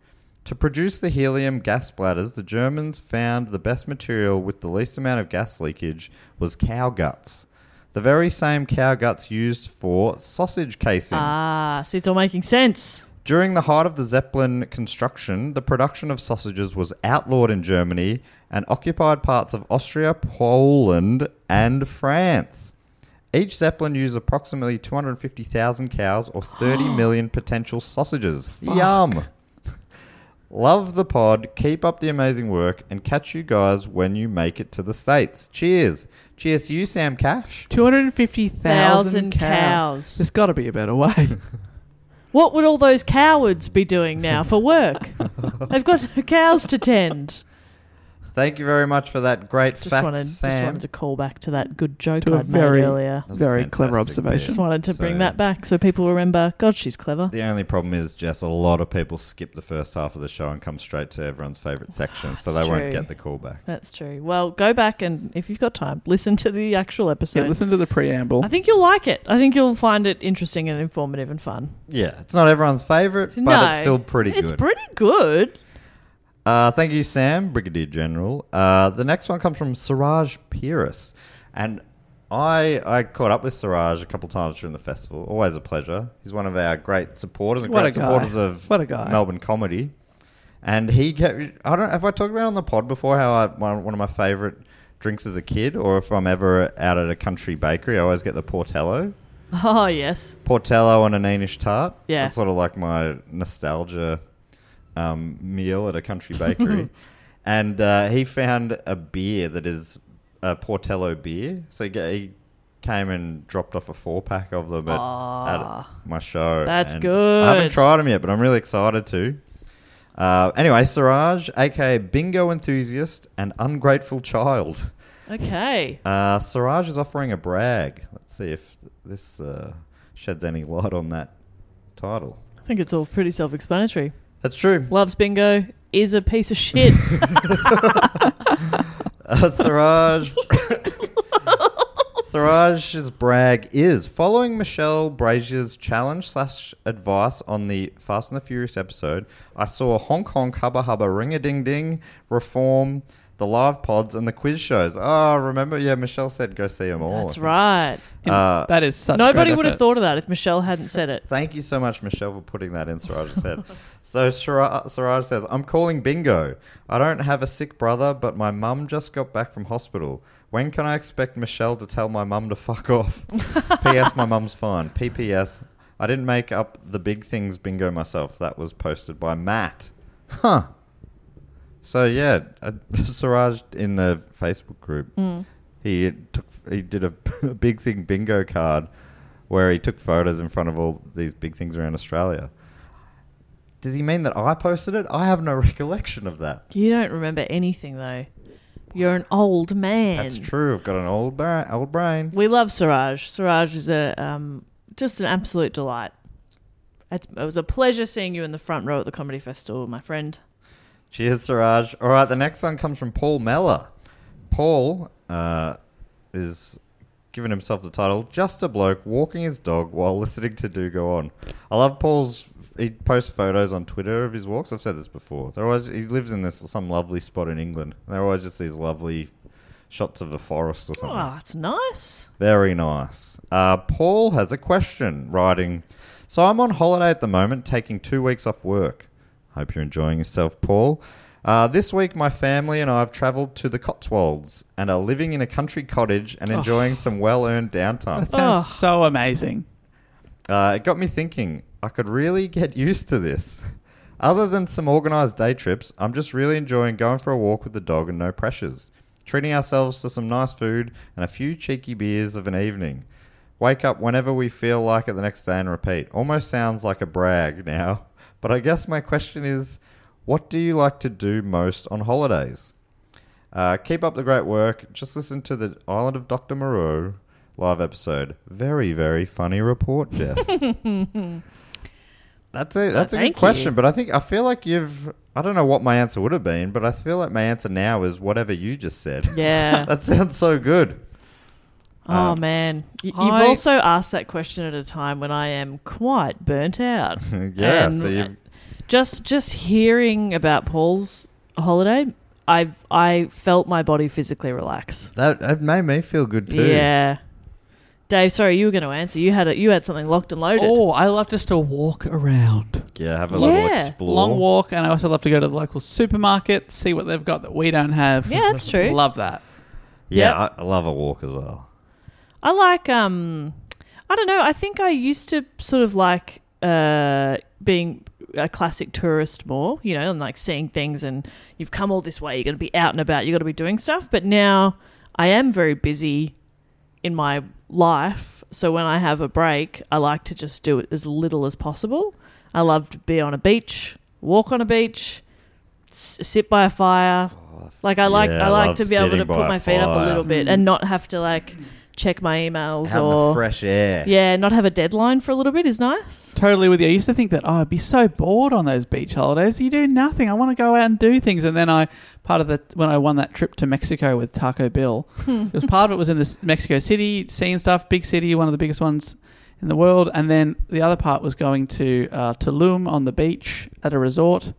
C: To produce the helium gas bladders, the Germans found the best material with the least amount of gas leakage was cow guts. The very same cow guts used for sausage casing.
B: Ah, see, it's all making sense.
C: During the height of the Zeppelin construction, the production of sausages was outlawed in Germany and occupied parts of Austria, Poland, and France. Each Zeppelin used approximately 250,000 cows or
B: <gasps>
C: 30 million potential sausages. Yum! Love the pod, keep up the amazing work, and catch you guys when you make it to the States. Cheers. Cheers to you, Sam Cash.
A: 250,000
B: Thousand
A: cows.
B: cows.
A: There's got to be a better <laughs> way.
B: What would all those cowards be doing now for work? They've got no cows to tend.
C: Thank you very much for that great
B: Just
C: fact,
B: wanted, just
C: Sam.
B: wanted to call back to that good joke
A: To a
B: I'd made
A: very-
B: earlier.
C: That was a
A: Very clever
C: fantastic bit.
A: observation.
B: Just wanted to
C: So-
B: bring that back so people remember. God, she's clever.
C: The only problem is, Jess, a lot of people skip the first half of the show and come straight to everyone's favourite section, so they
B: Oh, That's
C: won't
B: true.
C: get the callback.
B: That's true. Well, go back and if you've got time, listen to the actual episode.
A: yeah, listen to the preamble.
B: I think you'll like it. I think you'll find it interesting and informative and fun.
C: Yeah, it's not everyone's favourite, but
B: No,
C: it's still pretty
B: It's
C: good.
B: pretty good.
C: uh, thank you, Sam, Brigadier General. Uh, the next one comes from Siraj Pieris, and I I caught up with Siraj a couple times during the festival. Always a pleasure. He's one of our great supporters and
A: What
C: great
A: a guy.
C: supporters of
A: What a guy.
C: Melbourne comedy. And he gave, I don't have I talked about on the pod before how I, my, one of my favorite drinks as a kid, or if I'm ever out at a country bakery, I always get the Portello.
B: Oh yes,
C: Portello on a Danish tart.
B: Yeah.
C: That's sort of like my nostalgia um, meal at a country
B: <laughs>
C: bakery. and uh, he found a beer that is a Portello beer. So he, ga- he came and dropped off a four pack of them at, at my show.
B: That's
C: and I haven't
B: good.
C: tried them yet, but I'm really excited to. Uh, anyway, Siraj, aka bingo enthusiast and ungrateful child.
B: okay.
C: Uh, Siraj is offering a brag. Let's see if this uh, sheds any light on that title.
B: I think it's all pretty self-explanatory.
C: That's true.
B: Loves bingo. Is a piece of shit.
C: Uh, Siraj. Siraj's brag is following Michelle Brazier's challenge slash advice on the Fast and the Furious episode. I saw Hong Kong Hubba Hubba Ring a Ding Ding reform the live pods and the quiz shows. Oh, remember? Yeah, Michelle said go see them all.
B: That's right.
C: Uh,
A: that is such
B: Nobody
A: great
B: would have
A: effort.
B: thought of that if Michelle hadn't said it.
C: Thank you so much, Michelle, for putting that in Siraj's head. So Siraj, Siraj says, I'm calling bingo. I don't have a sick brother, but my mum just got back from hospital. When can I expect Michelle to tell my mum to fuck off? P.S. My mum's fine. P.P.S. I didn't make up the big things bingo myself. That was posted by Matt. Huh. So yeah, uh, <laughs> Siraj in the Facebook group, he took he did a, <laughs> a big thing bingo card where he took photos in front of all these big things around Australia. Does he mean that I posted it? I have no <laughs> recollection of that.
B: You don't remember anything though. You're an old man.
C: That's true. I've got an old bra- old brain.
B: We love Siraj. Siraj is a um, just an absolute delight. It's, it was a pleasure seeing you in the front row at the comedy festival, my friend.
C: Cheers, Siraj. All right, the next one comes from Paul Meller. Paul uh, is giving himself the title "Just a bloke walking his dog while listening to Do Go On." I love Paul's. He posts photos on Twitter of his walks. I've said this before. They're always he lives in this some lovely spot in England. They're always just these lovely shots of a forest or something.
B: Oh, that's nice.
C: Very nice. Uh, Paul has a question writing So I'm on holiday at the moment, taking two weeks off work. Hope you're enjoying yourself, Paul. Uh, this week, my family and I have travelled to the Cotswolds and are living in a country cottage and enjoying some well earned
A: That
C: downtime.
A: sounds
B: Oh.
A: so amazing.
C: Uh, it got me thinking, I could really get used to this. Other than some organised day trips, I'm just really enjoying going for a walk with the dog and no pressures, treating ourselves to some nice food and a few cheeky beers of an evening. Wake up whenever we feel like it the next day and repeat. Almost sounds like a brag now, <laughs> but I guess my question is what do you like to do most on holidays? Uh, keep up the great work. Just listen to the Island of Dr. Moreau live episode. Very, very funny report,
B: <laughs>
C: Jess. That's a that's a
B: thank
C: good question, but I think I feel like you've I don't know what my answer would have been, but I feel like my answer now is whatever you just said.
B: <laughs>
C: <laughs>
B: Yeah.
C: that sounds so good.
B: Oh man, Y- you've
A: I-
B: also asked that question at a time when I am quite burnt out.
C: yeah,
B: And
C: so you've
B: just just hearing about Paul's holiday, I've I felt my body physically relax.
C: that it made me feel good too.
B: Yeah, Dave. Sorry, you were going to answer. You had a, you had something locked and loaded.
A: Oh, I love just to walk around.
C: Yeah, have a little
B: Yeah.
C: explore.
A: Long walk, and I also love to go to the local supermarket, see what they've got that we don't have.
B: Yeah, that's true.
A: Love that.
C: Yeah, I, I love a walk as well.
B: I like um I don't know, I think I used to sort of like uh being a classic tourist more, you know, and like seeing things and you've come all this way, you're gonna be out and about, you're gonna be doing stuff. But now I am very busy in my life, so when I have a break, I like to just do it as little as possible. I love to be on a beach, walk on a beach, s- sit by a fire. Like I like
C: Oh, yeah, I
B: I like
C: love
B: to be able to
C: sitting by
B: put
C: a
B: my feet up a
C: fire.
B: little bit and not have to like check my emails
C: Having the
B: or
C: fresh air.
B: yeah, not have a deadline for a little bit is nice.
A: Totally with you. I used to think that oh, I'd be so bored on those beach holidays. You do nothing. I want to go out and do things. And then I part of the when I won that trip to Mexico with Taco Bill,
B: <laughs>
A: it was part of it was in this Mexico City, seeing stuff, big city, one of the biggest ones in the world. And then the other part was going to uh, Tulum on the beach at a resort,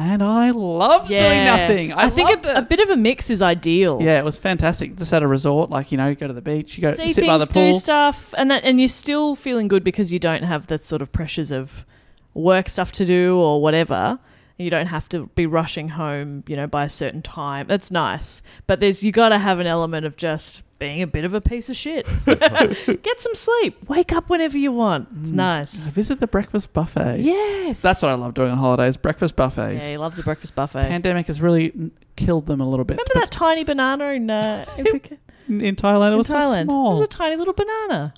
A: and I loved doing nothing. I,
B: think
A: loved
B: a,
A: it.
B: a bit of a mix is ideal.
A: Yeah, it was fantastic. Just at a resort, like you know, you go to the beach, you go
B: See
A: sit
B: things,
A: by the
B: do
A: pool.
B: stuff, and that, and you're still feeling good because you don't have that sort of pressures of work stuff to do or whatever. You don't have to be rushing home, you know, by a certain time. That's nice, but there's you got to have an element of just being a bit of a piece of shit.
A: <laughs>
B: Get some sleep, wake up whenever you want. It's nice.
A: Visit the breakfast buffet.
B: Yes,
A: Mm. That's what I love doing on holidays. Breakfast buffets.
B: Yeah, he loves the breakfast buffet.
A: Pandemic has really n- killed them a little bit.
B: Remember that tiny banana in uh, in, Phuket-
A: but in Thailand, it
B: in
A: was so
B: Thailand?
A: small.
B: It was a tiny little banana.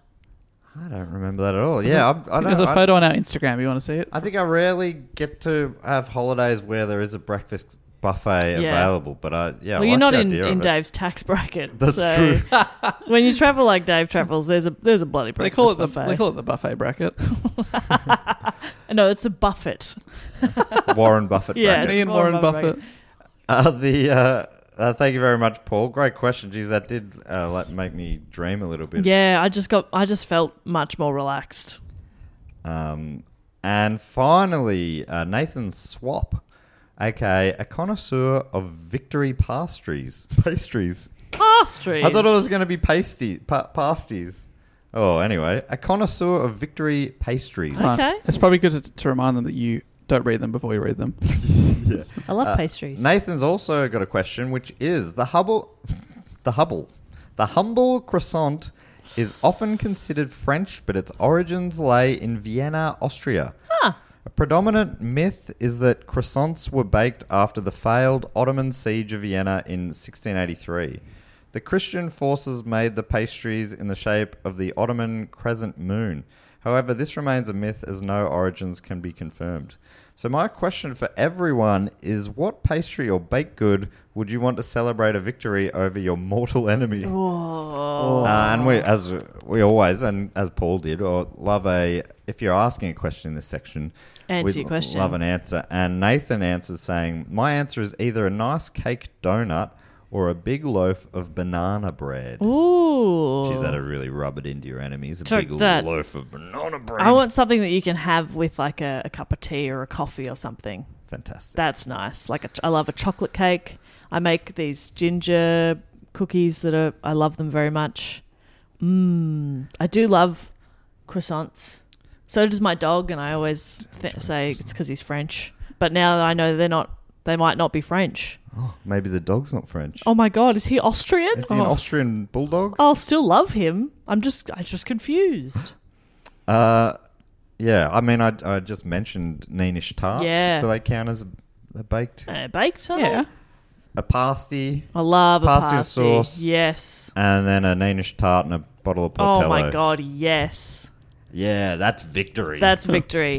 C: I don't remember that at all. Yeah, I'm, I don't.
A: There's a
C: I-
A: photo on our Instagram. You want to see it?
C: I think I rarely get to have holidays where there is a breakfast buffet
B: Yeah.
C: available, but I yeah. I
B: well, you're
C: like
B: not
C: the
B: in,
C: idea of
B: in
C: it.
B: Dave's tax
C: <laughs>
B: bracket.
C: That's
B: so <laughs>
C: true.
B: when you travel like Dave travels, there's a there's a bloody
A: They
B: breakfast
A: call it the
B: buffet.
A: they call it the buffet bracket. <laughs>
B: no, it's a buffet.
C: Warren Buffett.
B: Yeah.
C: bracket.
A: Me and
B: Warren
A: Warren
B: Buffett
A: Buffett.
C: Uh, the uh, uh, thank you very much, Paul. Great question. Geez, that did uh, like make me dream a little bit.
B: Yeah, I just got I just felt much more relaxed.
C: Um, and finally, uh, Nathan Swap, aka a connoisseur of victory pastries. <laughs> Pastries.
B: Pastries.
C: I thought it was going to be pasty pa- pasties. Oh, anyway, a connoisseur of victory pastries.
B: Huh. Okay.
A: It's probably good to, to remind them that you don't read them before you
B: <laughs>
A: read them.
B: I
C: Uh,
B: love pastries.
C: Nathan's also got a question, which is the Hubble, <laughs> the Hubble, the humble croissant is often considered French, but its origins lay in Vienna, Austria. A predominant myth is that croissants were baked after the failed Ottoman siege of Vienna in 1683. The Christian forces made the pastries in the shape of the Ottoman crescent moon. However, this remains a myth as no origins can be confirmed. So, my question for everyone is what pastry or baked good would you want to celebrate a victory over your mortal enemy?
B: Oh.
C: Uh, and we, as we always, and as Paul did, or love a if you're asking a question in this section,
B: Answer
C: we'd
B: your question.
C: Love an answer. And Nathan answers saying, "My answer is either a nice cake donut or a big loaf of banana bread."
B: Ooh.
C: She's that to really rub it into your enemies. A
B: Take
C: big
B: that.
C: loaf of banana bread.
B: I want something that you can have with like a, a cup of tea or a coffee or something.
C: Fantastic.
B: That's nice. Like a ch- I love a chocolate cake. I make these ginger cookies that are I love them very much. Mmm. I do love croissants. So does my dog, and I always th- say it's because he's French. But now that I know they're not They might not be French.
C: Maybe the dog's not French.
B: Oh my god, is he Austrian?
C: Is he an Austrian bulldog?
B: I'll still love him. I'm just I'm
C: <laughs>
B: just confused. Oh.
C: Uh, yeah. I mean, I, I just mentioned Neenish tarts.
B: Yeah.
C: Do they count as a, a baked
B: Uh, baked tart?
A: Yeah.
C: a pasty,
B: I love a
C: Pasta
B: pasty.
C: sauce.
B: Yes.
C: and then a Neenish tart and a bottle of
B: Oh
C: Portello?
B: my god, yes.
C: Yeah, that's victory.
B: That's victory.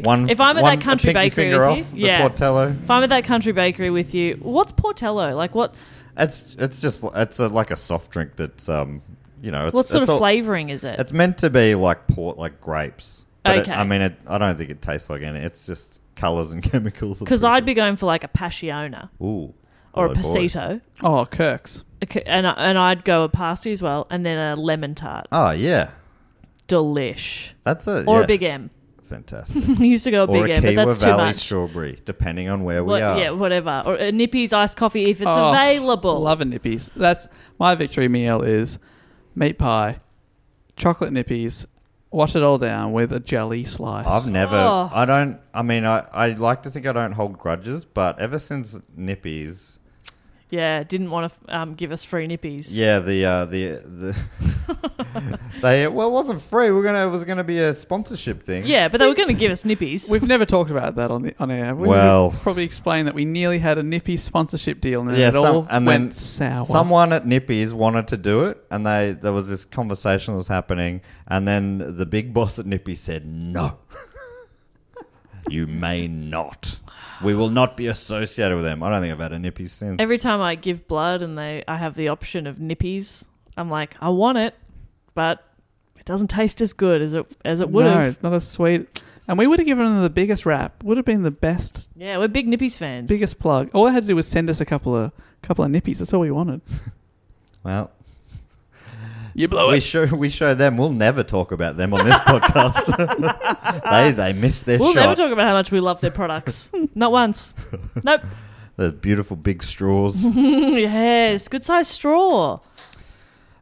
C: <laughs> one.
B: if I'm at
C: one- a
B: that country
C: pinky
B: bakery
C: finger
B: with
C: off
B: you,
C: the
B: yeah.
C: Portello.
B: If I'm at that country bakery with you, what's Portello? Like what's
C: It's it's just it's a, like a soft drink that's um you know it's,
B: what sort
C: it's
B: of
C: all-
B: flavoring is it?
C: It's meant to be like port like grapes. But it-
B: Okay.
C: I mean, it, I don't think it tastes like any. It's just colors and <laughs> chemicals. and
B: Because
C: fruit.
B: I'd be going for like a pasciona
C: ooh
B: or
C: hello,
B: a
C: boys.
B: pasito,
A: Oh, Kirk's.
B: Okay, and I- and I'd go a pasty as well, and then a lemon tart,
C: Oh yeah,
B: delish,
C: that's a
B: or
C: Uh, yeah.
B: a big M. <laughs>
C: fantastic.
B: We used to go a
C: or
B: big
C: a
B: M, but
C: Kiwa
B: that's too
C: Valley
B: much.
C: strawberry, depending on where
B: What-
C: we are.
B: Yeah, whatever. Or a Nippy's iced coffee if it's
A: Oh,
B: available.
A: Love a nippies. That's my victory meal is meat pie, chocolate nippies, wash it all down with a jelly slice.
C: I've never.
B: Oh.
C: I don't. I mean, I, I like to think I don't hold grudges, but ever since Nippies,
B: Yeah, didn't want to um, give us free Nippies.
C: yeah, the uh, the the <laughs> they well, it wasn't free. We are gonna it was gonna be a sponsorship thing.
B: Yeah, but they were going to give us Nippies.
A: We've never talked about that on the on air. have We
C: Well-
A: We've probably explained that we nearly had a nippy sponsorship deal and then
C: Yeah,
A: it
C: some-
A: all
C: and then
A: went sour.
C: Someone at Nippies wanted to do it, and they there was this conversation that was happening, and then the big boss at Nippies said, "No, <laughs> you may not. We will not be associated with them." I don't think I've had a Nippies since.
B: Every time I give blood and they, I have the option of Nippies, I'm like, I want it, but it doesn't taste as good as it as it would
A: no,
B: have.
A: not as sweet. And we would have given them the biggest rap. Would have been the best,
B: Yeah, we're big Nippies fans.
A: biggest plug. All they had to do was send us a couple of couple of nippies. That's all we wanted.
C: well,
A: You blow
C: we show we show them. We'll never talk about them on this podcast.
A: <laughs>
C: they they missed their
B: We'll never
C: shot.
B: talk about how much we love
C: <laughs>
B: their products. Not once. Nope.
C: the beautiful big
A: <laughs>
C: straws.
B: yes, good size straw.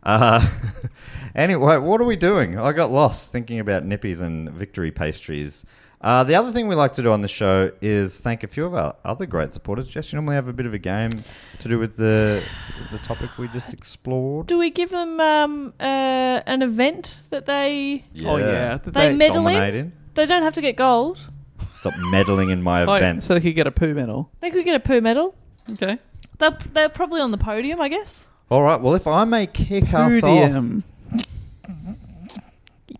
C: Uh, <laughs> anyway, what are we doing? I got lost thinking about nippies and victory pastries. Uh, the other thing we like to do on the show is thank a few of our other great supporters. Jess, you normally have a bit of a game to do with the the topic we just explored.
B: Do we give them um, uh, an event that they
A: Oh yeah,
B: they, medal in?
C: Dominating.
B: They don't have to get gold.
C: Stop meddling in my
A: Oh, yeah,
C: events.
A: so they could get a poo medal.
B: They could get a poo medal.
A: Okay.
B: They're, they're probably on the podium, I guess.
C: All right. Well, if I may kick us off.
A: Podium.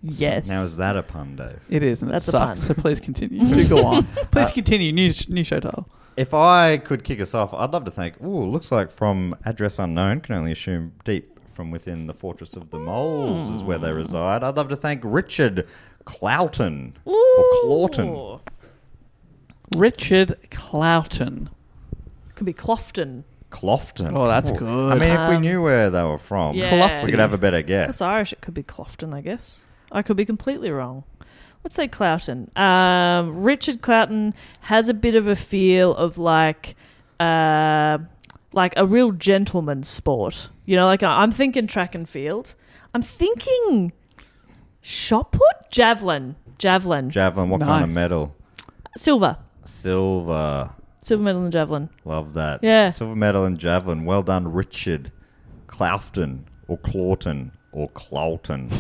B: Yes.
C: Now is that a pun, Dave?
A: It is, and
B: That's
A: it
B: a
A: sucks.
B: pun.
A: So please continue. Do go
B: <laughs>
A: on. Please continue. New sh- new show title.
C: If I could kick us off, I'd love to thank. Ooh, looks like from address unknown. Can only assume deep from within the fortress of the moles is where they reside. I'd love to thank Richard Cloughton or Clawton.
B: Ooh.
A: Richard Cloughton.
B: Could be Clofton.
C: Clofton.
A: Oh, that's
C: Ooh.
A: good.
C: I mean, if we knew where they were from,
B: Um, yeah.
C: we
A: Clofton.
C: could have a better guess.
B: That's Irish. It could be Clofton, I guess. I could be completely wrong. Let's say Cloughton. Um, Richard Cloughton has a bit of a feel of like, uh, like a real gentleman's sport. You know, like I- I'm thinking track and field. I'm thinking shot put, javelin, javelin,
C: Javelin. What kind of
A: Nice.
C: medal?
B: silver,
C: Silver.
B: silver medal and javelin.
C: <laughs> Love that.
B: Yeah.
C: Silver medal in javelin. Well done, Richard Cloughton or Clawton or Cloughton.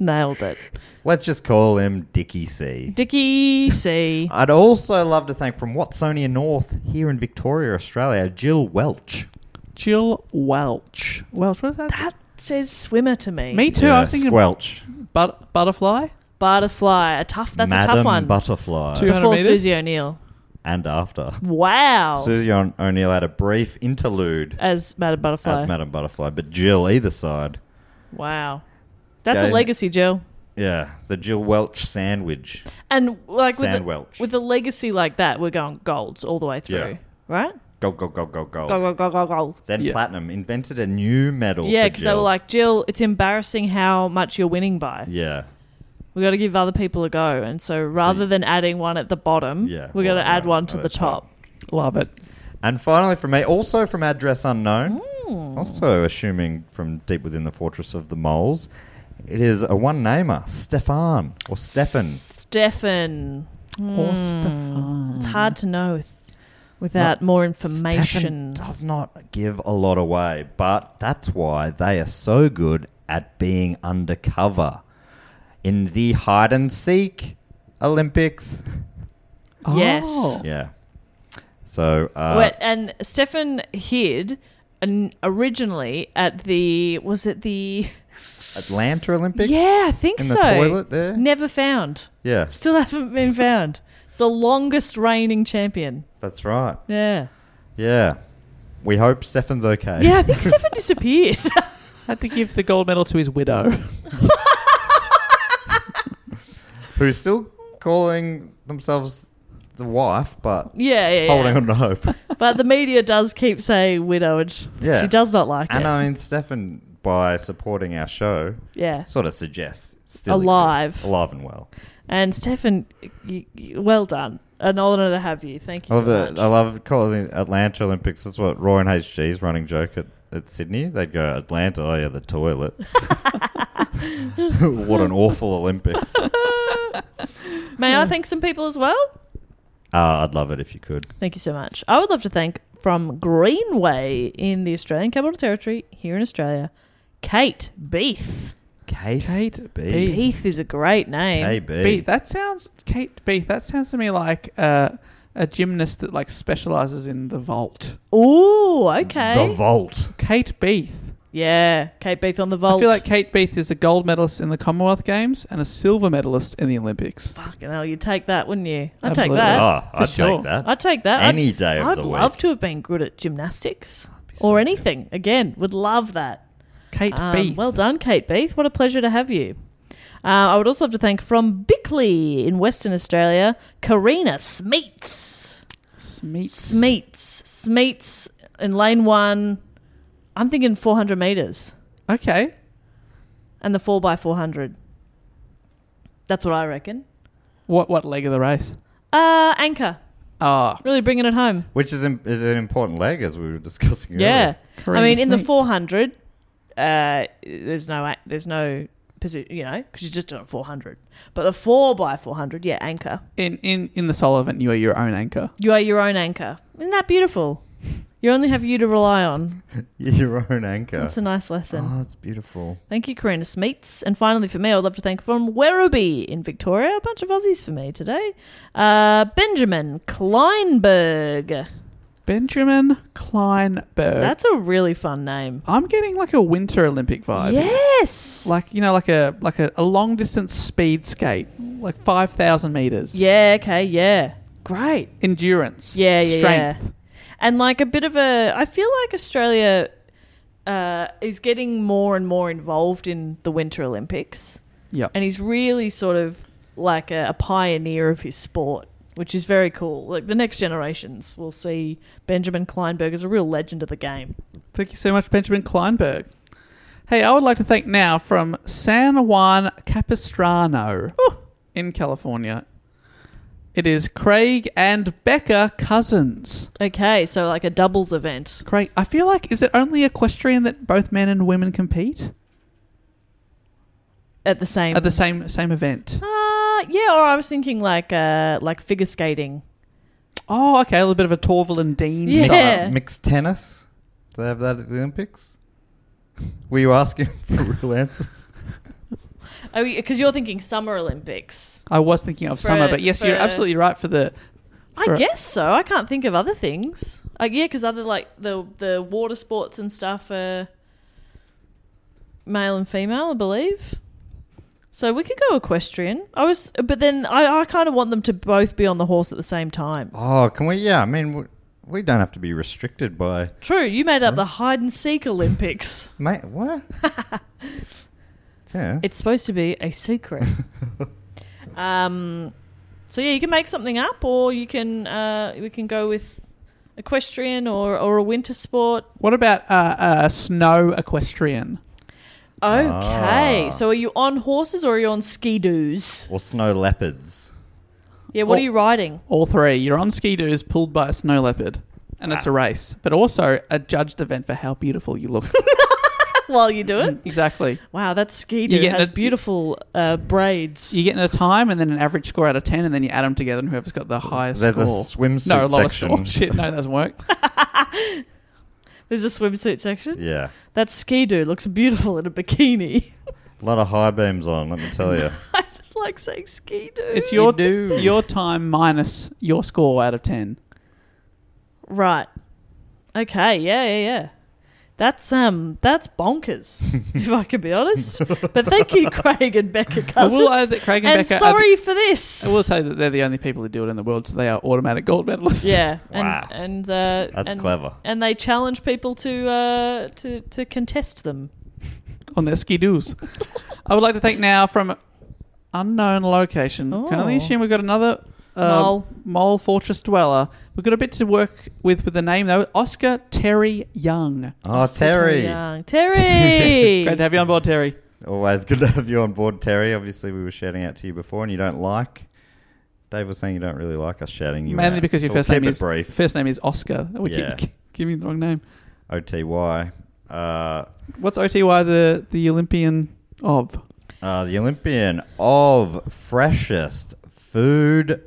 B: Nailed it.
C: Let's just call him Dickie C.
B: Dickie C.
C: I'd also love to thank from Watsonia North here in Victoria, Australia, Jill Welch.
A: Jill Welch. Welch. What is that?
B: That says swimmer to me.
A: Me too. I was thinking
C: Squelch.
A: but-
B: Uh,
A: butterfly.
B: Butterfly. A tough. That's
C: Madam
B: a tough one.
C: Butterfly.
A: Two-
B: Before
A: 200 metres?
B: Susie O'Neill.
C: and after.
B: Wow.
C: Susie O- O'Neill had a brief interlude.
B: As Madam Butterfly.
C: That's Madame Butterfly, but Jill either side.
B: wow. That's
C: Game.
B: a legacy, Jill.
C: Yeah, the Jill Welch sandwich.
B: And like with
C: Sand
B: a,
C: Welch.
B: with a legacy like that, we're going golds all the way through,
C: Yeah. Oh.
B: right?
C: Go, go, go, go, go.
B: Go go go go gold.
C: Then
A: Yeah.
C: Platinum invented a new medal.
B: Yeah,
C: for
B: because they were
C: Jill.
B: like, Jill, it's embarrassing how much you're winning by.
C: Yeah.
B: We got to give other people a go, and so rather
C: you-
B: than adding one at the bottom,
C: Yeah,
B: we're going
C: right,
B: to add
C: right,
B: one to
C: right,
B: the
C: that's right.
B: top.
A: Love it.
C: And finally, from me, also from address unknown,
B: Mm.
C: also assuming from deep within the fortress of the moles, it is a one namer, Stefan or Stefan.
B: Stefan. Hmm.
A: Or Stefan.
B: It's hard to know with, without more
C: Stefan
B: information.
C: does not give a lot away, but that's why they are so good at being undercover in the hide and seek Olympics. <laughs>
G: Yes.
C: Yeah. So uh,
B: Wait, and Stefan hid and originally at the was it the
C: Atlanta Olympics.
B: yeah I think
C: in
B: so
C: the toilet there?
B: never found
C: Yeah,
B: still haven't been found it's the longest reigning champion
C: that's right. <laughs>
B: yeah
C: Yeah. We hope Stefan's okay.
B: yeah I think Stefan disappeared
A: <laughs>
B: <laughs>
A: Had to give the gold medal to his widow.
C: Who's still calling themselves the wife, but
B: yeah yeah, yeah.
C: holding on to
B: <laughs>
C: hope.
B: but the media does keep saying widow and she,
C: Yeah.
B: she does not like
C: and
B: it
C: I mean, Stefan, by supporting our show,
B: yeah
C: sort of suggests still
B: Alive.
C: exists. alive and well.
B: and Stefan y- y- well done an honour to have you thank
C: I
B: you
C: love,
B: so
C: the,
B: much.
C: I love calling it Atlanta Olympics. That's what Roy and HG's running joke at, at Sydney. They'd go, Atlanta, oh yeah, the toilet. <laughs> what an awful
B: <laughs>
C: Olympics. Uh,
B: may I thank some people as well
C: Uh, I'd love it if you could.
B: Thank you so much. I would love to thank from Greenway in the Australian Capital Territory here in Australia, Kate Beath.
C: Kate,
A: Kate
C: B.
A: B.
B: Beath is a great name.
C: Hey, B.
A: Beat. That sounds Kate Beat. That sounds to me like uh, a gymnast that like specializes in the vault.
B: Ooh,
C: The
B: okay.
C: vault.
A: Kate Beath.
B: yeah, Kate Beath on the vault.
A: I feel like Kate Beath is a gold medalist in the Commonwealth Games and a silver medalist in the Olympics.
B: fucking hell, you'd take that, wouldn't you? I'd
A: Absolutely.
B: take that.
C: Oh,
A: For
C: I'd
A: sure.
C: take that.
B: I'd take that. I'd-
C: Any day of
B: I'd
C: the week.
B: love to have been good at gymnastics or anything. Again, would love that.
A: Kate
B: Um,
A: Beath.
B: Well done, Kate Beath. What a pleasure to have you. Uh, I would also love to thank from Bickley in Western Australia, Karina Smeets.
A: Smeets.
B: Smeets. Smeets in lane one. I'm thinking 400 metres
A: Okay.
B: and the 4x400. That's what I reckon.
A: What what leg of the race?
B: Uh, anchor.
A: Ah,
B: Really bringing it home.
C: Which is, im- is an important leg, as we were discussing
B: Yeah.
C: earlier.
A: Karina
B: I mean, in the
A: Smeets.
B: 400, uh, there's no, ac- there's no, posi- you know, because you're just doing 400. But the 4x400, yeah, anchor.
A: in in in the Sullivan, you are your own anchor.
B: You are your own anchor. Isn't that beautiful? You only have you to rely on.
C: <laughs> Your own anchor.
B: That's a nice lesson.
C: Oh, it's beautiful.
B: Thank you, Karina Smeets. And finally, for me, I'd love to thank from Werribee in Victoria. A bunch of Aussies for me today. Uh, Benjamin Kleinberg.
A: Benjamin Kleinberg.
B: That's a really fun name.
A: I'm getting like a winter Olympic vibe.
B: Yes.
A: Like you know, like a like a, a long distance speed skate, like five thousand meters.
B: yeah. Okay. Yeah. Great.
A: Endurance.
B: Yeah, yeah,
A: Strength.
B: and like a bit of a i feel like australia uh, is getting more and more involved in the winter olympics
A: Yep.
B: and he's really sort of like a, a pioneer of his sport which is very cool like the next generations will see benjamin kleinberg as a real legend of the game
A: Thank you so much, Benjamin Kleinberg. Hey, I would like to thank now from San Juan Capistrano in California. It is Craig and Becca Cousins.
B: okay so like a doubles event
A: Craig, I feel like is it only equestrian that both men and women compete
B: at the same
A: at the same same event?
B: uh, yeah or i was thinking like uh like figure skating
A: Oh, okay, a little bit of a Torval and Dean
B: Yeah.
A: style.
B: <laughs>
C: Mixed, mixed tennis. Do they have that at the Olympics? <laughs> Were you asking <laughs> for real answers?
B: oh because you're thinking summer olympics
A: I was thinking of
B: For-
A: summer, but yes, you're
B: for-
A: absolutely right for the
B: I
A: for-
B: guess so. I can't think of other things. Uh, yeah, because other like the the water sports and stuff are male and female, I believe. So we could go equestrian. I was, but then I, I kind of want them to both be on the horse at the same time.
C: Oh, can we? Yeah, I mean, we, we don't have to be restricted by.
B: True, you made up the hide and
C: <laughs>
B: seek Olympics.
C: Mate, what?
B: <laughs>
C: yeah.
B: It's supposed to be a secret. um, so yeah, you can make something up, or you can uh, we can go with equestrian or or a winter sport.
A: what about uh, uh, snow equestrian?
B: Okay.
C: Ah.
B: So are you on horses or are you on ski doos?
C: or snow leopards.
B: Yeah, what
A: Oh.
B: are you riding?
A: All three. You're on ski doos pulled by
B: <laughs>
A: a snow leopard, and it's a race, but also a judged event for how beautiful you look. Mm,
B: while you do it.
A: exactly.
B: <laughs> Wow, that ski
A: You're
B: dude
A: getting
B: has
A: a-
B: beautiful uh, braids.
A: You get in a time and then an average score out of 10, and then you add them together, and whoever's got the highest
C: There's a
A: score.
C: swimsuit
A: no, lowest
C: section.
B: <laughs>
A: score. <laughs> Shit, no, that doesn't
C: <laughs>
A: work.
B: There's a swimsuit section.
C: Yeah.
B: That ski dude looks beautiful in a bikini. <laughs>
C: A lot of high beams on, let me tell you.
B: I just like saying ski dude.
A: It's your, your time minus your score out of 10.
B: Right. Okay. Yeah. Yeah. Yeah. That's um. That's bonkers. if I can be honest. But thank you, Craig and Becca
A: I
B: cousins.
A: will add that Craig and,
B: and
A: Becca. are the-
B: sorry for this.
A: I will say that they're the only people who do it in the world, so they are automatic gold
C: <laughs>
A: medalists.
B: Yeah. And,
C: Wow.
B: And uh,
C: That's
B: and-
C: clever.
B: And they challenge people to uh to to contest them.
A: <laughs> on their skidoos. I would like to thank now from unknown location. Can only
B: Oh.
A: assume we've got another uh,
B: Mole.
A: mole fortress dweller. We've got a bit to work with with the name though. Oscar Terry Young.
C: Oh, Terry.
B: Young.
C: <laughs>
B: Terry.
A: <laughs> Great to have you on board, Terry.
C: Always good to have you on board, Terry. Obviously, we were shouting out to you before, and you don't like. Dave was saying you don't really like us shouting you uh,
A: Mainly
C: out.
A: because your
C: So we'll
A: first name
C: keep it
A: is
C: brief.
A: first name is Oscar. <laughs> We
C: Yeah.
A: keep giving the wrong name.
C: O T Y. Uh,
A: What's OTY the the Olympian of?
C: uh, the Olympian of freshest food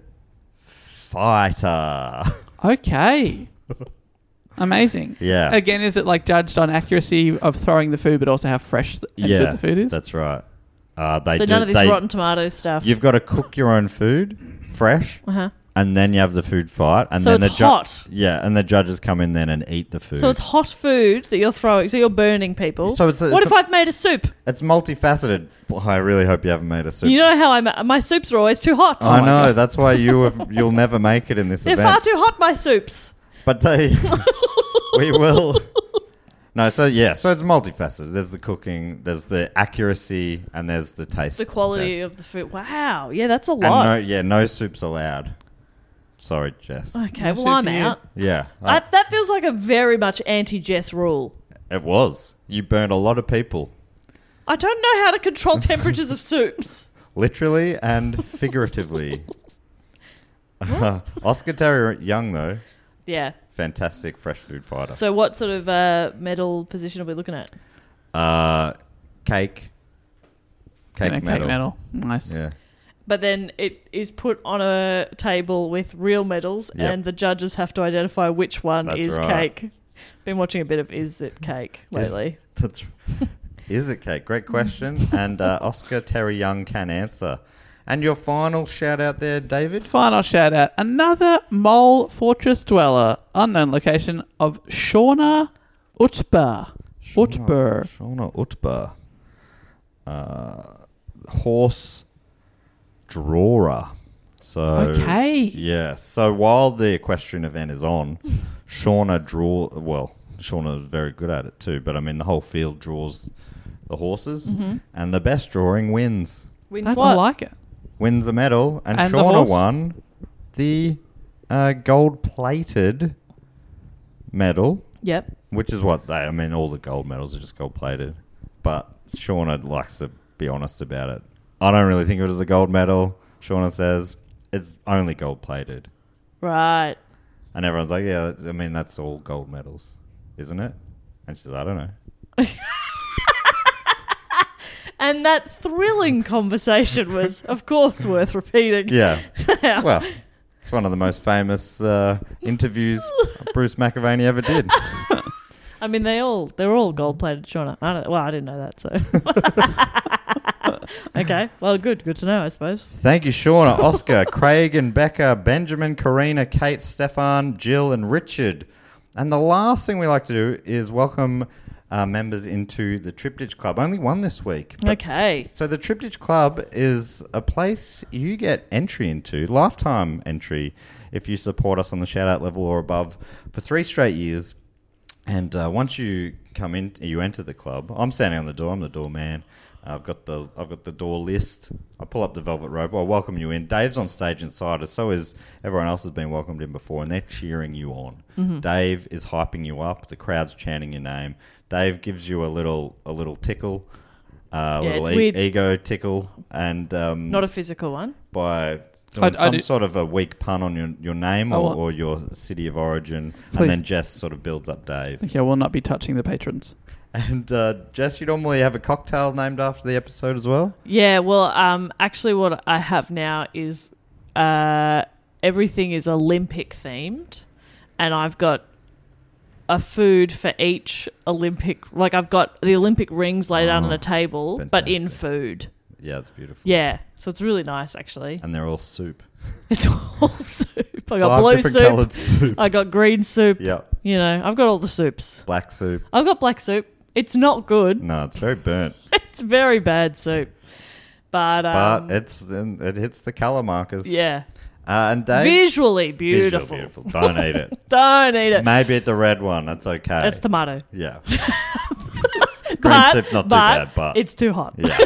C: fighter. <laughs>
A: Okay. Amazing.
C: Yeah.
A: Again, is it like judged on accuracy of throwing the food, but also how fresh th- and
C: yeah,
A: good the food is?
C: That's right. Uh, they
B: so
C: do,
B: none of this
C: they-
B: Rotten Tomatoes stuff.
C: You've got to cook your own food fresh,
B: uh-huh.
C: and then you have the food fight, and
B: So
C: then
B: it's
C: the ju-
B: hot.
C: Yeah, and the judges come in then and eat the food.
B: So it's hot food that you're throwing. So you're burning people.
C: So it's a-
B: what
C: it's
B: if
C: a-
B: i I've made a soup?
C: It's multifaceted. Boy, I really hope you haven't made a soup. Oh
B: You know how I ma- my soups are always too hot.
C: I know. That's why you have, you'll never make it in this
B: They're far
C: event.
B: too hot. My soups.
C: but they,
B: <laughs>
C: we will. No, so yeah, so it's multifaceted. There's the cooking, there's the accuracy, and there's the taste.
B: The quality
C: test.
B: of the food. Wow. Yeah, that's a
C: and no,
B: lot.
C: yeah, no soups allowed. Sorry, Jess.
B: okay.
A: soup
B: Well, I'm
A: for you.
B: out.
C: Yeah, I-
B: That, that feels like a very much anti-Jess rule.
C: it was. You burned a lot of people,
B: I don't know how
C: <laughs>
B: to control temperatures of soups.
C: literally and
B: <laughs>
C: figuratively. <laughs> Oscar Terry Young, though,
B: Yeah.
C: fantastic fresh food fighter.
B: So what sort of uh, medal position are we looking at?
C: Uh, cake. Cake
A: And a
C: medal.
A: Cake medal. Nice.
C: Yeah. <laughs>
B: But then it is put on a table with real medals,
C: Yep.
B: and the judges have to identify which one
C: That's
B: is
C: right.
B: cake. Been watching a bit of Is It Cake
C: Is-
B: lately.
C: That's Is it cake? Great
A: <laughs>
C: question. and uh, Oscar Terry Young can answer. And your final shout out there, David?
A: Final shout out another mole fortress dweller, unknown location of Shauna Utber. Utber.
C: Shauna Utba. Uh, horse drawer. So
A: Okay.
C: Yeah. So while the equestrian event is on, Shauna draw well, Shauna's very good at it too, but I mean the whole field draws the horses
A: Mm-hmm.
C: and the best drawing wins.
B: Wins
A: I
B: what?
A: like it.
C: Wins a medal and,
A: And the
C: Shauna
A: horse?
C: won the uh, gold plated medal,
B: Yep.
C: which is what they I mean all the gold medals are just gold plated. But Shauna likes to be honest about it. I don't really think it was a gold medal. Shauna says it's only gold plated.
B: Right.
C: And everyone's like, yeah, I mean, that's all gold medals, isn't it? And she's like, I don't know.
B: And that
C: <laughs>
B: thrilling conversation was, of course, worth repeating. <laughs>
C: Yeah. well, it's one of the most famous uh, interviews Bruce McAvaney ever did.
B: I mean, they all they're all gold plated, Shauna. I don't, well, I didn't know that,
C: <laughs>
B: so. <laughs> okay. Well, good. Good to know, I suppose.
C: Thank you, Shauna, Oscar, Craig and Becca, Benjamin, Karina, Kate, Stefan, Jill, and Richard. And the last thing we like to do is welcome uh, members into the Triptych Club. Only one this week. but
B: Okay.
C: So the Triptych Club is a place you get entry into, lifetime entry, if you support us on the shout out level or above for three straight years. And uh, once you come in, you enter the club. I'm standing on the door. I'm the doorman. I've got the I've got the door list. I pull up the velvet rope. I welcome you in. Dave's on stage inside us. So is everyone else has been welcomed in before, and they're cheering you on.
B: Mm-hmm.
C: Dave is hyping you up. The crowd's chanting your name. Dave gives you a little a little tickle, uh, a
B: Yeah,
C: little
B: it's
C: e-
B: weird.
C: ego tickle, and um,
B: Not a e- physical one.
C: by doing
A: I- I
C: some
A: do-
C: sort of a weak pun on your, your name
A: I
B: Oh,
C: or,
A: wa-
C: or your city of origin,
A: Please.
C: and then Jess sort of builds up Dave.
A: Okay, I will not be touching the patrons.
C: And uh, Jess, you normally have a cocktail named after the episode as well.
B: Yeah, well, um, actually, what I have now is uh, everything is Olympic themed, and I've got a food for each Olympic. Like, I've got the Olympic rings laid out on a table, but in
C: Oh, fantastic.
B: food.
C: Yeah, it's beautiful.
B: Yeah, so it's really nice, actually.
C: and they're all soup.
B: It's all <laughs> soup. I got
C: Five
B: blue
C: different
B: soup.
C: coloured soup.
B: <laughs> I got green soup.
C: yeah,
B: You know, I've got all the soups.
C: black soup.
B: I've got black soup. It's not good.
C: No, it's very burnt,
B: <laughs> It's very bad soup. But,
C: but uh,
B: um,
C: it's it hits the color markers.
B: yeah.
C: uh, and Dave.
B: Visually beautiful.
C: Visual, beautiful. Don't eat
B: <laughs>
C: it.
B: Don't eat it.
C: Maybe eat the red one. That's okay.
B: It's tomato.
C: yeah. <laughs> Green
B: But,
C: soup, not too
B: but
C: bad, but
B: it's too hot.
C: yeah.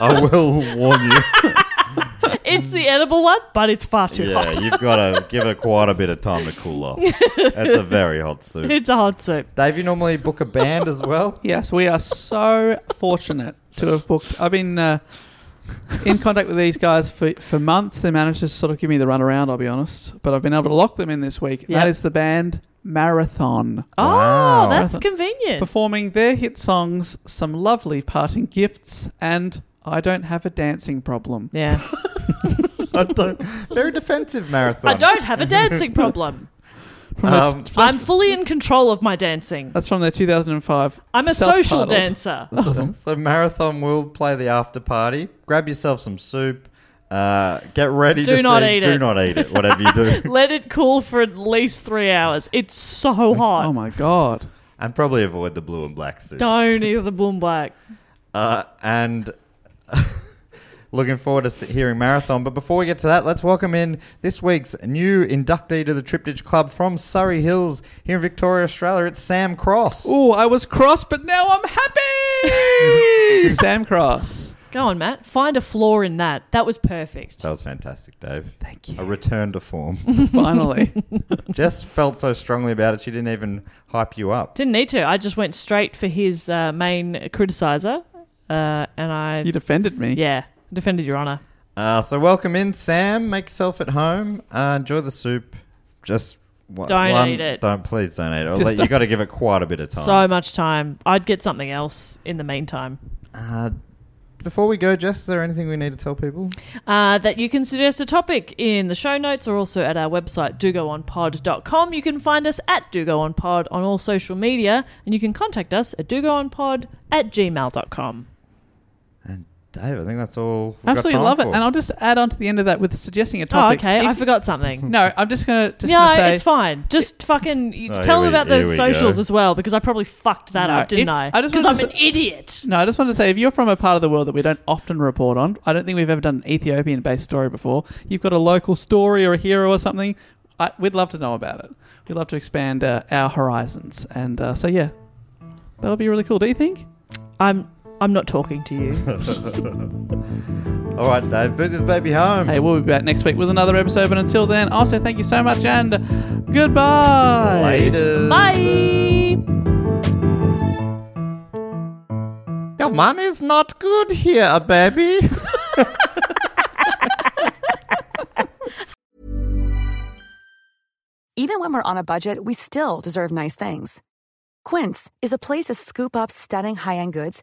C: I will warn you.
B: It's the edible one, but it's far too
C: yeah,
B: hot.
C: you've got to give it quite a bit of time to cool off. That's a very hot soup.
B: <laughs> It's a hot soup.
C: Dave, you normally book a band as well. <laughs>
A: Yes, we are so fortunate to have booked. I've been uh, in contact with these guys for, for months. They managed to sort of give me the runaround, I'll be honest. But I've been able to lock them in this week. And That
B: Yep.
A: is the band Marathon,
B: Oh,
C: Wow.
B: that's convenient.
A: performing their hit songs, some lovely parting gifts, and I Don't Have a Dancing Problem.
B: yeah.
C: I don't. Very defensive marathon.
B: I don't have a
C: <laughs>
B: dancing problem.
A: From their-
C: Um,
B: I'm fully in control of my dancing.
A: that's from their 2005.
B: I'm a social
A: self-titled.
B: dancer.
C: so, so marathon will play the after party. Grab yourself some soup. Uh, get ready
B: Do
C: to
B: not
C: see,
B: eat
C: do
B: it.
C: not eat it. Whatever you
B: <laughs>
C: do,
B: Let it cool for at least three hours. It's so hot.
A: Oh my God.
C: and probably avoid the blue and black soup.
B: Don't eat the boom black.
C: Uh, and <laughs> looking forward to s- hearing marathon. But before we get to that, let's welcome in this week's new inductee to the Triptych Club from Surrey Hills here in Victoria, Australia. It's Sam Cross.
A: Oh, I was cross, but now I'm
B: <laughs>
A: happy. Sam Cross.
B: Go on, Matt. Find a flaw in that. That was perfect.
C: That was fantastic, Dave. Thank you. A return to form. <laughs>
B: <laughs>
A: Finally.
C: Jess felt so strongly about it, she didn't even hype you up.
B: Didn't need to. I just went straight for his uh, main criticizer, uh, and I
A: You defended me.
B: yeah defended your honor.
C: Uh, so welcome in, Sam. Make yourself at home. Uh, enjoy the soup. Just wa-
B: Don't
C: one-
B: eat it.
C: Don't please don't eat it. I'll
A: Just
C: let- you
A: don't-
C: got to give it quite a bit of time.
B: So much time. I'd get something else in the meantime.
C: uh, before we go, Jess, is there anything we need to tell people?
B: Uh, that you can suggest a topic in the show notes or also at our website, dogoonpod.com. You can find us at dogoonpod on all social media and you can contact us at dogoonpod at gmail.com.
C: And Uh, Dave, I think that's all. We've
A: Absolutely
C: got time
A: love it.
C: for.
A: And I'll just add on to the end of that with suggesting a
B: Oh,
A: topic.
B: okay. I
A: If-
B: forgot
A: <laughs>
B: something.
A: No, I'm just going to just
B: No,
A: gonna say.
B: it's fine. Just fucking you
C: Oh,
B: tell
C: here
B: them
C: we-
B: about
C: here
B: the
C: we
B: socials
C: go.
B: as well because I probably fucked that
A: No,
B: up, didn't
A: if-
B: I?
A: I just
B: Because I'm
A: wanted
B: an
A: to
B: idiot.
A: No, I just want to say if you're from a part of the world that we don't often report on, I don't think we've ever done an Ethiopian based story before. You've got a local story or a hero or something. I, we'd love to know about it. We'd love to expand uh, our horizons. And uh, so, yeah, that would be really cool. Do you think?
B: I'm I'm not talking to you.
C: All right, Dave, boot this baby home.
A: Hey, we'll be back next week with another episode. But until then, also thank you so much and goodbye.
C: Later.
B: Bye.
C: Your mom is not good here, baby.
H: Even when we're on a budget, we still deserve nice things. Quince is a place to scoop up stunning high-end goods